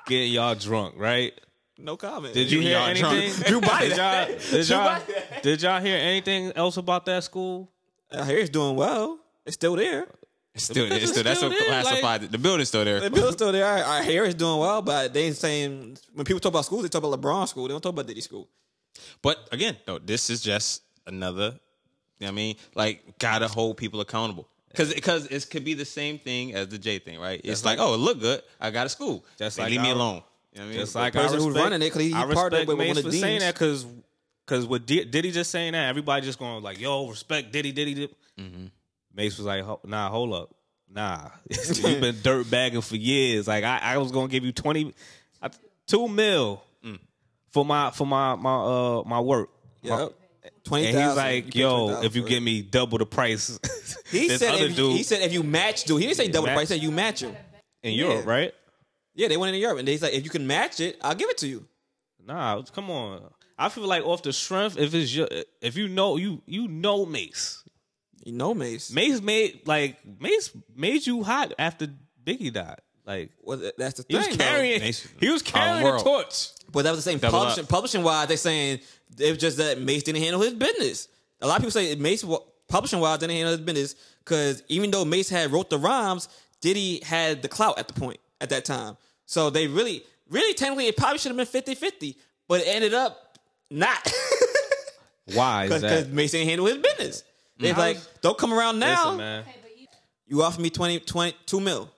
B: getting y'all drunk, right?
A: No comment.
B: Did you hear
C: Y'all drunk.
B: anything?
A: You body
B: did y'all,
A: that.
B: did,
A: You
B: y'all,
A: body that.
B: did y'all hear anything else about that school?
A: I hear it's doing well. It's still there.
C: It's still,
B: The business
C: it's still, that's
B: still
C: what
B: there, like-
C: classified. it. the building's still there.
A: The bill's still there. I, I hear it's doing well, but they ain't saying when people talk about schools, they talk about LeBron school. They don't talk about Diddy school.
C: But again, no, this is just another. You know what I mean, like, gotta hold people accountable because because it could be the same thing as the J thing, right? It's like, oh, it looked good. I got a school.
B: Just
C: Just like
B: like
C: leave me
B: our-
C: alone. You know what I mean?
B: Just like
A: person
B: I
A: who's
B: respect,
A: running it, 'cause he
B: I
A: partnered
B: respect
A: with one
B: Mace
A: of the
B: for saying
A: deans.
B: that because because with D- Diddy just saying that, everybody just going like, "Yo, respect Diddy, Diddy." Diddy.
A: Mm-hmm.
B: Mace was like, "Ho- "Nah, hold up, nah, you've been dirt bagging for years. Like I, I was gonna give you twenty, I-
A: Mm.
B: two mil for my for my my uh my work. My-
A: Yep. twenty
B: And
A: thousand.
B: he's like, yo, if you give me double the price,
A: he
B: this
A: said,
B: other
A: if,
B: dude
A: he said if you match dude, he didn't say double the
B: match.
A: price. He said you match him.
B: in Europe,
A: yeah.
B: right?
A: Yeah, they went in Europe, and they said if you can match it, I'll give it to you.
B: Nah, come on. I feel like off the strength, if it's your, if you know you you know Mace,
A: You know, Mace.
B: Mace made like Mace made you hot after Biggie died. Like
A: Well, th- that's the
B: he
A: thing.
B: was
A: though.
B: carrying,
C: Mace-
B: he was carrying the
C: world.
B: torch.
A: But that was the same
C: Double
A: publishing.
C: up.
A: Publishing wise, they're saying it was just that Mace didn't handle his business. A lot of people say Mace publishing wise didn't handle his business because even though Mace had wrote the rhymes, Diddy had the clout at the point at that time. So they really, really technically, it probably should have been 50-50, but it ended up not
B: Why is that?
A: because Mace didn't handle his business. They're like, don't come around now.
B: Listen, man.
A: You offer me 20, 20, 2 mil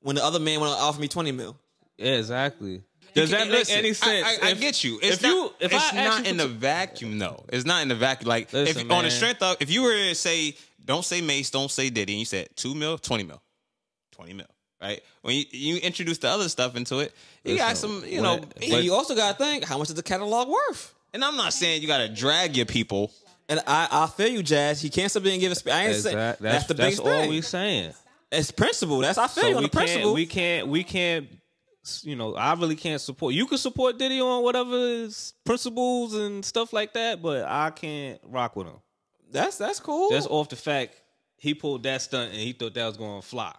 A: when the other man want to offer me twenty mil.
B: Yeah, exactly. Does that make
C: Listen,
B: any sense?
C: I, I, I
B: If-
C: get you. It's
B: if
C: not,
B: you, if
C: it's
B: I ask
C: not
B: you
C: in
B: for
C: the vacuum though. It's not in the vacuum. Like if
B: Listen,
C: on the
B: man.
C: strength of if you were to say don't say Mace, don't say Diddy, and you said two mil, twenty mil, twenty mil, right? When you, you introduce the other stuff into it, you got
B: Listen,
C: some,
B: when-
C: you know.
A: And
B: But-
A: you also got to think how much is the catalog worth?
C: and I'm not saying you got to drag your people.
A: And I, I feel you, Jazz. He can't stop being given space. I ain't say, that's,
B: Exact-
A: the biggest
B: that's all
A: thing.
B: we saying.
A: it's principle. That's I feel
B: So
A: you on
B: we
A: the principle.
B: can't, we can't, we can't. You know, I really can't support. You can support Diddy on whatever his principles and stuff like that, but I can't rock with him.
A: that's that's cool.
B: That's off the fact he pulled that stunt and he thought that was going to fly.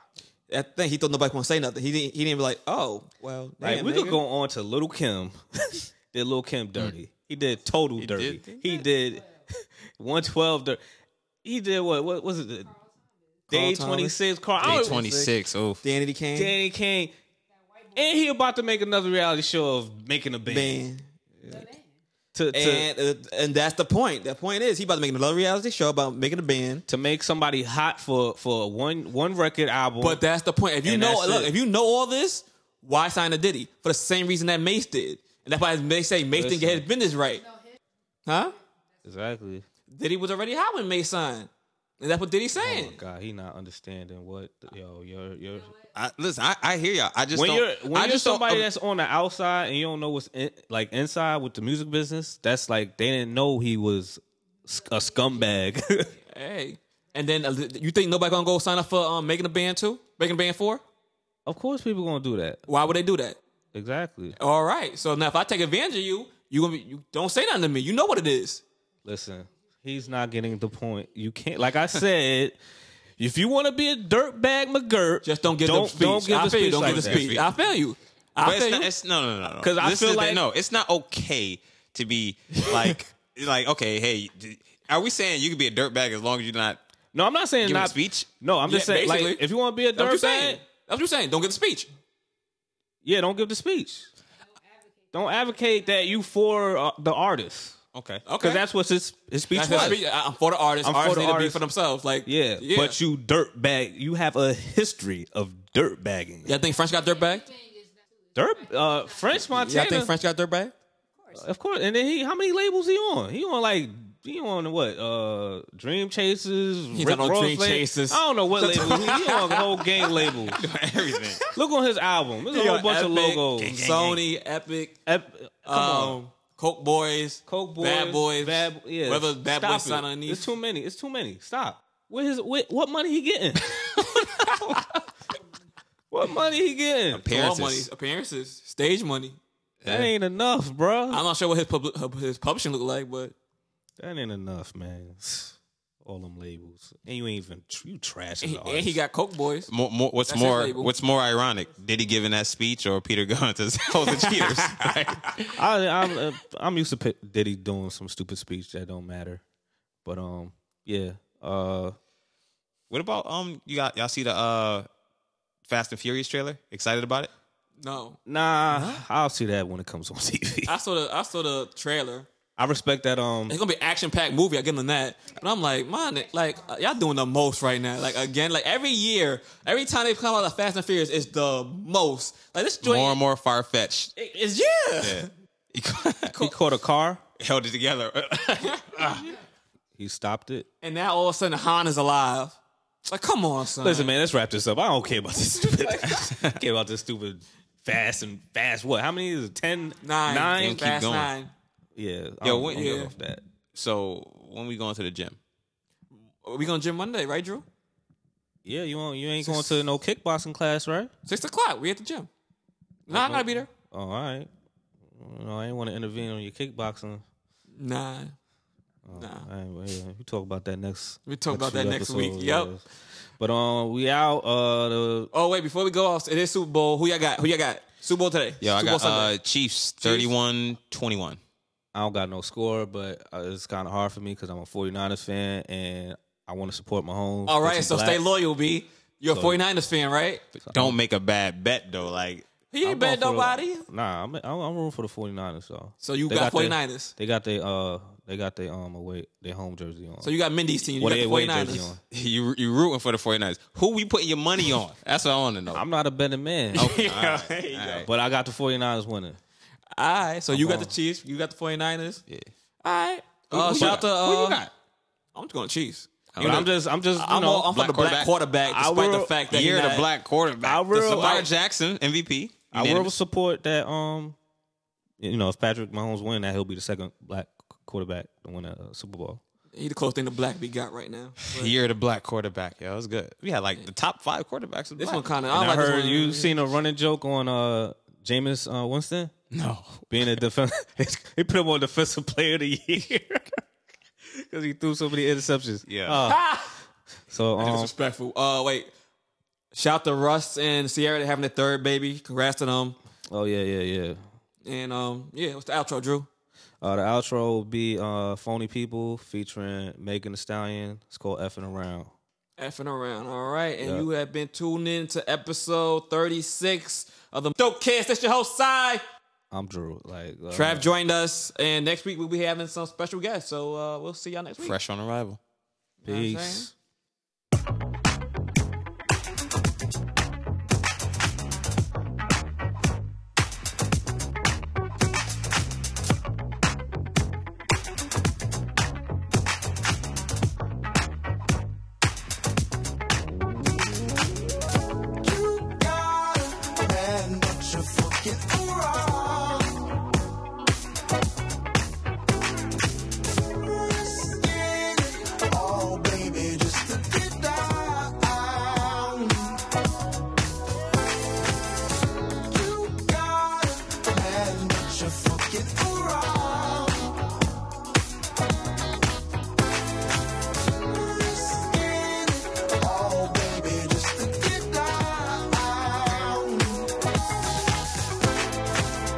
A: that thing he thought nobody gonna say nothing. He didn't. He didn't be like, oh, well,
B: Like
A: damn,
B: we
A: nigga.
B: could go on to Little Kim. did Little Kim
A: Hmm.
B: dirty? He did total dirty.
C: did-
B: he did one twelve dirty. He did what? What was it? The day
A: Thomas.
B: twenty six. Carl. I
C: Day
B: don't-
C: twenty six. Oh,
A: Danny D. Kane,
B: Danny Kane. And he about to make another reality show of making a band.
A: man.
B: To, to,
A: And uh, and that's the point. The point is he about to make another reality show about making a band.
B: to make somebody hot for, for one one record album.
A: But that's the point. If you
B: And
A: know,
B: that's
A: look,
B: it.
A: if you know all this, why sign a Diddy for the same reason that Mace did? And that's why they say Mace didn't get his business right, huh?
B: exactly.
A: Diddy was already hot when Mace signed, and that's what Diddy's
B: Oh
A: saying.
B: my God, he not understanding what yo you're you're
C: I, listen, I, I hear y'all. I just
B: when
C: don't,
B: you're when
C: I
B: you're
C: just don't-
B: somebody
C: um,
B: that's on the outside and you don't know what's in, like inside with the music business, that's like they didn't know he was sc- a scumbag.
A: Hey, and then uh, you think nobody gonna go sign up for um, making a band two, making a band four?
B: of course, people gonna do that.
A: Why would they do that?
B: Exactly.
A: All right, so now if I take advantage of you, you gonna be, you don't say nothing to me. You know what it is.
B: Listen, he's not getting the point. You can't. Like I said, if you want to be a dirtbag McGirt,
A: Just don't give
B: don't,
A: the speech.
B: Don't give
A: I
B: the
A: feel
B: speech.
A: you. Don't
B: like
A: give the
B: that.
A: speech. I feel you. I
C: But
A: feel
C: it's, not,
A: you.
C: it's no, no, no, no.
B: 'Cause I
C: This
B: feel
C: is the-
B: like-
C: no, it's not okay to be like, like okay, hey, d- are we saying you can be a dirtbag as long as you're not?
B: No, I'm not saying
C: Give a
B: not
C: speech?
B: No, I'm just
A: Yeah,
B: saying like
A: basically.
B: if you want to be a
A: That's what you
B: dirtbag,
A: saying. That's what you're saying. Don't give the speech.
B: yeah, don't give the speech. Don't advocate that you for uh, the artist.
C: Okay,
A: Okay.
B: Because that's what his, his speech
A: That's
B: was.
A: the speech. I- I'm for the artists.
B: I'm for
A: artists
B: the
A: need to be
B: artists.
A: for themselves. Like
B: Yeah, but you dirtbag. You have a history of dirtbagging.
A: Y'all think French got dirt bagged?
B: Dirt, uh, French
A: Y'all
B: Montana.
A: think French got dirt bagged?
B: Of course. And then he, how many labels he on? He on like he on what? Uh, Dream Chasers.
A: He's
B: Rick
A: not on
B: Ross
A: Dream
B: label.
A: Chasers.
B: I don't know what label. he, he on a whole gang label.
C: everything.
B: Look on his album. There's a whole bunch of
A: Epic,
B: logos.
A: Sony, Epic,
B: Ep- come on.
A: um, Coke Boys,
B: Coke boys,
A: Bad Boys,
B: Bad, yeah.
A: whatever Bad
B: Stop
A: Boys
B: it.
A: sign on these.
B: It's too many. It's too many. Stop. What his? What, what money he getting? what money he getting?
A: Appearances. money,
C: Appearances.
A: appearances, stage money.
B: That ain't enough, bro.
A: I'm not sure what his pub- his publishing looked like, but
B: That ain't enough, man. All them labels, and you ain't even you trash.
A: he, and he got Coke Boys.
C: More, more, what's
A: That's his
C: more?
A: label.
C: What's more ironic? Did he give in that speech or Peter Gunn to all the cheaters? Right?
B: I, I'm uh, I'm used to P- Diddy doing some stupid speech that don't matter, but um, yeah, uh,
C: What about um? You got y'all see the uh, Fast and Furious trailer? Excited about it?
A: No,
B: nah, I'll see that when it comes on TV.
A: I saw the I saw the trailer.
B: I respect that. Um,
A: It's gonna be action packed movie. I give them that, but I'm like, man, like uh, y'all doing the most right now. Like again, like every year, every time they come out of Fast and Furious, it's the most. Like this joint
C: More and more far fetched.
A: is yeah.
B: he caught a car.
C: Held it together.
B: He stopped it.
A: And now all of a sudden, Han is alive. Like, come on, son.
B: Listen, man, let's wrap this up. I don't care about this stupid. I don't care about this stupid fast and fast. What? How many is it? Ten,
A: nine,
B: nine?
A: Fast
C: going.
A: nine.
B: Yeah.
C: Yo,
B: Yo,
C: what-
B: what?
C: yeah.
B: Yeah. Off that.
C: So when we going to the gym?
A: Are we going to gym Monday, right, Drew?
B: Yeah, you won't, you ain't going to no kickboxing class, right?
A: Six o'clock. We at the gym. Nah, I gotta be there.
B: Oh, all right. No, I ain't want to intervene on your kickboxing.
A: Nah.
C: Oh,
A: Nah.
B: All right, well, yeah, we talk about that next.
A: We talk about that
B: few
A: next week.
B: episodes,
A: Yep.
B: yeah. But um, we out. Uh, the
A: Oh wait, before we go off, it is Super Bowl. Who y'all got? Who y'all got? Super Bowl today.
C: Yeah, I
A: Super Bowl
C: got
A: Sunday.
C: uh, Chiefs 31-21.
B: I don't got no score, but uh, it's kind of hard for me because I'm a 49ers fan and I want to support my
C: uh,
B: home.
A: All right, so stay loyal, B. You're a 49ers fan, right?
C: Don't make a bad bet though. Like
A: He ain't bet nobody.
B: nah, I'm, I'm, I'm rooting for the 49ers though.
A: So you
B: They
A: got
B: their-
A: 49ers.
B: they got their uh, they got their um away their home jersey on.
A: So you got Mindy's team. You
B: Well,
A: got the
B: they away jersey
A: 49ers.
B: on.
C: you you rooting for the 49ers. Who we putting your money on? That's what I want to know.
B: I'm not a betting man,
A: Yeah, there you
C: All
A: go.
C: right.
B: but I got the 49ers winning.
A: All right, so you got the Chiefs. You got the 49ers.
C: Yeah.
A: All right.
C: Who-
A: Uh,
C: who
A: shout out to.
C: you got?
A: Uh,
C: Who you got?
A: I'm just going Chiefs.
B: But I'm just, I'm just, you
A: I'm,
B: know,
A: all, I'm for
C: black
A: the black quarterback,
C: quarterback.
A: despite
B: I
A: the
B: will-
A: fact that
C: You're
A: he
C: the
A: not-
C: black quarterback.
B: I will-
C: Samar
B: I-
C: Jackson MVP.
B: I will
C: Unanimous.
B: support that. Um, you know, if Patrick Mahomes win, that he'll be the second black quarterback to win a uh, Super Bowl.
A: He the closest thing to black we got right now. But
C: You're the black quarterback. Yeah, that was good. We had like the top five quarterbacks. Of
A: This one kind of.
B: And
A: I,
B: I
A: like
B: heard
A: this one.
B: you seen a running joke on uh Jameis uh, Winston
C: no.
B: being a defense. they put him on defensive player of the year because he threw so many interceptions.
C: Yeah.
B: Uh, so um,
A: Disrespectful. Uh, wait. Shout to Russ and Sierra they're having their third baby. Congrats to them.
B: oh yeah, yeah, yeah.
A: And um, yeah, what's the outro, Drew?
B: Uh, the outro will be uh "Phony People" featuring Megan Thee Stallion. It's called "Effing Around."
A: Effing around. All right. And you have been tuned in to episode 36 of the Dope Kids. That's your host, Cy.
B: I'm Drew. Like uh,
A: Trav joined us. And next week we'll be having some special guests. So uh, we'll see y'all next week.
C: Fresh on arrival.
A: You know what I'm
B: Peace.
A: saying?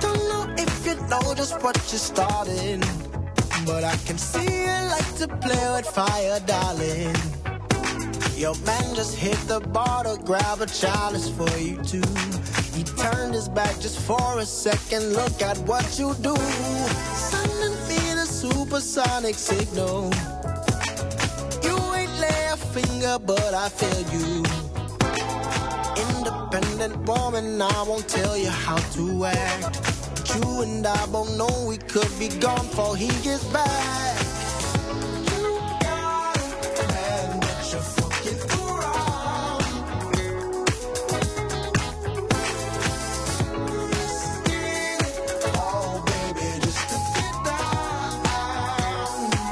E: Don't know if you know just what you're starting, but I can see you like to play with fire, darling. Your man just hit the bar to grab a chalice for you too. He turned his back just for a second. Look at what you do, sending me the supersonic signal. You ain't lay a finger, but I feel you independent woman. I won't tell you how to act. But you and I both know we could be gone before he gets back. You got a man, but you're fucking around. Risking it all, baby, just to get down.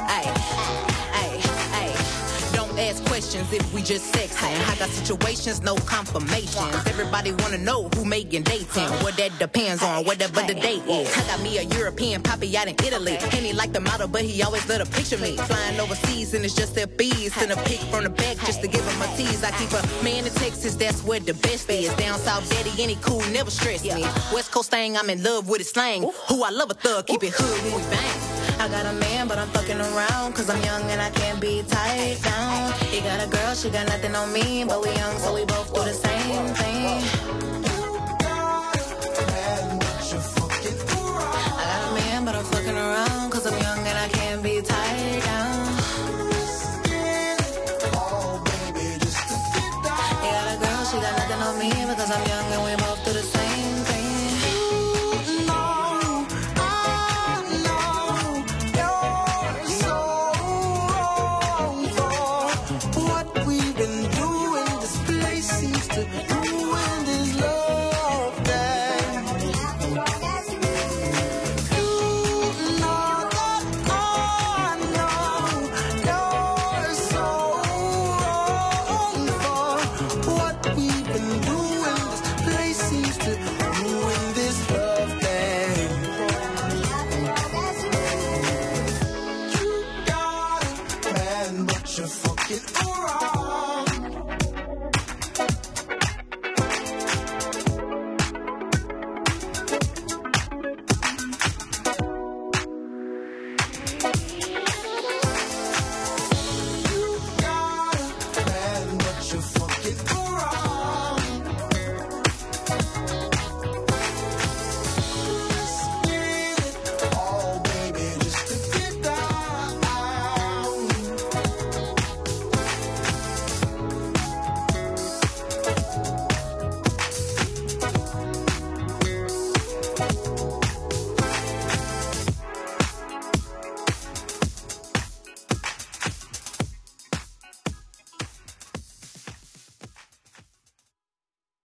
F: Ay, ay, ay. Don't ask questions if we just sexing. I got situations, no confirmations. Everybody wanna know who Megan dating. Well, that depends on whatever the date is. I got me a European poppy out in Italy, and he like the model, but he always let her picture me. Flying overseas and it's just their bees. Send a pic from the back just to give him a tease. I keep a man in Texas, that's where the best is. Down south, daddy, any cool, never stress me. West Coast thing, I'm in love with his slang. Who I love a thug, keep it hood when we bang. I got a man, but I'm fucking around. Cause I'm young and I can't be tied down. He got a girl, she got nothing on me. But we young, so we both do the same thing.
E: You oh, Oh,